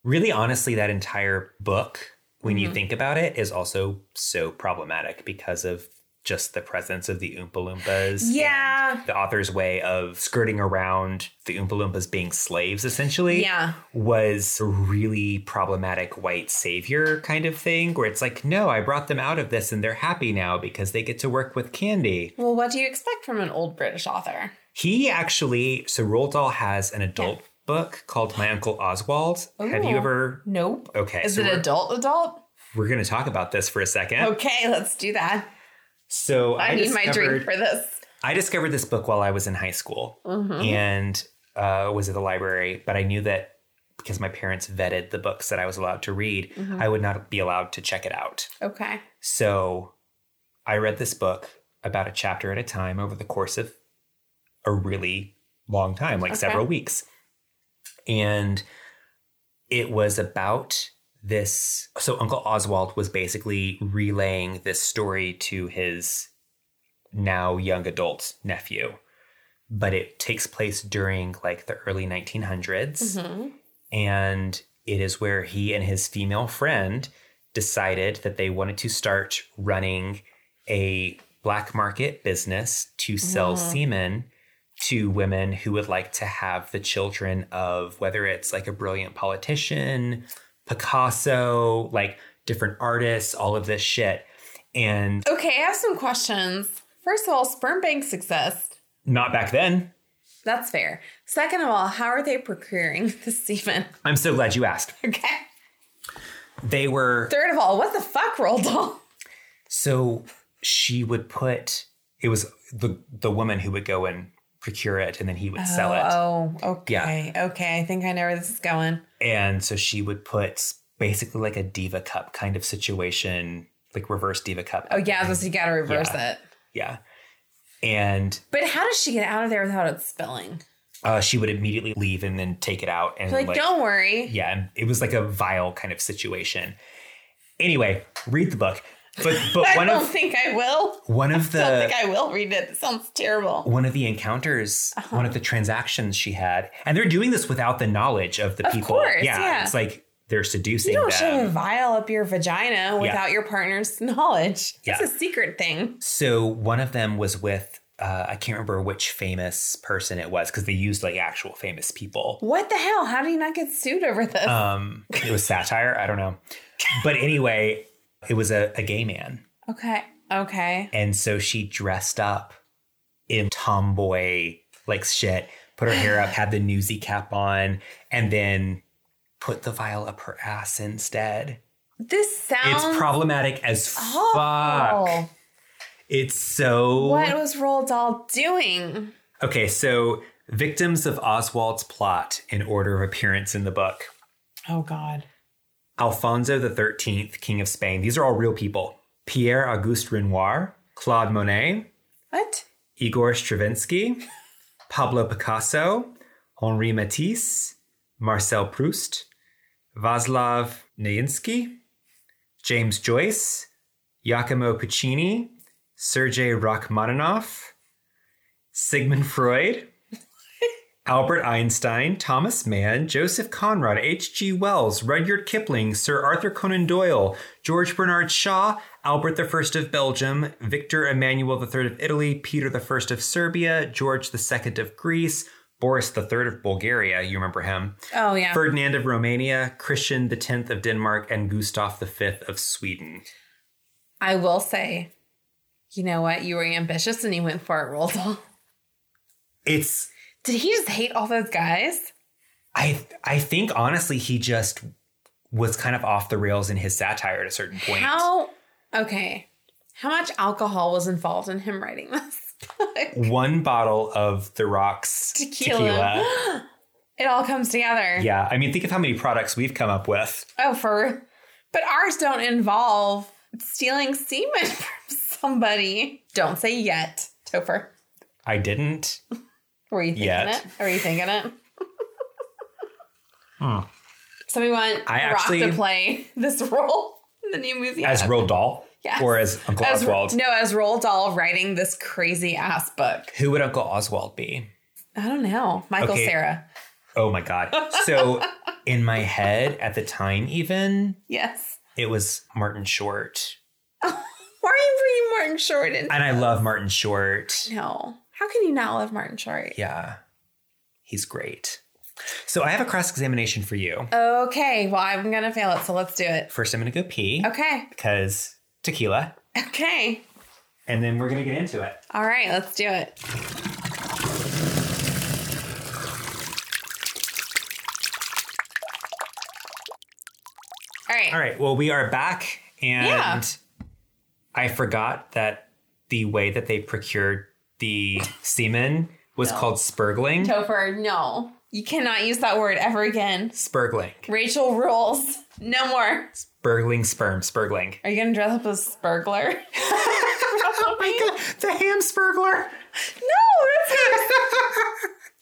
[SPEAKER 3] really, honestly, that entire book, when
[SPEAKER 2] Mm-hmm.
[SPEAKER 3] you think about it, is also so problematic because of just the presence of the Oompa Loompas. and
[SPEAKER 2] Yeah.
[SPEAKER 3] the author's way of skirting around the Oompa Loompas being slaves, essentially,
[SPEAKER 2] Yeah.
[SPEAKER 3] was a really problematic white savior kind of thing, where it's like, no, I brought them out of this and they're happy now because they get to work with candy.
[SPEAKER 2] Well, what do you expect from an old British author?
[SPEAKER 3] He actually, so Roald Dahl has an adult book called My Uncle Oswald. Have you
[SPEAKER 2] Ooh.
[SPEAKER 3] ever?
[SPEAKER 2] Nope.
[SPEAKER 3] Okay,
[SPEAKER 2] Is
[SPEAKER 3] so
[SPEAKER 2] it
[SPEAKER 3] we're-
[SPEAKER 2] adult? Adult?
[SPEAKER 3] We're going to talk about this for a second.
[SPEAKER 2] Okay, let's do that.
[SPEAKER 3] So I,
[SPEAKER 2] I, need my drink
[SPEAKER 3] discovered-
[SPEAKER 2] for this. Mm-hmm.
[SPEAKER 3] I discovered this book while I was in high school and uh, was at the library, but I knew that because my parents vetted the books that I was allowed to read,
[SPEAKER 2] Mm-hmm.
[SPEAKER 3] I would not be allowed to check it out.
[SPEAKER 2] Okay.
[SPEAKER 3] So I read this book about a chapter at a time over the course of a really long time, like
[SPEAKER 2] Okay.
[SPEAKER 3] several weeks. And it was about this so Uncle Oswald was basically relaying this story to his now young adult nephew. But it takes place during like the early 1900s
[SPEAKER 2] Mm-hmm.
[SPEAKER 3] and it is where he and his female friend decided that they wanted to start running a black market business to sell semen to women who would like to have the children of whether it's like a brilliant politician, Picasso, like different artists, all of this shit. And
[SPEAKER 2] Okay, I have some questions. First of all, sperm banks exist.
[SPEAKER 3] not back then.
[SPEAKER 2] That's fair. Second of all, how are they procuring the semen?
[SPEAKER 3] I'm so glad you asked.
[SPEAKER 2] Okay.
[SPEAKER 3] They were
[SPEAKER 2] Third of all, what the fuck, Roald Dahl?
[SPEAKER 3] So she would put it was the the woman who would go and procure it and then he would sell it.
[SPEAKER 2] Oh, okay. Okay, I think I know where this is going.
[SPEAKER 3] And so she would put basically like a diva cup kind of situation, like reverse diva cup.
[SPEAKER 2] Oh, yeah, so you gotta reverse
[SPEAKER 3] Yeah.
[SPEAKER 2] it.
[SPEAKER 3] Yeah. And
[SPEAKER 2] But how does she get out of there without it spilling?
[SPEAKER 3] uh, she would immediately leave and then take it out and
[SPEAKER 2] Like,
[SPEAKER 3] like
[SPEAKER 2] don't worry.
[SPEAKER 3] yeah, and it was like a vile kind of situation. Anyway, read the book. But but
[SPEAKER 2] I
[SPEAKER 3] one
[SPEAKER 2] don't
[SPEAKER 3] of
[SPEAKER 2] think I will.
[SPEAKER 3] one of the
[SPEAKER 2] I don't think I will read it. It sounds terrible.
[SPEAKER 3] one of the encounters,
[SPEAKER 2] Uh-huh.
[SPEAKER 3] one of the transactions she had, and they're doing this without the knowledge of the
[SPEAKER 2] Of
[SPEAKER 3] people.
[SPEAKER 2] course, yeah.
[SPEAKER 3] it's like they're seducing
[SPEAKER 2] You don't shove a
[SPEAKER 3] them.
[SPEAKER 2] vial up your vagina without your partner's knowledge.
[SPEAKER 3] Yeah.
[SPEAKER 2] It's a secret thing.
[SPEAKER 3] So one of them was with uh, I can't remember which famous person it was because they used like actual famous people.
[SPEAKER 2] What the hell? How do you not get sued over this?
[SPEAKER 3] Um, it was satire. I don't know, but anyway, it was a, a gay man,
[SPEAKER 2] okay. Okay.
[SPEAKER 3] and so she dressed up in tomboy like shit, put her hair up, had the newsy cap on, and then put the vial up her ass instead.
[SPEAKER 2] This sounds
[SPEAKER 3] It's problematic as fuck.
[SPEAKER 2] awful.
[SPEAKER 3] It's so
[SPEAKER 2] Oh, What was Roald Dahl doing?
[SPEAKER 3] okay. So victims of Oswald's plot in order of appearance in the book:
[SPEAKER 2] Oh God.
[SPEAKER 3] Alfonso the Thirteenth, King of Spain. These are all real people. Pierre Auguste Renoir, Claude Monet,
[SPEAKER 2] What?
[SPEAKER 3] Igor Stravinsky, Pablo Picasso, Henri Matisse, Marcel Proust, Václav Nijinsky, James Joyce, Giacomo Puccini, Sergei Rachmaninoff, Sigmund Freud, Albert Einstein, Thomas Mann, Joseph Conrad, H.G. Wells, Rudyard Kipling, Sir Arthur Conan Doyle, George Bernard Shaw, Albert I of Belgium, Victor Emmanuel III of Italy, Peter I of Serbia, George II of Greece, Boris III of Bulgaria, you remember him,
[SPEAKER 2] Oh yeah.
[SPEAKER 3] Ferdinand of Romania, Christian X of Denmark, and Gustav V of Sweden.
[SPEAKER 2] I will say, you know what? You were ambitious and you went for it, Roald Dahl.
[SPEAKER 3] It's
[SPEAKER 2] Did he just hate all those guys?
[SPEAKER 3] I I think honestly he just was kind of off the rails in his satire at a certain point.
[SPEAKER 2] How? Okay. How much alcohol was involved in him writing this? book?
[SPEAKER 3] one bottle of the rocks
[SPEAKER 2] Tequila.
[SPEAKER 3] tequila.
[SPEAKER 2] it all comes together.
[SPEAKER 3] Yeah, I mean, think of how many products we've come up with.
[SPEAKER 2] Oh, for. But ours don't involve stealing semen from somebody. Don't say yet, Topher.
[SPEAKER 3] I didn't.
[SPEAKER 2] Were you thinking
[SPEAKER 3] Yet.
[SPEAKER 2] it? Were you thinking it? So we want
[SPEAKER 3] I
[SPEAKER 2] Rock to
[SPEAKER 3] actually-
[SPEAKER 2] play this role in the new movie.
[SPEAKER 3] As Roald Dahl
[SPEAKER 2] Yes.
[SPEAKER 3] or as Uncle
[SPEAKER 2] As-
[SPEAKER 3] Oswald?
[SPEAKER 2] No, as Roald Dahl writing this crazy ass book.
[SPEAKER 3] Who would Uncle Oswald be?
[SPEAKER 2] I don't know. Michael
[SPEAKER 3] Okay.
[SPEAKER 2] Sarah.
[SPEAKER 3] Oh my God. So, in my head at the time, even,
[SPEAKER 2] Yes.
[SPEAKER 3] it was Martin Short.
[SPEAKER 2] Why are you bringing Martin Short in?
[SPEAKER 3] And I love Martin Short.
[SPEAKER 2] no. How can you not love Martin Short?
[SPEAKER 3] Yeah, he's great. So, I have a cross examination for you.
[SPEAKER 2] Okay. Well, I'm going to fail it. So let's do it.
[SPEAKER 3] First, I'm going to go pee
[SPEAKER 2] Okay.
[SPEAKER 3] because tequila,
[SPEAKER 2] Okay.
[SPEAKER 3] and then we're going to get into it.
[SPEAKER 2] All right. Let's do it. All right.
[SPEAKER 3] All right. Well, we are back, and
[SPEAKER 2] Yeah.
[SPEAKER 3] I forgot that the way that they procured the semen was
[SPEAKER 2] No.
[SPEAKER 3] called spurgling.
[SPEAKER 2] Topher, no. You cannot use that word ever again.
[SPEAKER 3] Spurgling.
[SPEAKER 2] Rachel rules. No more.
[SPEAKER 3] Spurgling sperm. Spurgling.
[SPEAKER 2] Are you gonna dress up as burglar? oh my god.
[SPEAKER 3] The ham spurgler.
[SPEAKER 2] No, that's not.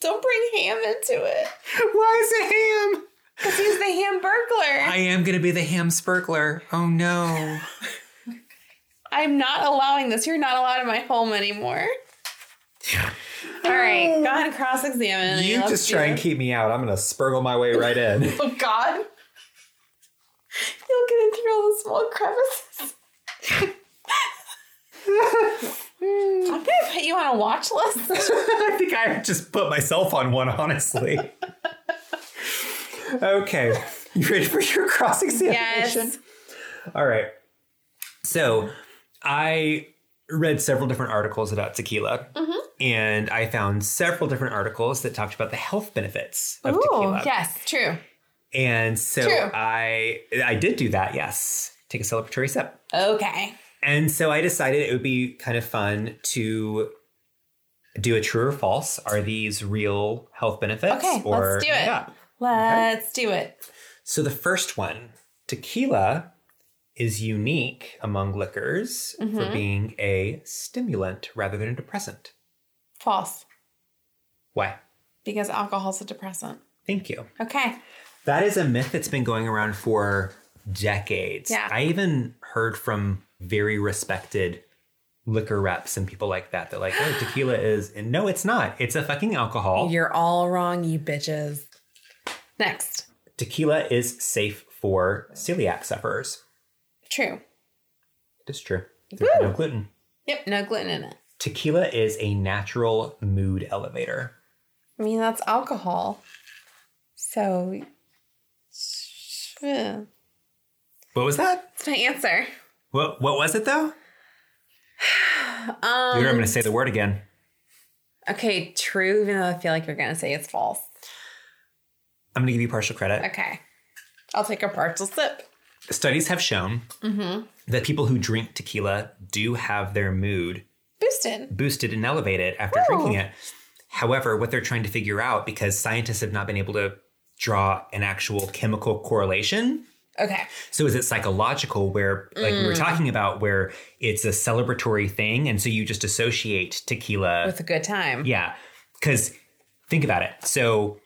[SPEAKER 2] Don't bring ham into it.
[SPEAKER 3] Why is it ham?
[SPEAKER 2] Because he's the ham burglar.
[SPEAKER 3] I am going to be the ham spurgler. Oh no.
[SPEAKER 2] I'm not allowing this. You're not allowed in my home anymore. All right, go ahead and cross examine.
[SPEAKER 3] you
[SPEAKER 2] Let's
[SPEAKER 3] just
[SPEAKER 2] do
[SPEAKER 3] try and
[SPEAKER 2] it.
[SPEAKER 3] keep me out. I'm going to spurgle my way right in.
[SPEAKER 2] Oh God! You'll get in through all the small crevices. I'm gonna put you on a watch list.
[SPEAKER 3] I think I just put myself on one, honestly. okay. You ready for your cross examination?
[SPEAKER 2] Yes.
[SPEAKER 3] All right. So I read several different articles about tequila,
[SPEAKER 2] Mm-hmm.
[SPEAKER 3] and I found several different articles that talked about the health benefits of tequila.
[SPEAKER 2] yes, true.
[SPEAKER 3] And so
[SPEAKER 2] True.
[SPEAKER 3] I I did do that, yes. Take a celebratory sip.
[SPEAKER 2] Okay.
[SPEAKER 3] And so I decided it would be kind of fun to do a true or false. Are these real health benefits?
[SPEAKER 2] Okay,
[SPEAKER 3] or,
[SPEAKER 2] let's do it. Let's do it.
[SPEAKER 3] So the first one, tequila is unique among liquors
[SPEAKER 2] Mm-hmm.
[SPEAKER 3] for being a stimulant rather than a depressant.
[SPEAKER 2] False,
[SPEAKER 3] Why?
[SPEAKER 2] because alcohol's a depressant.
[SPEAKER 3] Thank you.
[SPEAKER 2] Okay.
[SPEAKER 3] That is a myth that's been going around for decades.
[SPEAKER 2] Yeah.
[SPEAKER 3] I even heard from very respected liquor reps and people like that. They're like, oh, tequila is. And no, it's not. It's a fucking alcohol.
[SPEAKER 2] You're all wrong, you bitches. Next.
[SPEAKER 3] Tequila is safe for celiac sufferers.
[SPEAKER 2] True.
[SPEAKER 3] It's true. There's no gluten.
[SPEAKER 2] Yep, no gluten in it.
[SPEAKER 3] Tequila is a natural mood elevator.
[SPEAKER 2] I mean, that's alcohol. So, yeah.
[SPEAKER 3] What was that?
[SPEAKER 2] that's my answer.
[SPEAKER 3] What What was it though?
[SPEAKER 2] Um,
[SPEAKER 3] You're going to say the word again.
[SPEAKER 2] okay, true, even though I feel like you're going to say it's false.
[SPEAKER 3] I'm going to give you partial credit.
[SPEAKER 2] Okay. I'll take a partial sip.
[SPEAKER 3] Studies have shown
[SPEAKER 2] Mm-hmm.
[SPEAKER 3] that people who drink tequila do have their mood
[SPEAKER 2] Boosted.
[SPEAKER 3] boosted and elevated after drinking it. However, what they're trying to figure out, because scientists have not been able to draw an actual chemical correlation,
[SPEAKER 2] Okay.
[SPEAKER 3] So is it psychological where like we were talking about where it's a celebratory thing and so you just associate tequila
[SPEAKER 2] With a good time.
[SPEAKER 3] yeah cuz think about it. So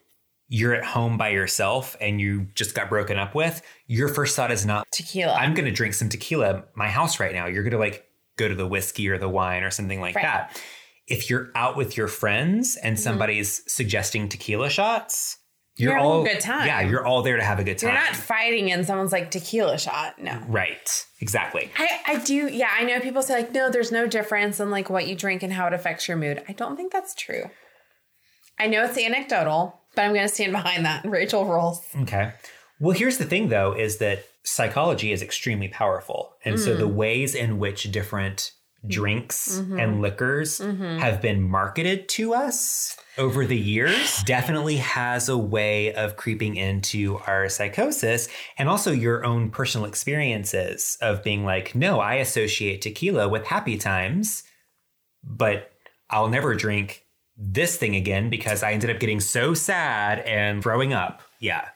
[SPEAKER 3] you're at home by yourself and you just got broken up with, your first thought is not
[SPEAKER 2] Tequila.
[SPEAKER 3] I'm going to drink some tequila at my house right now. You're going to like go to the whiskey or the wine or something like
[SPEAKER 2] Right. Mm-hmm.
[SPEAKER 3] that. If you're out with your friends and somebody's suggesting tequila shots, you're,
[SPEAKER 2] You're having a
[SPEAKER 3] all
[SPEAKER 2] good time.
[SPEAKER 3] Yeah, you're all there to have a good time.
[SPEAKER 2] you're not fighting and someone's like tequila shot.
[SPEAKER 3] Mm-hmm.
[SPEAKER 2] No.
[SPEAKER 3] right. Exactly.
[SPEAKER 2] I, I do, yeah, I know people say like, no, there's no difference in like what you drink and how it affects your mood. I don't think that's true. I know it's anecdotal, but I'm going to stand behind that. Rachel rolls.
[SPEAKER 3] Okay. Well, here's the thing though is that psychology is extremely powerful. And so the ways in which different drinks and liquors have been marketed to us over the years definitely has a way of creeping into our psychosis and also your own personal experiences of being like, "No, I associate tequila with happy times, but I'll never drink this thing again because I ended up getting so sad and throwing up." Yeah.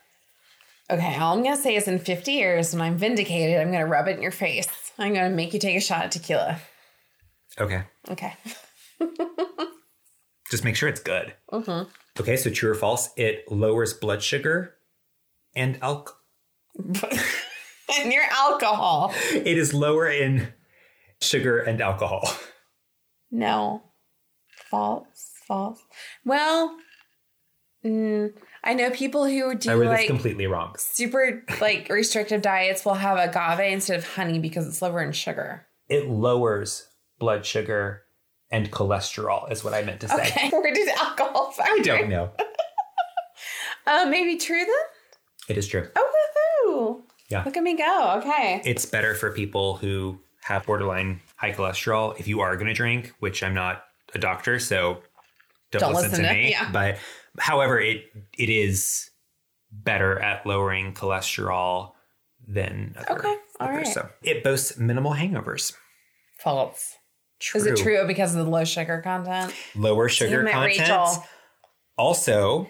[SPEAKER 2] Okay, all I'm gonna say is in 50 years, when I'm vindicated, I'm gonna rub it in your face. I'm gonna make you take a shot at tequila.
[SPEAKER 3] Okay.
[SPEAKER 2] Okay.
[SPEAKER 3] Just make sure it's good.
[SPEAKER 2] Mhm.
[SPEAKER 3] Okay, so true or false, it lowers blood sugar and alcohol.
[SPEAKER 2] and your alcohol.
[SPEAKER 3] It is lower in sugar and alcohol.
[SPEAKER 2] No. False. False. Well, mm, I know people who do
[SPEAKER 3] I read this
[SPEAKER 2] like
[SPEAKER 3] completely wrong.
[SPEAKER 2] super like restrictive diets will have agave instead of honey because it's lower in sugar.
[SPEAKER 3] It lowers blood sugar and cholesterol, is what I meant to say.
[SPEAKER 2] Okay, where did alcohol
[SPEAKER 3] I
[SPEAKER 2] factor?
[SPEAKER 3] don't know.
[SPEAKER 2] Uh, maybe true then?
[SPEAKER 3] It is true.
[SPEAKER 2] Oh, woohoo!
[SPEAKER 3] Yeah.
[SPEAKER 2] Look at me go. Okay.
[SPEAKER 3] It's better for people who have borderline high cholesterol if you are going to drink, which I'm not a doctor, so don't,
[SPEAKER 2] Don't
[SPEAKER 3] listen,
[SPEAKER 2] listen
[SPEAKER 3] to,
[SPEAKER 2] to-
[SPEAKER 3] me.
[SPEAKER 2] yeah.
[SPEAKER 3] But however, it it is better at lowering cholesterol than other
[SPEAKER 2] Okay, all right.
[SPEAKER 3] liquors. So it boasts minimal hangovers.
[SPEAKER 2] False. Is it true because of the low sugar content?
[SPEAKER 3] Lower sugar
[SPEAKER 2] Damn it,
[SPEAKER 3] content.
[SPEAKER 2] Rachel.
[SPEAKER 3] Also,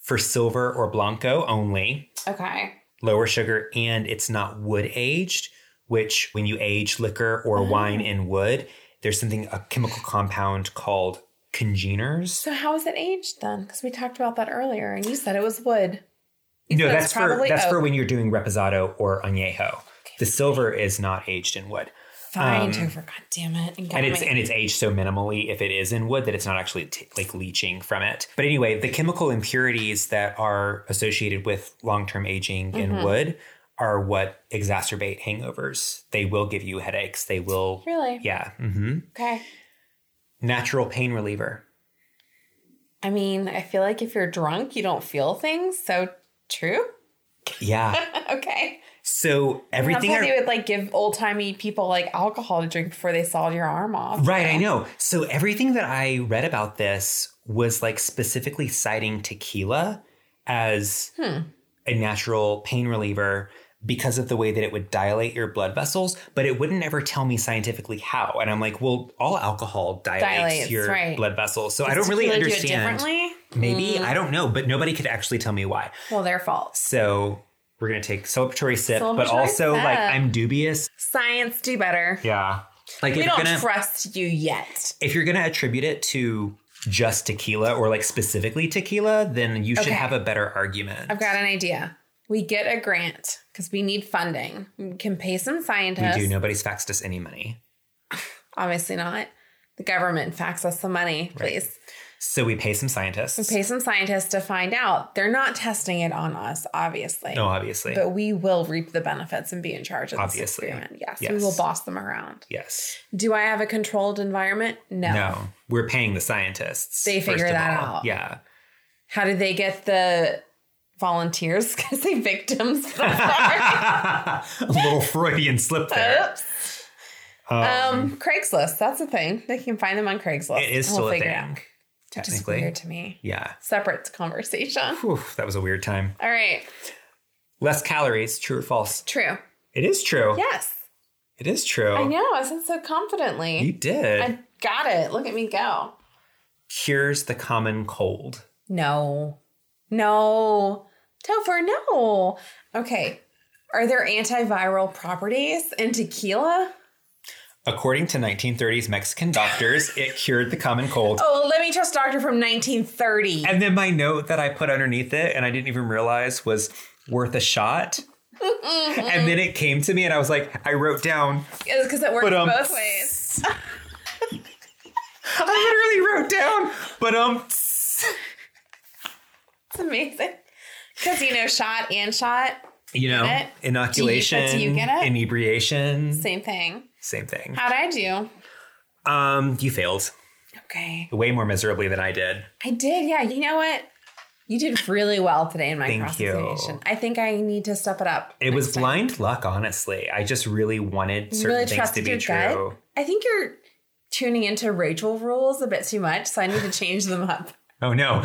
[SPEAKER 3] for silver or blanco only,
[SPEAKER 2] Okay.
[SPEAKER 3] lower sugar and it's not wood aged, which when you age liquor or wine in wood, there's something, a chemical compound called congeners.
[SPEAKER 2] So how is it aged then? Because we talked about that earlier, and you said it was wood. So
[SPEAKER 3] No,
[SPEAKER 2] it's
[SPEAKER 3] that's for
[SPEAKER 2] probably
[SPEAKER 3] that's for
[SPEAKER 2] oak.
[SPEAKER 3] when you're doing reposado or añejo. The silver is not aged in wood,
[SPEAKER 2] Fine,
[SPEAKER 3] um,
[SPEAKER 2] Topher, God damn it. And, got
[SPEAKER 3] and it's
[SPEAKER 2] me.
[SPEAKER 3] and it's aged so minimally if it is in wood that it's not actually t- like leaching from it. But anyway, the chemical impurities that are associated with long term aging in wood are what exacerbate hangovers. They will give you headaches. They will,
[SPEAKER 2] really
[SPEAKER 3] yeah. hmm
[SPEAKER 2] okay.
[SPEAKER 3] Natural pain reliever.
[SPEAKER 2] I mean, I feel like if you're drunk, you don't feel things. So true.
[SPEAKER 3] Yeah.
[SPEAKER 2] okay.
[SPEAKER 3] So everything.
[SPEAKER 2] That's
[SPEAKER 3] I-
[SPEAKER 2] why they would like give old timey people like alcohol to drink before they sawed your arm off.
[SPEAKER 3] Right, I know. So everything that I read about this was like specifically citing tequila as
[SPEAKER 2] Hmm.
[SPEAKER 3] a natural pain reliever because of the way that it would dilate your blood vessels, but it wouldn't ever tell me scientifically how. And I'm like, well, all alcohol dilates,
[SPEAKER 2] Dilates,
[SPEAKER 3] your
[SPEAKER 2] right.
[SPEAKER 3] blood vessels. So I
[SPEAKER 2] Does
[SPEAKER 3] don't really
[SPEAKER 2] tequila do it
[SPEAKER 3] understand.
[SPEAKER 2] differently? Hmm.
[SPEAKER 3] Maybe, I don't know, but nobody could actually tell me why.
[SPEAKER 2] Well, their fault.
[SPEAKER 3] So we're going to take celebratory sip,
[SPEAKER 2] Celebratory
[SPEAKER 3] but also like
[SPEAKER 2] sip.
[SPEAKER 3] I'm dubious.
[SPEAKER 2] Science, do better.
[SPEAKER 3] Yeah. Like
[SPEAKER 2] We
[SPEAKER 3] if
[SPEAKER 2] don't
[SPEAKER 3] you're gonna,
[SPEAKER 2] trust you yet.
[SPEAKER 3] if you're going to attribute it to just tequila or like specifically tequila, then you should
[SPEAKER 2] Okay.
[SPEAKER 3] have a better argument.
[SPEAKER 2] I've got an idea. We get a grant because we need funding. We can pay some
[SPEAKER 3] We
[SPEAKER 2] scientists.
[SPEAKER 3] do. Nobody's faxed us any money.
[SPEAKER 2] Obviously not. The government fax us some money, please.
[SPEAKER 3] So we pay some scientists.
[SPEAKER 2] Pay some scientists to find out. They're not testing it on us, obviously.
[SPEAKER 3] no, obviously.
[SPEAKER 2] But we will reap the benefits and be in charge of this
[SPEAKER 3] Obviously.
[SPEAKER 2] experiment. Yes, we
[SPEAKER 3] Yes.
[SPEAKER 2] will boss them around.
[SPEAKER 3] yes.
[SPEAKER 2] Do I have a controlled environment? No.
[SPEAKER 3] No. We're paying the scientists.
[SPEAKER 2] They
[SPEAKER 3] first
[SPEAKER 2] figure
[SPEAKER 3] of
[SPEAKER 2] that
[SPEAKER 3] all.
[SPEAKER 2] out.
[SPEAKER 3] Yeah.
[SPEAKER 2] How did they get the volunteers? Because they victims. Oops.
[SPEAKER 3] a little Freudian slip there.
[SPEAKER 2] Um, Craigslist. That's a thing. They can find them on Craigslist.
[SPEAKER 3] It is
[SPEAKER 2] and
[SPEAKER 3] still a
[SPEAKER 2] figure it out.
[SPEAKER 3] thing.
[SPEAKER 2] Which is
[SPEAKER 3] Technically.
[SPEAKER 2] weird to me.
[SPEAKER 3] Yeah.
[SPEAKER 2] Separate conversation.
[SPEAKER 3] Whew, that was a weird time.
[SPEAKER 2] All right.
[SPEAKER 3] Less calories, true or false?
[SPEAKER 2] True.
[SPEAKER 3] It is true.
[SPEAKER 2] Yes.
[SPEAKER 3] It is true.
[SPEAKER 2] I know. I said so confidently.
[SPEAKER 3] You did.
[SPEAKER 2] I got it. Look at me go.
[SPEAKER 3] Cures the common cold.
[SPEAKER 2] No. No. Topher, no. Okay. Are there antiviral properties in tequila?
[SPEAKER 3] According to 1930s Mexican doctors, it cured the common cold.
[SPEAKER 2] Oh, well, let me trust doctor from 1930.
[SPEAKER 3] And then my note that I put underneath it and I didn't even realize was worth a shot. and then it came to me and I was like, I wrote down,
[SPEAKER 2] Because it works
[SPEAKER 3] But, um,
[SPEAKER 2] both ways.
[SPEAKER 3] I literally wrote down, but um,
[SPEAKER 2] It's amazing. Because, you know, shot and shot,
[SPEAKER 3] you know,
[SPEAKER 2] Get it?
[SPEAKER 3] inoculation,
[SPEAKER 2] Do you- do you get it?
[SPEAKER 3] inebriation,
[SPEAKER 2] same thing.
[SPEAKER 3] same thing.
[SPEAKER 2] How'd I do?
[SPEAKER 3] Um, you failed
[SPEAKER 2] Okay.
[SPEAKER 3] way more miserably than I did.
[SPEAKER 2] I did. Yeah. You know what? You did really well today in my
[SPEAKER 3] Thank you.
[SPEAKER 2] cross-examination. I think I need to step it up.
[SPEAKER 3] It was blind luck, honestly. I just really wanted
[SPEAKER 2] You
[SPEAKER 3] certain things to
[SPEAKER 2] trusted
[SPEAKER 3] be
[SPEAKER 2] your
[SPEAKER 3] true.
[SPEAKER 2] gut? I think you're tuning into Rachel rules a bit too much, so I need to change them up.
[SPEAKER 3] Oh no,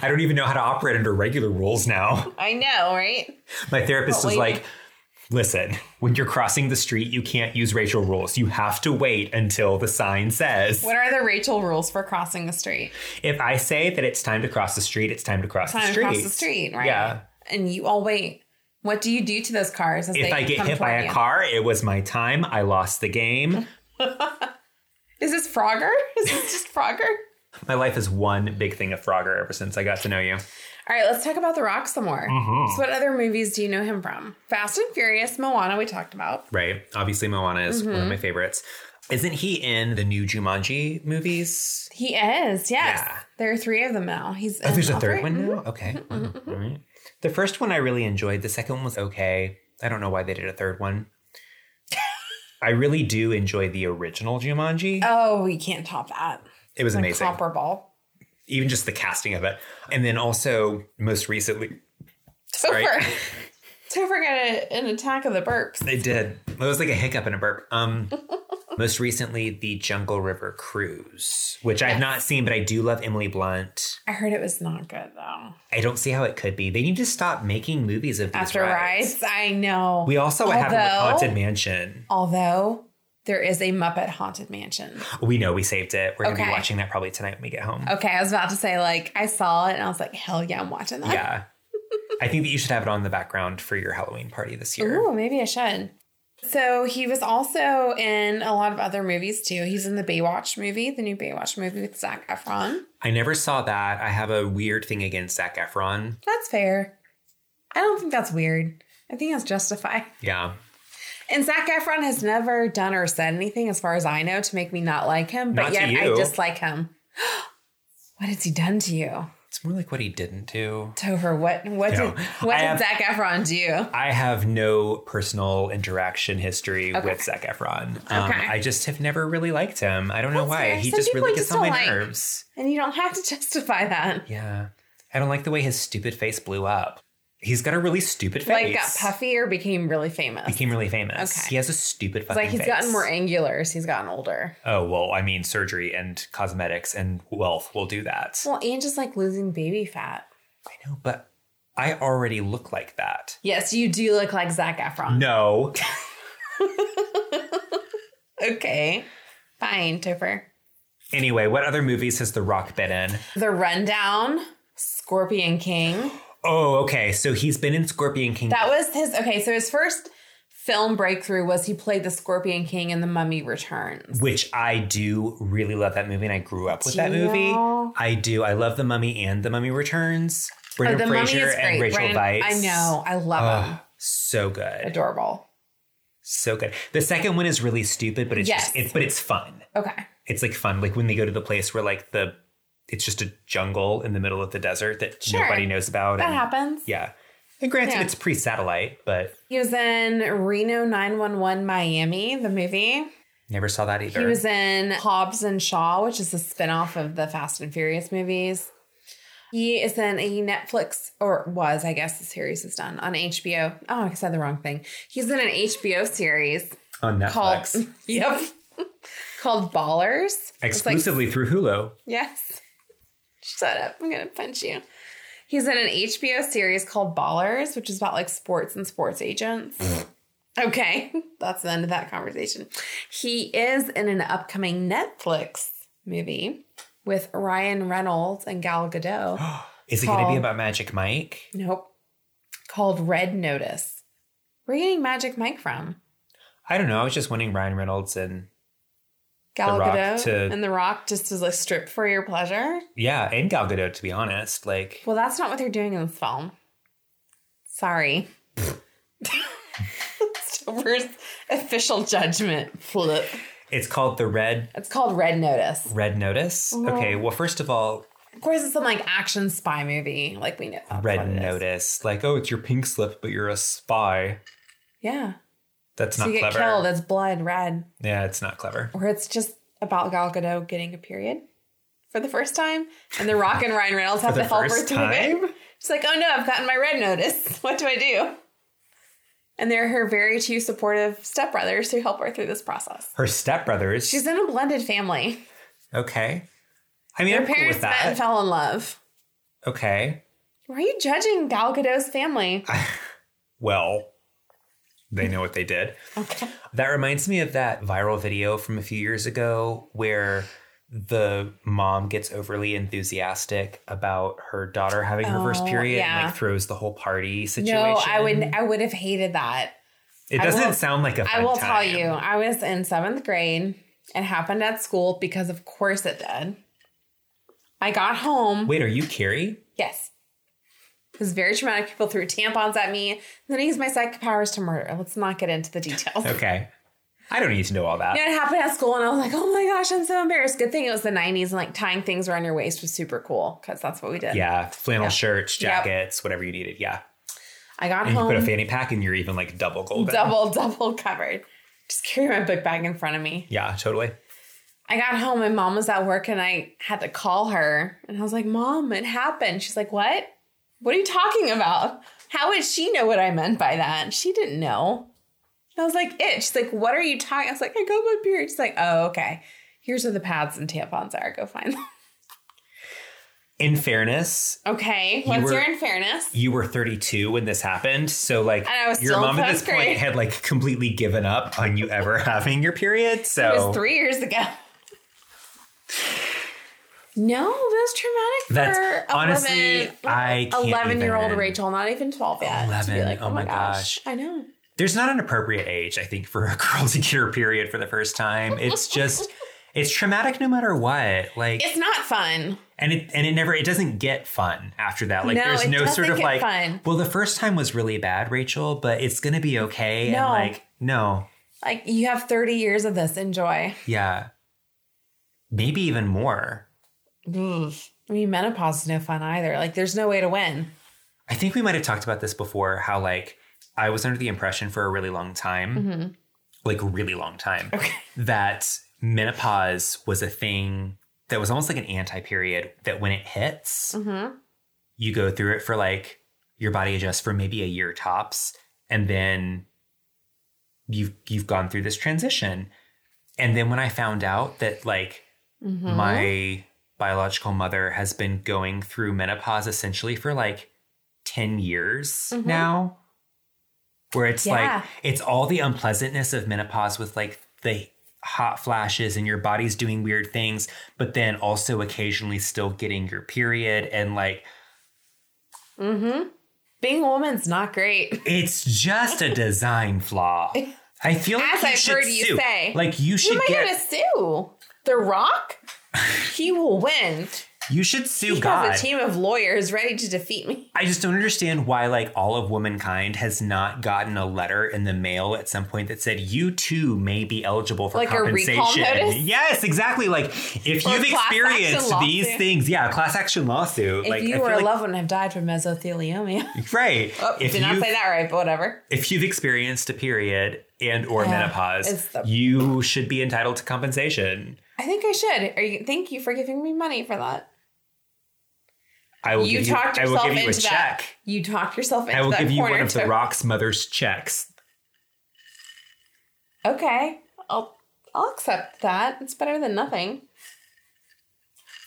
[SPEAKER 3] I don't even know how to operate under regular rules now.
[SPEAKER 2] I know, right?
[SPEAKER 3] My therapist
[SPEAKER 2] But
[SPEAKER 3] was
[SPEAKER 2] wait.
[SPEAKER 3] like, listen, when you're crossing the street, you can't use racial rules. You have to wait until the sign says.
[SPEAKER 2] What are the Rachel rules for crossing the street?
[SPEAKER 3] If I say that it's time to cross the street, it's time to cross the
[SPEAKER 2] Time
[SPEAKER 3] street.
[SPEAKER 2] across the street, right?
[SPEAKER 3] Yeah.
[SPEAKER 2] And you all wait. What do you do to those cars as
[SPEAKER 3] If
[SPEAKER 2] they
[SPEAKER 3] I get
[SPEAKER 2] come
[SPEAKER 3] hit by
[SPEAKER 2] toward
[SPEAKER 3] a
[SPEAKER 2] you?
[SPEAKER 3] car, it was my time. I lost the game.
[SPEAKER 2] Is this Frogger? Is this just Frogger?
[SPEAKER 3] my life is one big thing of Frogger ever since I got to know you.
[SPEAKER 2] All right, let's talk about The Rock some more.
[SPEAKER 3] Mm-hmm.
[SPEAKER 2] So, what other movies do you know him from? Fast and Furious, Moana, we talked about.
[SPEAKER 3] Right. Obviously, Moana is one
[SPEAKER 2] Mm-hmm.
[SPEAKER 3] of my favorites. Isn't he in the new Jumanji movies?
[SPEAKER 2] He is, yes.
[SPEAKER 3] Yeah.
[SPEAKER 2] There are three of them now. He's
[SPEAKER 3] Oh,
[SPEAKER 2] in
[SPEAKER 3] there's a
[SPEAKER 2] all
[SPEAKER 3] third
[SPEAKER 2] three.
[SPEAKER 3] one now? Okay.
[SPEAKER 2] Mm-hmm.
[SPEAKER 3] Wow. All right. The first one I really enjoyed. The second one was okay. I don't know why they did a third one. I really do enjoy the original Jumanji.
[SPEAKER 2] Oh, we can't top that.
[SPEAKER 3] it was amazing.
[SPEAKER 2] Comparable.
[SPEAKER 3] Even just the casting of it. And then also, most recently,
[SPEAKER 2] Topher.
[SPEAKER 3] Right.
[SPEAKER 2] Topher got a, an attack of the burps.
[SPEAKER 3] they did. It was like a hiccup and a burp. Um, most recently, the Jungle River Cruise, which I've not seen, but I do love Emily Blunt.
[SPEAKER 2] I heard it was not good though.
[SPEAKER 3] I don't see how it could be. They need to stop making movies of these
[SPEAKER 2] After
[SPEAKER 3] rides.
[SPEAKER 2] rides, I know.
[SPEAKER 3] We also what happened with
[SPEAKER 2] Although-
[SPEAKER 3] Haunted Mansion.
[SPEAKER 2] Although there is a Muppet Haunted Mansion.
[SPEAKER 3] We know we saved it. We're gonna
[SPEAKER 2] Okay.
[SPEAKER 3] be watching that probably tonight when we get home.
[SPEAKER 2] Okay, I was about to say like I saw it and I was like, hell yeah, I'm watching that.
[SPEAKER 3] Yeah. I think that you should have it on the background for your Halloween party this year.
[SPEAKER 2] Ooh, maybe I should. So he was also in a lot of other movies too. He's in the Baywatch movie, the new Baywatch movie with Zach Efron.
[SPEAKER 3] I never saw that. I have a weird thing against Zach Efron.
[SPEAKER 2] That's fair. I don't think that's weird. I think that's justified.
[SPEAKER 3] Yeah.
[SPEAKER 2] And Zach Efron has never done or said anything, as far as I know, to make me not like him. But
[SPEAKER 3] Not to
[SPEAKER 2] yet I
[SPEAKER 3] you.
[SPEAKER 2] dislike him. what has he done to you,
[SPEAKER 3] It's more like what he didn't do.
[SPEAKER 2] Tover? What what
[SPEAKER 3] No.
[SPEAKER 2] did what
[SPEAKER 3] I
[SPEAKER 2] did
[SPEAKER 3] have-
[SPEAKER 2] Zac Efron do?
[SPEAKER 3] I have no personal interaction history
[SPEAKER 2] Okay.
[SPEAKER 3] with Zac Efron. Um,
[SPEAKER 2] Okay.
[SPEAKER 3] I just have never really liked him. I don't know
[SPEAKER 2] That's
[SPEAKER 3] why.
[SPEAKER 2] fair.
[SPEAKER 3] He
[SPEAKER 2] Some
[SPEAKER 3] just
[SPEAKER 2] people
[SPEAKER 3] really
[SPEAKER 2] you
[SPEAKER 3] gets
[SPEAKER 2] just
[SPEAKER 3] on
[SPEAKER 2] don't
[SPEAKER 3] my
[SPEAKER 2] like.
[SPEAKER 3] nerves.
[SPEAKER 2] And you don't have to justify that.
[SPEAKER 3] Yeah. I don't like the way his stupid face blew up. He's got a really stupid face.
[SPEAKER 2] Like got puffy or became really famous.
[SPEAKER 3] Became really famous.
[SPEAKER 2] Okay.
[SPEAKER 3] He has a stupid
[SPEAKER 2] It's
[SPEAKER 3] fucking
[SPEAKER 2] like he's
[SPEAKER 3] face.
[SPEAKER 2] gotten more angular as he's gotten older.
[SPEAKER 3] Oh, well, I mean, surgery and cosmetics and wealth will do that.
[SPEAKER 2] Well, and just like losing baby fat.
[SPEAKER 3] I know, but I already look like that.
[SPEAKER 2] Yes, you do look like Zach Efron.
[SPEAKER 3] No.
[SPEAKER 2] Okay. Fine, Topher.
[SPEAKER 3] Anyway, what other movies has The Rock been in?
[SPEAKER 2] The Rundown, Scorpion King.
[SPEAKER 3] Oh, okay. So he's been in Scorpion King.
[SPEAKER 2] That was his okay, so his first film breakthrough was he played the Scorpion King in The Mummy Returns.
[SPEAKER 3] which I do really love that movie, and I grew up with
[SPEAKER 2] Do
[SPEAKER 3] that movie.
[SPEAKER 2] you?
[SPEAKER 3] I do. I love The Mummy and The Mummy Returns. Brendan
[SPEAKER 2] Oh, the
[SPEAKER 3] Fraser and Rachel
[SPEAKER 2] Brandon-
[SPEAKER 3] Weisz.
[SPEAKER 2] I know. I love him.
[SPEAKER 3] Ugh, so good,
[SPEAKER 2] Adorable.
[SPEAKER 3] so good. The second one is really stupid, but it's
[SPEAKER 2] Yes.
[SPEAKER 3] just it's but it's fun.
[SPEAKER 2] Okay.
[SPEAKER 3] It's like fun, like when they go to the place where like the it's just a jungle in the middle of the desert that
[SPEAKER 2] Sure.
[SPEAKER 3] nobody knows about.
[SPEAKER 2] That
[SPEAKER 3] and-
[SPEAKER 2] happens.
[SPEAKER 3] Yeah. And granted,
[SPEAKER 2] Yeah.
[SPEAKER 3] it's pre-satellite, but
[SPEAKER 2] He was in Reno 911 Miami, the movie.
[SPEAKER 3] never saw that either.
[SPEAKER 2] He was in Hobbs and Shaw, which is a spinoff of the Fast and Furious movies. He is in a Netflix, or was, I guess the series is done on HBO. Oh, I said the wrong thing. He's in an HBO series
[SPEAKER 3] on
[SPEAKER 2] called,
[SPEAKER 3] Netflix
[SPEAKER 2] yep, called Ballers. It's like-
[SPEAKER 3] exclusively through Hulu.
[SPEAKER 2] yes. Shut up. I'm going to punch you. He's in an HBO series called Ballers, which is about like sports and sports agents. okay. That's the end of that conversation. He is in an upcoming Netflix movie with Ryan Reynolds and Gal Gadot.
[SPEAKER 3] Is it going to
[SPEAKER 2] Called-
[SPEAKER 3] be about Magic Mike?
[SPEAKER 2] nope. Called Red Notice. Where are you getting Magic Mike from?
[SPEAKER 3] I don't know. I was just wanting Ryan Reynolds and
[SPEAKER 2] Gal
[SPEAKER 3] The Rock
[SPEAKER 2] Gadot
[SPEAKER 3] to-
[SPEAKER 2] and The Rock just as a strip for your pleasure.
[SPEAKER 3] yeah, and Gal Gadot to be honest. Like
[SPEAKER 2] Well, that's not what they're doing in this film. Sorry. Stover's official judgment flip.
[SPEAKER 3] it's called the Red
[SPEAKER 2] It's called Red Notice.
[SPEAKER 3] Red Notice. Okay, well first of all,
[SPEAKER 2] Of course, it's some like action spy movie, like we know. that's what
[SPEAKER 3] Red
[SPEAKER 2] it is.
[SPEAKER 3] Notice. Like oh, it's your pink slip, but you're a spy.
[SPEAKER 2] Yeah.
[SPEAKER 3] That's
[SPEAKER 2] so
[SPEAKER 3] not
[SPEAKER 2] you get
[SPEAKER 3] clever.
[SPEAKER 2] killed. It's blood red,
[SPEAKER 3] Yeah, it's not clever.
[SPEAKER 2] or it's just about Gal Gadot getting a period for the first time, and The Rock and Ryan Reynolds have
[SPEAKER 3] the
[SPEAKER 2] to help her
[SPEAKER 3] first
[SPEAKER 2] through it.
[SPEAKER 3] time?
[SPEAKER 2] She's like, "Oh no, I've gotten my red notice. What do I do?" And they're her very two supportive stepbrothers who help her through this process.
[SPEAKER 3] Her stepbrothers.
[SPEAKER 2] She's in a blended family.
[SPEAKER 3] okay. I mean,
[SPEAKER 2] Her
[SPEAKER 3] I'm cool
[SPEAKER 2] parents
[SPEAKER 3] with
[SPEAKER 2] met and
[SPEAKER 3] that.
[SPEAKER 2] fell in love.
[SPEAKER 3] okay.
[SPEAKER 2] Why are you judging Gal Gadot's family?
[SPEAKER 3] Well, they know what they did.
[SPEAKER 2] Okay.
[SPEAKER 3] That reminds me of that viral video from a few years ago where the mom gets overly enthusiastic about her daughter having her first
[SPEAKER 2] Oh,
[SPEAKER 3] period and
[SPEAKER 2] yeah.
[SPEAKER 3] like throws the whole party situation.
[SPEAKER 2] No, I would I would have hated that.
[SPEAKER 3] It
[SPEAKER 2] I
[SPEAKER 3] doesn't
[SPEAKER 2] will-
[SPEAKER 3] sound like a fun
[SPEAKER 2] I will tell
[SPEAKER 3] time.
[SPEAKER 2] you, I was in seventh grade. It happened at school because of course it did. I got home.
[SPEAKER 3] Wait, are you Carrie?
[SPEAKER 2] Yes. It was very traumatic. People threw tampons at me. Then I used my psychic powers to murder. Let's not get into the details.
[SPEAKER 3] Okay. I don't need to know all that.
[SPEAKER 2] Yeah, it happened at school, and I was like, "Oh my gosh, I'm so embarrassed." Good thing it was the '90s, and like tying things around your waist was super cool because that's what we did.
[SPEAKER 3] Yeah, flannel shirts,
[SPEAKER 2] Yep.
[SPEAKER 3] jackets, whatever you needed. Yeah.
[SPEAKER 2] I got
[SPEAKER 3] And you
[SPEAKER 2] home.
[SPEAKER 3] put a fanny pack and you're even like double golden.
[SPEAKER 2] double double covered just carry my book bag in front of me
[SPEAKER 3] Yeah, totally.
[SPEAKER 2] i got home my mom was at work and i had to call her and i was like mom it happened she's like what what are you talking about how would she know what i meant by that she didn't know and i was like it she's like what are you talking i was like i got my period she's like oh okay here's where the pads and tampons are go find them
[SPEAKER 3] In fairness,
[SPEAKER 2] okay once
[SPEAKER 3] were-
[SPEAKER 2] you're in fairness
[SPEAKER 3] you were 32 when this happened. So like
[SPEAKER 2] And I was
[SPEAKER 3] your
[SPEAKER 2] still in
[SPEAKER 3] mom at this
[SPEAKER 2] first
[SPEAKER 3] point
[SPEAKER 2] grade.
[SPEAKER 3] had like completely given up on you ever having your period. So
[SPEAKER 2] it was three years ago no, that's traumatic for
[SPEAKER 3] That's-
[SPEAKER 2] 11,
[SPEAKER 3] honestly, I can't
[SPEAKER 2] 11 year old
[SPEAKER 3] even-
[SPEAKER 2] Rachel, not even 12 yet. to be
[SPEAKER 3] 11,
[SPEAKER 2] like, oh, my gosh. I know.
[SPEAKER 3] there's not an appropriate age, I think, for a girl to get her period for the first time. It's just It's traumatic no matter what. Like
[SPEAKER 2] It's not fun.
[SPEAKER 3] and it and it never it doesn't get fun after that. Like
[SPEAKER 2] No,
[SPEAKER 3] there's
[SPEAKER 2] it
[SPEAKER 3] no
[SPEAKER 2] doesn't
[SPEAKER 3] sort of
[SPEAKER 2] get
[SPEAKER 3] like
[SPEAKER 2] fun.
[SPEAKER 3] well the first time was really bad, Rachel, but it's gonna be okay. And
[SPEAKER 2] No.
[SPEAKER 3] like no,
[SPEAKER 2] Like you have 30 years of this. Enjoy.
[SPEAKER 3] yeah. Maybe even more.
[SPEAKER 2] I mean, menopause is no fun either. Like there's no way to win.
[SPEAKER 3] I think we might have talked about this before, how like I was under the impression for a really long time, like really long time, that menopause was a thing that was almost like an anti-period that when it hits,
[SPEAKER 2] Mm-hmm.
[SPEAKER 3] you go through it for like your body adjusts for maybe a year tops and then you've you've gone through this transition and then when i found out that like my biological mother has been going through menopause essentially for like 10 years
[SPEAKER 2] Mhm.
[SPEAKER 3] now where it's
[SPEAKER 2] Yeah.
[SPEAKER 3] like it's all the unpleasantness of menopause with like the hot flashes and your body's doing weird things but then also occasionally still getting your period and like
[SPEAKER 2] Mm-hmm. Being a woman's not great.
[SPEAKER 3] It's just a design flaw. I feel like
[SPEAKER 2] As
[SPEAKER 3] you
[SPEAKER 2] I've
[SPEAKER 3] should
[SPEAKER 2] heard you
[SPEAKER 3] sue.
[SPEAKER 2] say.
[SPEAKER 3] like you
[SPEAKER 2] Who
[SPEAKER 3] should
[SPEAKER 2] am I
[SPEAKER 3] get
[SPEAKER 2] gonna sue? The Rock? he will win.
[SPEAKER 3] you should sue
[SPEAKER 2] He
[SPEAKER 3] God.
[SPEAKER 2] has a team of lawyers ready to defeat me.
[SPEAKER 3] I just don't understand why like all of womankind has not gotten a letter in the mail at some point that said you too may be eligible for
[SPEAKER 2] Like a
[SPEAKER 3] compensation.
[SPEAKER 2] recall notice?
[SPEAKER 3] Yes, exactly. Like if
[SPEAKER 2] Or a class
[SPEAKER 3] you've
[SPEAKER 2] action
[SPEAKER 3] experienced these
[SPEAKER 2] lawsuit.
[SPEAKER 3] things, yeah, a class action lawsuit.
[SPEAKER 2] If
[SPEAKER 3] like I
[SPEAKER 2] you
[SPEAKER 3] feel
[SPEAKER 2] or a
[SPEAKER 3] like-
[SPEAKER 2] loved one have died from mesothelioma.
[SPEAKER 3] right.
[SPEAKER 2] Oh,
[SPEAKER 3] if
[SPEAKER 2] did not
[SPEAKER 3] you've-
[SPEAKER 2] say that right, but whatever.
[SPEAKER 3] if you've experienced a period and or
[SPEAKER 2] Yeah, it's
[SPEAKER 3] menopause,
[SPEAKER 2] the-
[SPEAKER 3] you should be entitled to compensation.
[SPEAKER 2] I think I should. Are you thank you for giving me money for that?
[SPEAKER 3] I will
[SPEAKER 2] You
[SPEAKER 3] give
[SPEAKER 2] talked
[SPEAKER 3] you, I will
[SPEAKER 2] yourself
[SPEAKER 3] give you a
[SPEAKER 2] into that.
[SPEAKER 3] check.
[SPEAKER 2] You talked yourself into
[SPEAKER 3] I will
[SPEAKER 2] that
[SPEAKER 3] give you one
[SPEAKER 2] corner
[SPEAKER 3] of the
[SPEAKER 2] to-
[SPEAKER 3] Rock's mother's checks.
[SPEAKER 2] Okay. I'll I'll accept that. It's better than nothing.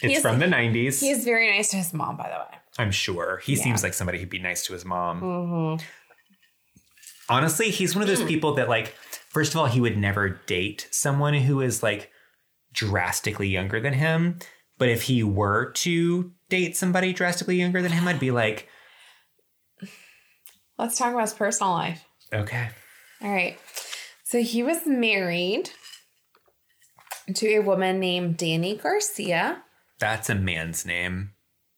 [SPEAKER 3] It's
[SPEAKER 2] is-
[SPEAKER 3] from the 90s.
[SPEAKER 2] He is very nice to his mom, by the way.
[SPEAKER 3] I'm sure. He seems like somebody who'd be nice to his mom.
[SPEAKER 2] Mm-hmm. Hmm.
[SPEAKER 3] Honestly, he's one of those people that, like, first of all, he would never date someone who is, like, drastically younger than him. But if he were to date somebody drastically younger than him, I'd be like,
[SPEAKER 2] Let's talk about his personal life.
[SPEAKER 3] okay.
[SPEAKER 2] All right. So he was married to a woman named Danny Garcia.
[SPEAKER 3] That's a man's name.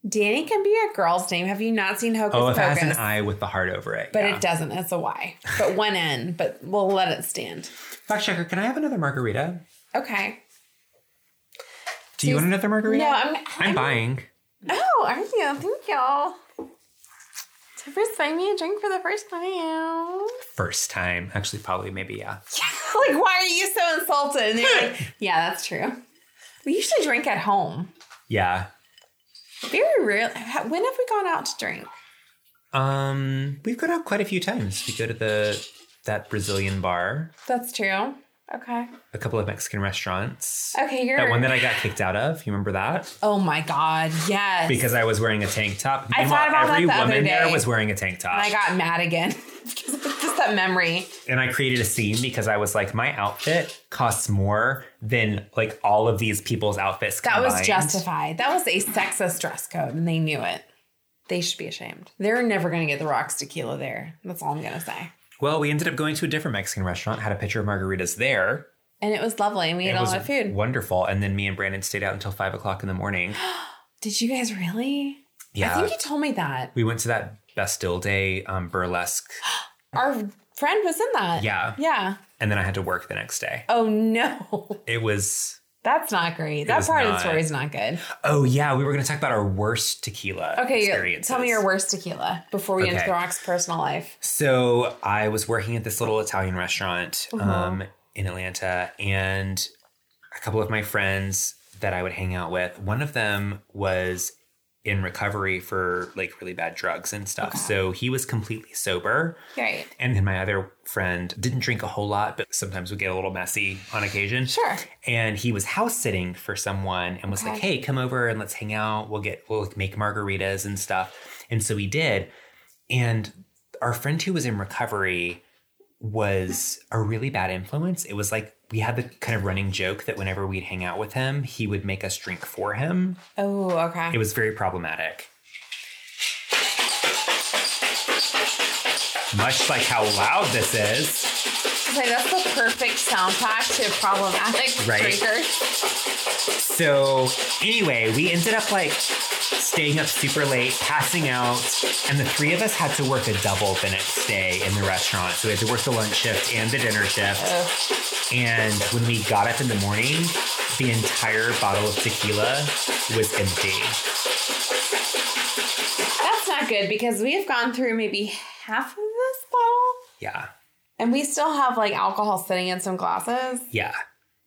[SPEAKER 2] Danny can be a girl's name. Have you not seen Hocus
[SPEAKER 3] Oh, if it has an
[SPEAKER 2] Pocus?
[SPEAKER 3] I with the heart over it.
[SPEAKER 2] but
[SPEAKER 3] yeah.
[SPEAKER 2] it doesn't. It's a Y. But one N. But we'll let it stand.
[SPEAKER 3] Fact checker, can I have another margarita?
[SPEAKER 2] Okay.
[SPEAKER 3] Do you
[SPEAKER 2] She's-
[SPEAKER 3] want another margarita?
[SPEAKER 2] No, I'm.
[SPEAKER 3] I'm buying.
[SPEAKER 2] Oh, are you? Thank y'all. Tipper's buying me a drink for the first time.
[SPEAKER 3] first time. Actually, probably maybe yeah.
[SPEAKER 2] like, why are you so insulted? And they're like, yeah, that's true. We usually drink at home.
[SPEAKER 3] Yeah.
[SPEAKER 2] Very rarely. ha- When have we gone out to drink?
[SPEAKER 3] Um, we've gone out quite a few times. We go to the that Brazilian bar,
[SPEAKER 2] That's true. Okay.
[SPEAKER 3] a couple of Mexican restaurants.
[SPEAKER 2] Okay, you're
[SPEAKER 3] That one that I got kicked out of. You remember that?
[SPEAKER 2] Oh my god, yes.
[SPEAKER 3] Because I was wearing a tank top.
[SPEAKER 2] I thought about that
[SPEAKER 3] every
[SPEAKER 2] the other
[SPEAKER 3] woman
[SPEAKER 2] day.
[SPEAKER 3] there was wearing a tank top.
[SPEAKER 2] and I got mad again because of just that memory.
[SPEAKER 3] and I created a scene because I was like, my outfit costs more than like all of these people's outfits.
[SPEAKER 2] That was
[SPEAKER 3] combined.
[SPEAKER 2] justified. That was a sexist dress code, and they knew it. They should be ashamed. They're never gonna get the rocks tequila there. That's all I'm gonna say.
[SPEAKER 3] Well, we ended up going to a different Mexican restaurant, had a picture of margaritas there.
[SPEAKER 2] And it was lovely, and we
[SPEAKER 3] It
[SPEAKER 2] had a
[SPEAKER 3] was
[SPEAKER 2] lot of food.
[SPEAKER 3] wonderful. And then me and Brandon stayed out until five o'clock in the morning.
[SPEAKER 2] Did you guys really?
[SPEAKER 3] Yeah.
[SPEAKER 2] I think you told me that.
[SPEAKER 3] We went to that Bastille Day um, burlesque.
[SPEAKER 2] Our friend was in that.
[SPEAKER 3] Yeah.
[SPEAKER 2] Yeah.
[SPEAKER 3] And then I had to work the next day.
[SPEAKER 2] Oh no.
[SPEAKER 3] It was,
[SPEAKER 2] That's not great. That
[SPEAKER 3] was
[SPEAKER 2] part of the
[SPEAKER 3] not.
[SPEAKER 2] story is not good.
[SPEAKER 3] oh, yeah, we were going to talk about our worst tequila
[SPEAKER 2] Okay, you-
[SPEAKER 3] experiences.
[SPEAKER 2] tell me your worst tequila before we get into
[SPEAKER 3] Okay.
[SPEAKER 2] the rock's personal life.
[SPEAKER 3] So I was working at this little Italian restaurant um,
[SPEAKER 2] Uh-huh.
[SPEAKER 3] in Atlanta, and a couple of my friends that I would hang out with, one of them was in recovery for like really bad drugs and stuff. So he was completely sober.
[SPEAKER 2] Great.
[SPEAKER 3] And then my other friend didn't drink a whole lot, but sometimes would get a little messy on occasion.
[SPEAKER 2] Sure.
[SPEAKER 3] And he was house sitting for someone and was like,
[SPEAKER 2] Okay.
[SPEAKER 3] "Hey, come over and let's hang out. We'll get we'll make margaritas and stuff." And so we did. And our friend who was in recovery was a really bad influence. It was like we had the kind of running joke that whenever we'd hang out with him, he would make us drink for him.
[SPEAKER 2] Oh, okay.
[SPEAKER 3] It was very problematic. Much like how loud this is.
[SPEAKER 2] Like that's the perfect soundtrack to problematic
[SPEAKER 3] Right.
[SPEAKER 2] drinkers.
[SPEAKER 3] So anyway, we ended up like staying up super late, passing out, and the three of us had to work a double the next day in the restaurant. So we had to work the lunch shift and the dinner shift. And when we got up in the morning, the entire bottle of tequila was empty.
[SPEAKER 2] That's not good because we have gone through maybe half of this bottle
[SPEAKER 3] Yeah.
[SPEAKER 2] and we still have like alcohol sitting in some glasses.
[SPEAKER 3] Yeah.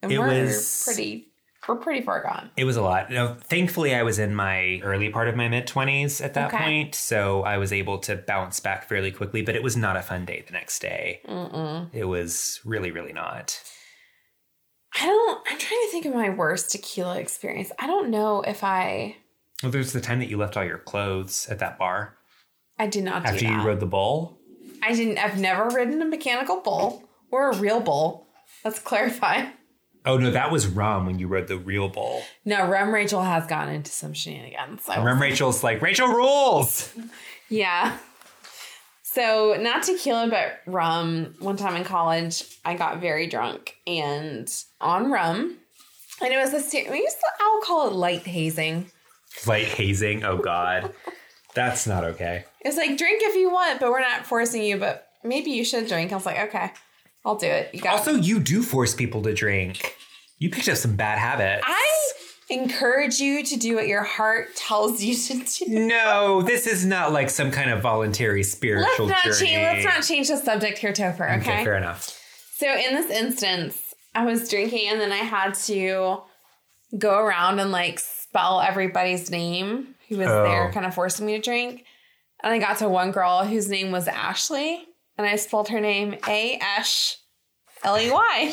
[SPEAKER 2] And
[SPEAKER 3] It
[SPEAKER 2] we're
[SPEAKER 3] was-
[SPEAKER 2] pretty we're pretty far gone.
[SPEAKER 3] It was a lot. Now, thankfully, I was in my early part of my mid 20s at that
[SPEAKER 2] Okay.
[SPEAKER 3] point. So I was able to bounce back fairly quickly, but it was not a fun day the next day.
[SPEAKER 2] Mm-mm.
[SPEAKER 3] It was really, really not.
[SPEAKER 2] I don't I'm trying to think of my worst tequila experience. I don't know if I
[SPEAKER 3] Well, there's the time that you left all your clothes at that bar
[SPEAKER 2] I did not do
[SPEAKER 3] after
[SPEAKER 2] that.
[SPEAKER 3] you rode the bull.
[SPEAKER 2] I didn't I've never ridden a mechanical bull or a real bull. Let's clarify.
[SPEAKER 3] Oh no, that was Rum when you rode the real bull.
[SPEAKER 2] No, Rum Rachel has gone into some shenanigans. I will
[SPEAKER 3] Rum Rachel's like Rachel rules.
[SPEAKER 2] Yeah. So, not tequila, but rum. One time in college, I got very drunk and on rum. And it was a, ser- we used to, I'll call it light hazing.
[SPEAKER 3] Light hazing. Oh god, that's not okay.
[SPEAKER 2] It was like, drink if you want, but we're not forcing you, but maybe you should drink. I was like, okay, I'll do it. You got
[SPEAKER 3] Also, you do force people to drink. You picked up some bad habits.
[SPEAKER 2] I encourage you to do what your heart tells you to do.
[SPEAKER 3] no, this is not like some kind of voluntary
[SPEAKER 2] Let's
[SPEAKER 3] spiritual
[SPEAKER 2] not,
[SPEAKER 3] journey.
[SPEAKER 2] change, let's not change the subject here, Topher,
[SPEAKER 3] okay? fair enough.
[SPEAKER 2] So in this instance, I was drinking and then I had to go around and like spell everybody's name who was
[SPEAKER 3] Oh.
[SPEAKER 2] there, kind of forcing me to drink. And I got to one girl whose name was Ashley, and I spelled her name A S L E Y.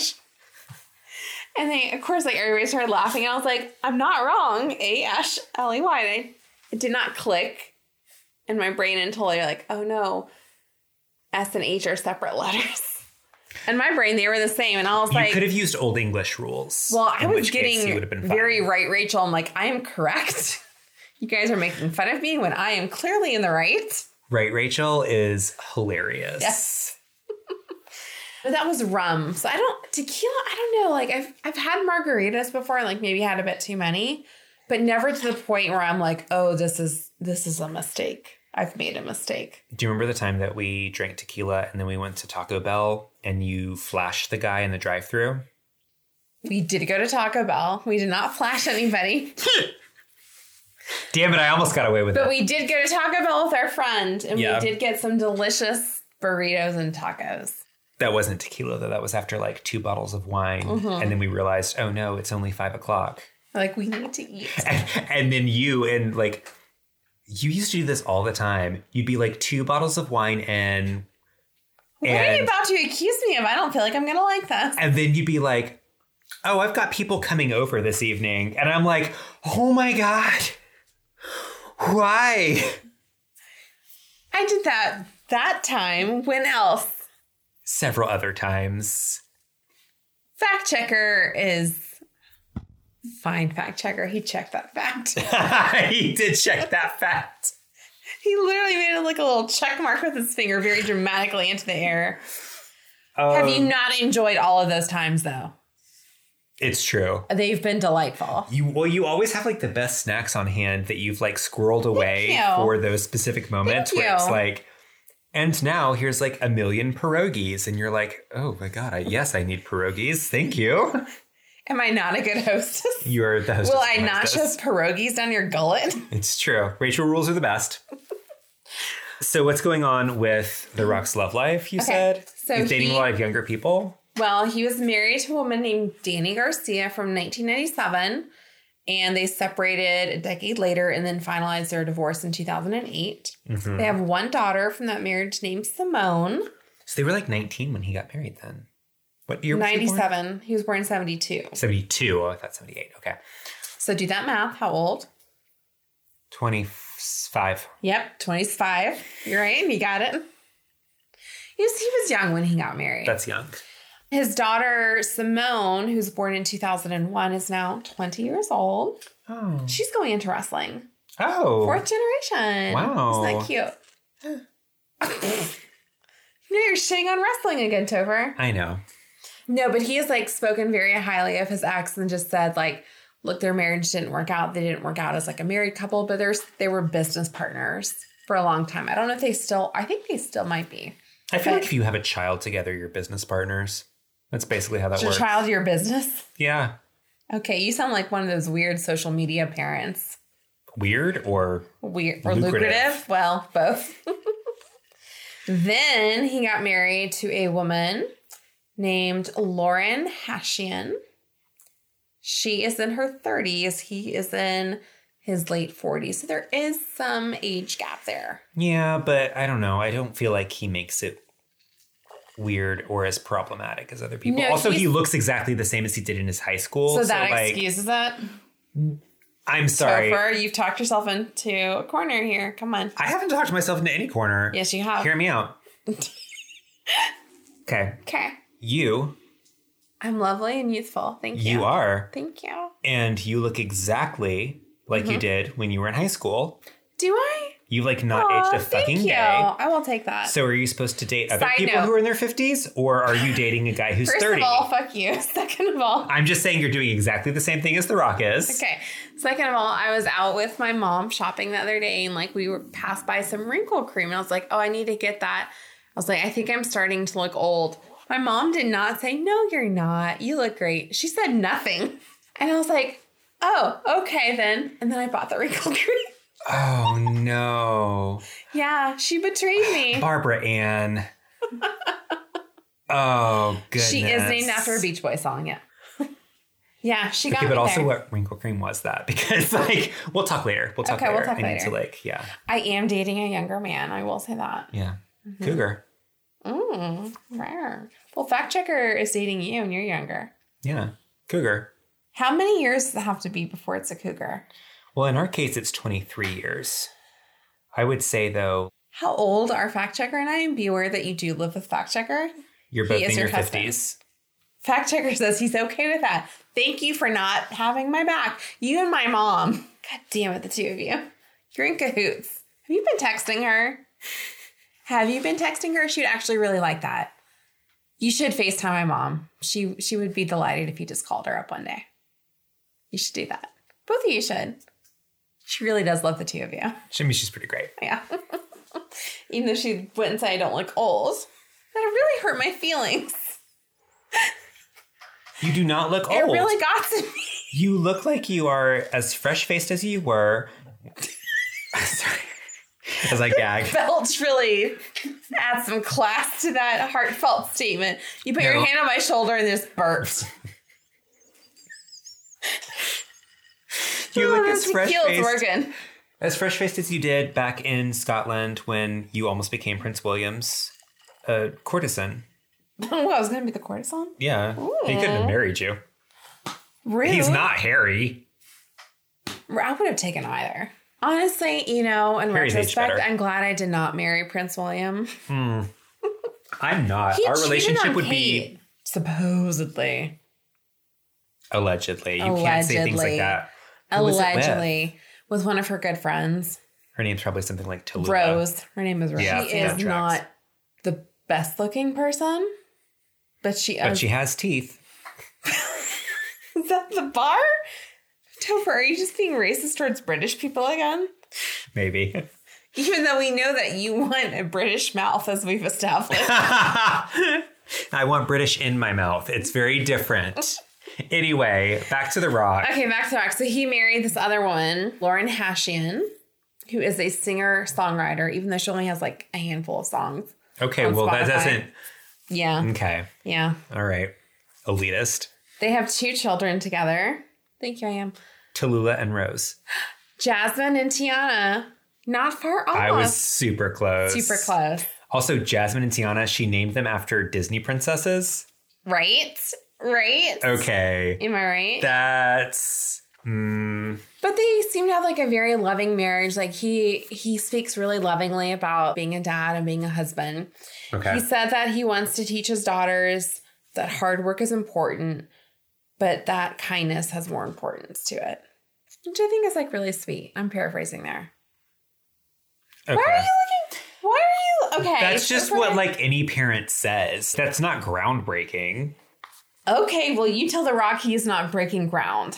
[SPEAKER 2] And they, of course, like everybody started laughing. And I was like, I'm not wrong. A S L E Y. And I- It did not click in my brain until they were like, oh no, S and H are separate letters. In my brain, they were the same. And I was
[SPEAKER 3] you
[SPEAKER 2] like,
[SPEAKER 3] could have used Old English rules.
[SPEAKER 2] well, I
[SPEAKER 3] in
[SPEAKER 2] was
[SPEAKER 3] which case you
[SPEAKER 2] getting
[SPEAKER 3] would have been fine.
[SPEAKER 2] very right, Rachel. I'm like, I am correct. you guys are making fun of me when I am clearly in the right.
[SPEAKER 3] right. Rachel is hilarious.
[SPEAKER 2] Yes. But that was rum. So I don't tequila. I don't know. Like I've I've had margaritas before. Like maybe had a bit too many, but never to the point where I'm like, oh, this is this is a mistake. I've made a mistake.
[SPEAKER 3] Do you remember the time that we drank tequila and then we went to Taco Bell and you flashed the guy in the drive thru?
[SPEAKER 2] We did go to Taco Bell. We did not flash anybody,
[SPEAKER 3] Damn it, I almost got away with
[SPEAKER 2] but
[SPEAKER 3] it.
[SPEAKER 2] we did go to Taco Bell with our friend, and
[SPEAKER 3] Yeah.
[SPEAKER 2] we did get some delicious burritos and tacos.
[SPEAKER 3] that wasn't tequila though. That was after like two bottles of wine.
[SPEAKER 2] Mm-hmm.
[SPEAKER 3] And then we realized, oh no, it's only five o'clock.
[SPEAKER 2] Like we need to eat.
[SPEAKER 3] And, and then you and like, you used to do this all the time. You'd be like two bottles of wine in.
[SPEAKER 2] What are you
[SPEAKER 3] And,
[SPEAKER 2] about to accuse me of? I don't feel like I'm gonna like this.
[SPEAKER 3] and then you'd be like, oh, I've got people coming over this evening. And I'm like, oh my God, why?
[SPEAKER 2] I did that that time. When else?
[SPEAKER 3] Several other times.
[SPEAKER 2] fact checker is fine fact checker he checked that fact
[SPEAKER 3] he did check that fact.
[SPEAKER 2] he literally made it like a little check mark with his finger very dramatically into the air have you
[SPEAKER 3] Um,
[SPEAKER 2] not enjoyed all of those times though
[SPEAKER 3] It's true.
[SPEAKER 2] they've been delightful
[SPEAKER 3] You well, you always have like the best snacks on hand that you've like squirreled away
[SPEAKER 2] you.
[SPEAKER 3] for those specific moments
[SPEAKER 2] Thank
[SPEAKER 3] where it's
[SPEAKER 2] you.
[SPEAKER 3] like, and now here's like a million pierogies, and you're like, oh my god, I, yes, I need pierogies. Thank you.
[SPEAKER 2] am i not a good hostess
[SPEAKER 3] You're the host.
[SPEAKER 2] will i not shove pierogies down your gullet
[SPEAKER 3] It's true. Rachel rules are the best. So what's going on with the Rock's love life? You
[SPEAKER 2] Okay.
[SPEAKER 3] said
[SPEAKER 2] So
[SPEAKER 3] He's dating
[SPEAKER 2] he-
[SPEAKER 3] a lot of younger people.
[SPEAKER 2] Well, he was married to a woman named Danny Garcia from 1997, and they separated a decade later and then finalized their divorce in 2008. They have one daughter from that marriage named Simone,
[SPEAKER 3] So they were like 19 when he got married. Then what year? was he born?
[SPEAKER 2] 97. He was born in 72.
[SPEAKER 3] 72. Oh, I thought 78. Okay.
[SPEAKER 2] So do that math. How old?
[SPEAKER 3] 25.
[SPEAKER 2] Yep, 25. You're right. You got it. He was, he was young when he got married.
[SPEAKER 3] That's young.
[SPEAKER 2] His daughter, Simone, who's born in 2001, is now 20 years old.
[SPEAKER 3] Oh.
[SPEAKER 2] She's going into wrestling.
[SPEAKER 3] Oh.
[SPEAKER 2] Fourth generation.
[SPEAKER 3] Wow.
[SPEAKER 2] Isn't that cute? No, you're shitting on wrestling again, Topher.
[SPEAKER 3] I know.
[SPEAKER 2] No, but he has like spoken very highly of his ex and just said like, look, their marriage didn't work out. They didn't work out as like a married couple, but there's they were business partners for a long time. I don't know if they still. I think they still might be.
[SPEAKER 3] I feel
[SPEAKER 2] But-
[SPEAKER 3] like if you have a child together, you're business partners. That's basically how that
[SPEAKER 2] Is your
[SPEAKER 3] works.
[SPEAKER 2] child your business?
[SPEAKER 3] Yeah.
[SPEAKER 2] Okay, you sound like one of those weird social media parents.
[SPEAKER 3] Weird or
[SPEAKER 2] weird or lucrative.
[SPEAKER 3] Lucrative.
[SPEAKER 2] Well, both. then he got married to a woman named Lauren Hashian. She is in her 30s. He is in his late 40s. So there is some age gap there.
[SPEAKER 3] yeah, but I don't know. I don't feel like he makes it weird or as problematic as other people.
[SPEAKER 2] No,
[SPEAKER 3] also, he
[SPEAKER 2] he's-
[SPEAKER 3] looks exactly the same as he did in his high school.
[SPEAKER 2] So that
[SPEAKER 3] like,
[SPEAKER 2] excuses it.
[SPEAKER 3] I'm sorry.
[SPEAKER 2] Topher, you've talked yourself into a corner here. Come on.
[SPEAKER 3] I haven't talked myself into any corner.
[SPEAKER 2] Yes, you have.
[SPEAKER 3] Hear me out. okay.
[SPEAKER 2] Okay.
[SPEAKER 3] You,
[SPEAKER 2] I'm lovely and youthful. Thank you.
[SPEAKER 3] you are,
[SPEAKER 2] Thank you.
[SPEAKER 3] and you look exactly like
[SPEAKER 2] Mm-hmm.
[SPEAKER 3] you did when you were in high school.
[SPEAKER 2] Do I?
[SPEAKER 3] You've like not
[SPEAKER 2] Aw,
[SPEAKER 3] aged a
[SPEAKER 2] thank
[SPEAKER 3] fucking
[SPEAKER 2] you.
[SPEAKER 3] day.
[SPEAKER 2] I will take that.
[SPEAKER 3] So are you supposed to date other
[SPEAKER 2] Side
[SPEAKER 3] people
[SPEAKER 2] note.
[SPEAKER 3] who are in their 50s or are you dating a guy who's
[SPEAKER 2] First
[SPEAKER 3] 30?
[SPEAKER 2] of all, fuck you. Second of all,
[SPEAKER 3] I'm just saying you're doing exactly the same thing as The Rock is.
[SPEAKER 2] okay. Second of all, I was out with my mom shopping the other day and like we were passed by some wrinkle cream and I was like, oh, I need to get that. I was like, I think I'm starting to look old. My mom did not say, no, you're not. You look great. She said nothing. And I was like, oh, okay then. And then I bought the wrinkle cream.
[SPEAKER 3] Oh no.
[SPEAKER 2] yeah, she betrayed me.
[SPEAKER 3] Barbara Ann. oh goodness.
[SPEAKER 2] She is named after a Beach Boy song, yeah. yeah, she got
[SPEAKER 3] Okay, but
[SPEAKER 2] me
[SPEAKER 3] also
[SPEAKER 2] there.
[SPEAKER 3] what wrinkle cream was that? Because like we'll talk later. We'll talk
[SPEAKER 2] Okay, we'll
[SPEAKER 3] later.
[SPEAKER 2] talk
[SPEAKER 3] I need
[SPEAKER 2] later.
[SPEAKER 3] to like, yeah.
[SPEAKER 2] I am dating a younger man, I will say that.
[SPEAKER 3] Yeah.
[SPEAKER 2] Mm-hmm.
[SPEAKER 3] Cougar.
[SPEAKER 2] Mm, rare. Well, fact checker is dating you and you're younger.
[SPEAKER 3] Yeah. Cougar.
[SPEAKER 2] How many years does it have to be before it's a cougar?
[SPEAKER 3] Well, in our case it's 23 years. I would say though,
[SPEAKER 2] How old are fact checker and I? And be aware that you do live with fact checker.
[SPEAKER 3] you're
[SPEAKER 2] He
[SPEAKER 3] both
[SPEAKER 2] is
[SPEAKER 3] in
[SPEAKER 2] your
[SPEAKER 3] your
[SPEAKER 2] husband.
[SPEAKER 3] 50s.
[SPEAKER 2] Fact checker says he's okay with that. Thank you for not having my back. You and my mom. God damn it, the two of you. You're in cahoots. Have you been texting her? Have you been texting her? She'd actually really like that. You should FaceTime my mom. She she would be delighted if you just called her up one day. You should do that. Both of you should. She really does love the two of you.
[SPEAKER 3] I mean, she's pretty great.
[SPEAKER 2] Yeah. Even though she went and said I don't look old. That really hurt my feelings.
[SPEAKER 3] You do not look
[SPEAKER 2] It
[SPEAKER 3] old.
[SPEAKER 2] really got to me.
[SPEAKER 3] You look like you are as fresh faced as you were. Sorry. As I gag.
[SPEAKER 2] Belch really add some class to that heartfelt statement. You put your
[SPEAKER 3] No.
[SPEAKER 2] hand on my shoulder and just burped.
[SPEAKER 3] You look
[SPEAKER 2] Oh,
[SPEAKER 3] as
[SPEAKER 2] the
[SPEAKER 3] fresh
[SPEAKER 2] tequila's
[SPEAKER 3] faced
[SPEAKER 2] working.
[SPEAKER 3] as fresh faced as you did back in Scotland when you almost became Prince William's uh, courtesan.
[SPEAKER 2] Oh, I was going to be the courtesan.
[SPEAKER 3] Yeah. He couldn't have married you.
[SPEAKER 2] Rude.
[SPEAKER 3] He's not Harry.
[SPEAKER 2] I would have taken either. Honestly, you know, in
[SPEAKER 3] Harry's age
[SPEAKER 2] retrospect,
[SPEAKER 3] better.
[SPEAKER 2] I'm glad I did not marry Prince William.
[SPEAKER 3] I'm not.
[SPEAKER 2] He
[SPEAKER 3] Our
[SPEAKER 2] cheated
[SPEAKER 3] relationship
[SPEAKER 2] on
[SPEAKER 3] would be
[SPEAKER 2] Kate, supposedly,
[SPEAKER 3] allegedly. You can't say things
[SPEAKER 2] Allegedly.
[SPEAKER 3] like that. Who was it with?
[SPEAKER 2] allegedly, with one of her good friends,
[SPEAKER 3] Her name's probably something like Tallulah.
[SPEAKER 2] Rose. Her name is Rose.
[SPEAKER 3] Yeah,
[SPEAKER 2] she
[SPEAKER 3] that
[SPEAKER 2] is
[SPEAKER 3] tracks.
[SPEAKER 2] not the best looking person, but she.
[SPEAKER 3] But she has teeth.
[SPEAKER 2] Is that the bar? Topher, are you just being racist towards British people again?
[SPEAKER 3] Maybe.
[SPEAKER 2] Even though we know that you want a British mouth, as we've established.
[SPEAKER 3] I want British in my mouth. It's very different. Anyway, back to The Rock.
[SPEAKER 2] okay, back to back. So he married this other woman, Lauren Hashian, who is a singer songwriter, even though she only has like a handful of songs.
[SPEAKER 3] Okay,
[SPEAKER 2] on
[SPEAKER 3] well,
[SPEAKER 2] Spotify.
[SPEAKER 3] that doesn't.
[SPEAKER 2] Yeah,
[SPEAKER 3] Okay.
[SPEAKER 2] yeah.
[SPEAKER 3] All right. Elitist.
[SPEAKER 2] They have two children together. Thank you, I am.
[SPEAKER 3] Tallulah and Rose.
[SPEAKER 2] Jasmine and Tiana. Not far off.
[SPEAKER 3] I was super close.
[SPEAKER 2] super close.
[SPEAKER 3] Also, Jasmine and Tiana, she named them after Disney princesses.
[SPEAKER 2] Right? Right?
[SPEAKER 3] Okay.
[SPEAKER 2] Am I right?
[SPEAKER 3] That's. Mm,
[SPEAKER 2] But they seem to have like a very loving marriage. Like he he speaks really lovingly about being a dad and being a husband.
[SPEAKER 3] okay.
[SPEAKER 2] He said that he wants to teach his daughters that hard work is important, but that kindness has more importance to it. Which I think is like really sweet. I'm paraphrasing there.
[SPEAKER 3] okay.
[SPEAKER 2] Why are you looking? Why are Okay.
[SPEAKER 3] That's
[SPEAKER 2] so
[SPEAKER 3] just
[SPEAKER 2] for
[SPEAKER 3] what
[SPEAKER 2] my-
[SPEAKER 3] like any parent says. That's not groundbreaking.
[SPEAKER 2] Okay, well, you tell The Rock he's not breaking ground.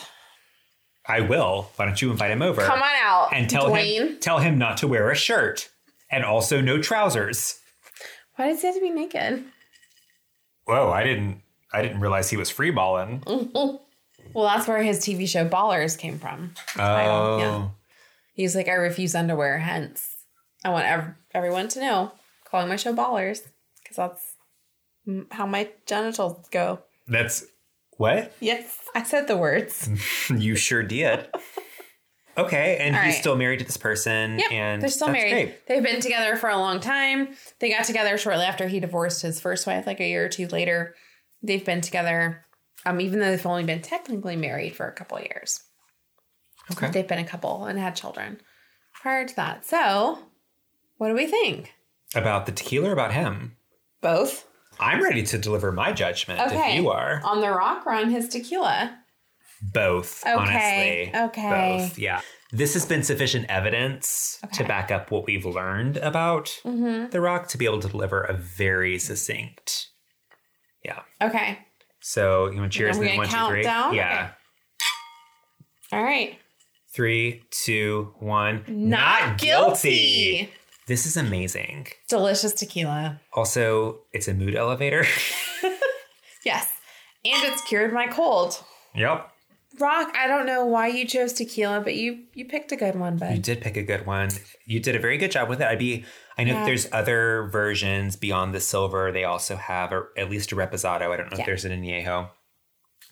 [SPEAKER 3] I will. Why don't you invite him over?
[SPEAKER 2] Come on out.
[SPEAKER 3] and tell
[SPEAKER 2] Dwayne.
[SPEAKER 3] him tell him not to wear a shirt and also no trousers.
[SPEAKER 2] Why does he have to be naked?
[SPEAKER 3] Whoa, I didn't I didn't realize he was free balling.
[SPEAKER 2] Well, that's where his TV show Ballers came from.
[SPEAKER 3] Oh.
[SPEAKER 2] yeah. He's like, I refuse underwear, hence. I want ev- everyone to know, calling my show Ballers, because that's mm, how my genitals go.
[SPEAKER 3] That's what?
[SPEAKER 2] Yes, I said the words.
[SPEAKER 3] you sure did. Okay, and
[SPEAKER 2] All
[SPEAKER 3] he's
[SPEAKER 2] right.
[SPEAKER 3] still married to this person
[SPEAKER 2] Yep,
[SPEAKER 3] and
[SPEAKER 2] they're still
[SPEAKER 3] that's
[SPEAKER 2] married.
[SPEAKER 3] great.
[SPEAKER 2] They've been together for a long time. They got together shortly after he divorced his first wife, like a year or two later. They've been together, um, even though they've only been technically married for a couple of years.
[SPEAKER 3] Okay.
[SPEAKER 2] They've been a couple and had children prior to that. So, what do we think?
[SPEAKER 3] About the tequila or about him?
[SPEAKER 2] Both
[SPEAKER 3] I'm ready to deliver my judgment
[SPEAKER 2] Okay.
[SPEAKER 3] if you are.
[SPEAKER 2] on the rock or on his tequila?
[SPEAKER 3] Both,
[SPEAKER 2] Okay,
[SPEAKER 3] honestly.
[SPEAKER 2] okay.
[SPEAKER 3] Both, yeah. This has been sufficient evidence
[SPEAKER 2] Okay. Mm-hmm.
[SPEAKER 3] to back up what we've learned about The Rock to be able to deliver a very succinct. Yeah.
[SPEAKER 2] Okay.
[SPEAKER 3] So you want to cheers
[SPEAKER 2] And
[SPEAKER 3] and
[SPEAKER 2] we're
[SPEAKER 3] then one,
[SPEAKER 2] gonna
[SPEAKER 3] two, three?
[SPEAKER 2] count down?
[SPEAKER 3] Yeah.
[SPEAKER 2] Okay. All right.
[SPEAKER 3] Three, two, one. This is amazing.
[SPEAKER 2] Delicious tequila.
[SPEAKER 3] Also, it's a mood elevator.
[SPEAKER 2] Yes. And it's cured my cold.
[SPEAKER 3] yep.
[SPEAKER 2] Rock, I don't know why you chose tequila, but you you picked a good one,
[SPEAKER 3] You
[SPEAKER 2] bud.
[SPEAKER 3] did pick a good one. You did a very good job with it. I'd be. I know that
[SPEAKER 2] Yeah.
[SPEAKER 3] there's other versions beyond the silver. They also have a, at least a reposado. I don't know
[SPEAKER 2] Yeah.
[SPEAKER 3] if there's an añejo.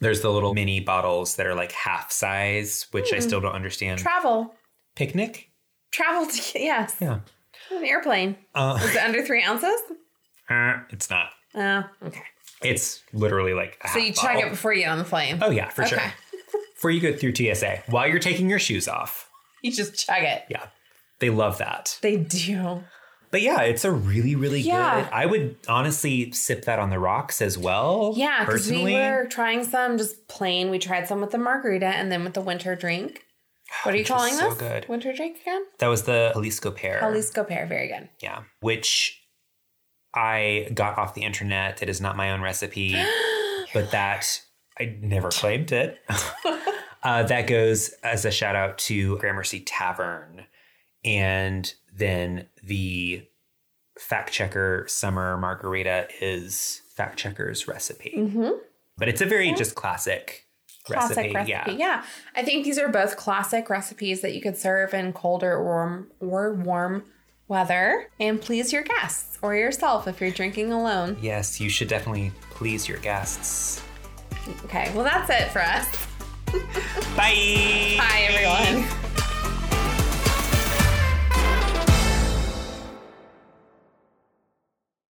[SPEAKER 3] There's the little mini bottles that are like half size, which
[SPEAKER 2] Hmm.
[SPEAKER 3] I still don't understand.
[SPEAKER 2] Travel.
[SPEAKER 3] Picnic.
[SPEAKER 2] Travel tequila. Yes.
[SPEAKER 3] Yeah.
[SPEAKER 2] An airplane.
[SPEAKER 3] Uh,
[SPEAKER 2] Is it under three ounces?
[SPEAKER 3] uh, it's not.
[SPEAKER 2] Oh, okay.
[SPEAKER 3] It's literally like. A
[SPEAKER 2] So
[SPEAKER 3] half
[SPEAKER 2] you check
[SPEAKER 3] bottle.
[SPEAKER 2] it before you get on the plane.
[SPEAKER 3] Oh yeah, for sure.
[SPEAKER 2] Okay.
[SPEAKER 3] Before you go through TSA, while you're taking your shoes off.
[SPEAKER 2] You just chug it.
[SPEAKER 3] Yeah. They love that.
[SPEAKER 2] They do.
[SPEAKER 3] But yeah, it's a really, really
[SPEAKER 2] Yeah.
[SPEAKER 3] good. I would honestly sip that on the rocks as well.
[SPEAKER 2] Yeah, because we
[SPEAKER 3] personally.
[SPEAKER 2] were trying some just plain. We tried some with the margarita and then with the winter drink. What are you
[SPEAKER 3] Which is
[SPEAKER 2] calling
[SPEAKER 3] so
[SPEAKER 2] this?
[SPEAKER 3] good.
[SPEAKER 2] Winter drink again?
[SPEAKER 3] That was the Jalisco pear.
[SPEAKER 2] Jalisco pear. Very good.
[SPEAKER 3] Yeah. Which I got off the internet. It is not my own recipe, but that I never claimed it. uh, that goes as a shout out to Gramercy Tavern. And then the fact checker summer margarita is fact checker's recipe.
[SPEAKER 2] Mm-hmm.
[SPEAKER 3] But it's a very just classic,
[SPEAKER 2] Classic
[SPEAKER 3] recipe.
[SPEAKER 2] recipe. Yeah. I think these are both classic recipes that you could serve in colder or warm, or warm weather and please your guests or yourself if you're drinking alone.
[SPEAKER 3] Yes, you should definitely please your guests.
[SPEAKER 2] Okay, well, that's it for us.
[SPEAKER 3] Bye.
[SPEAKER 2] Bye,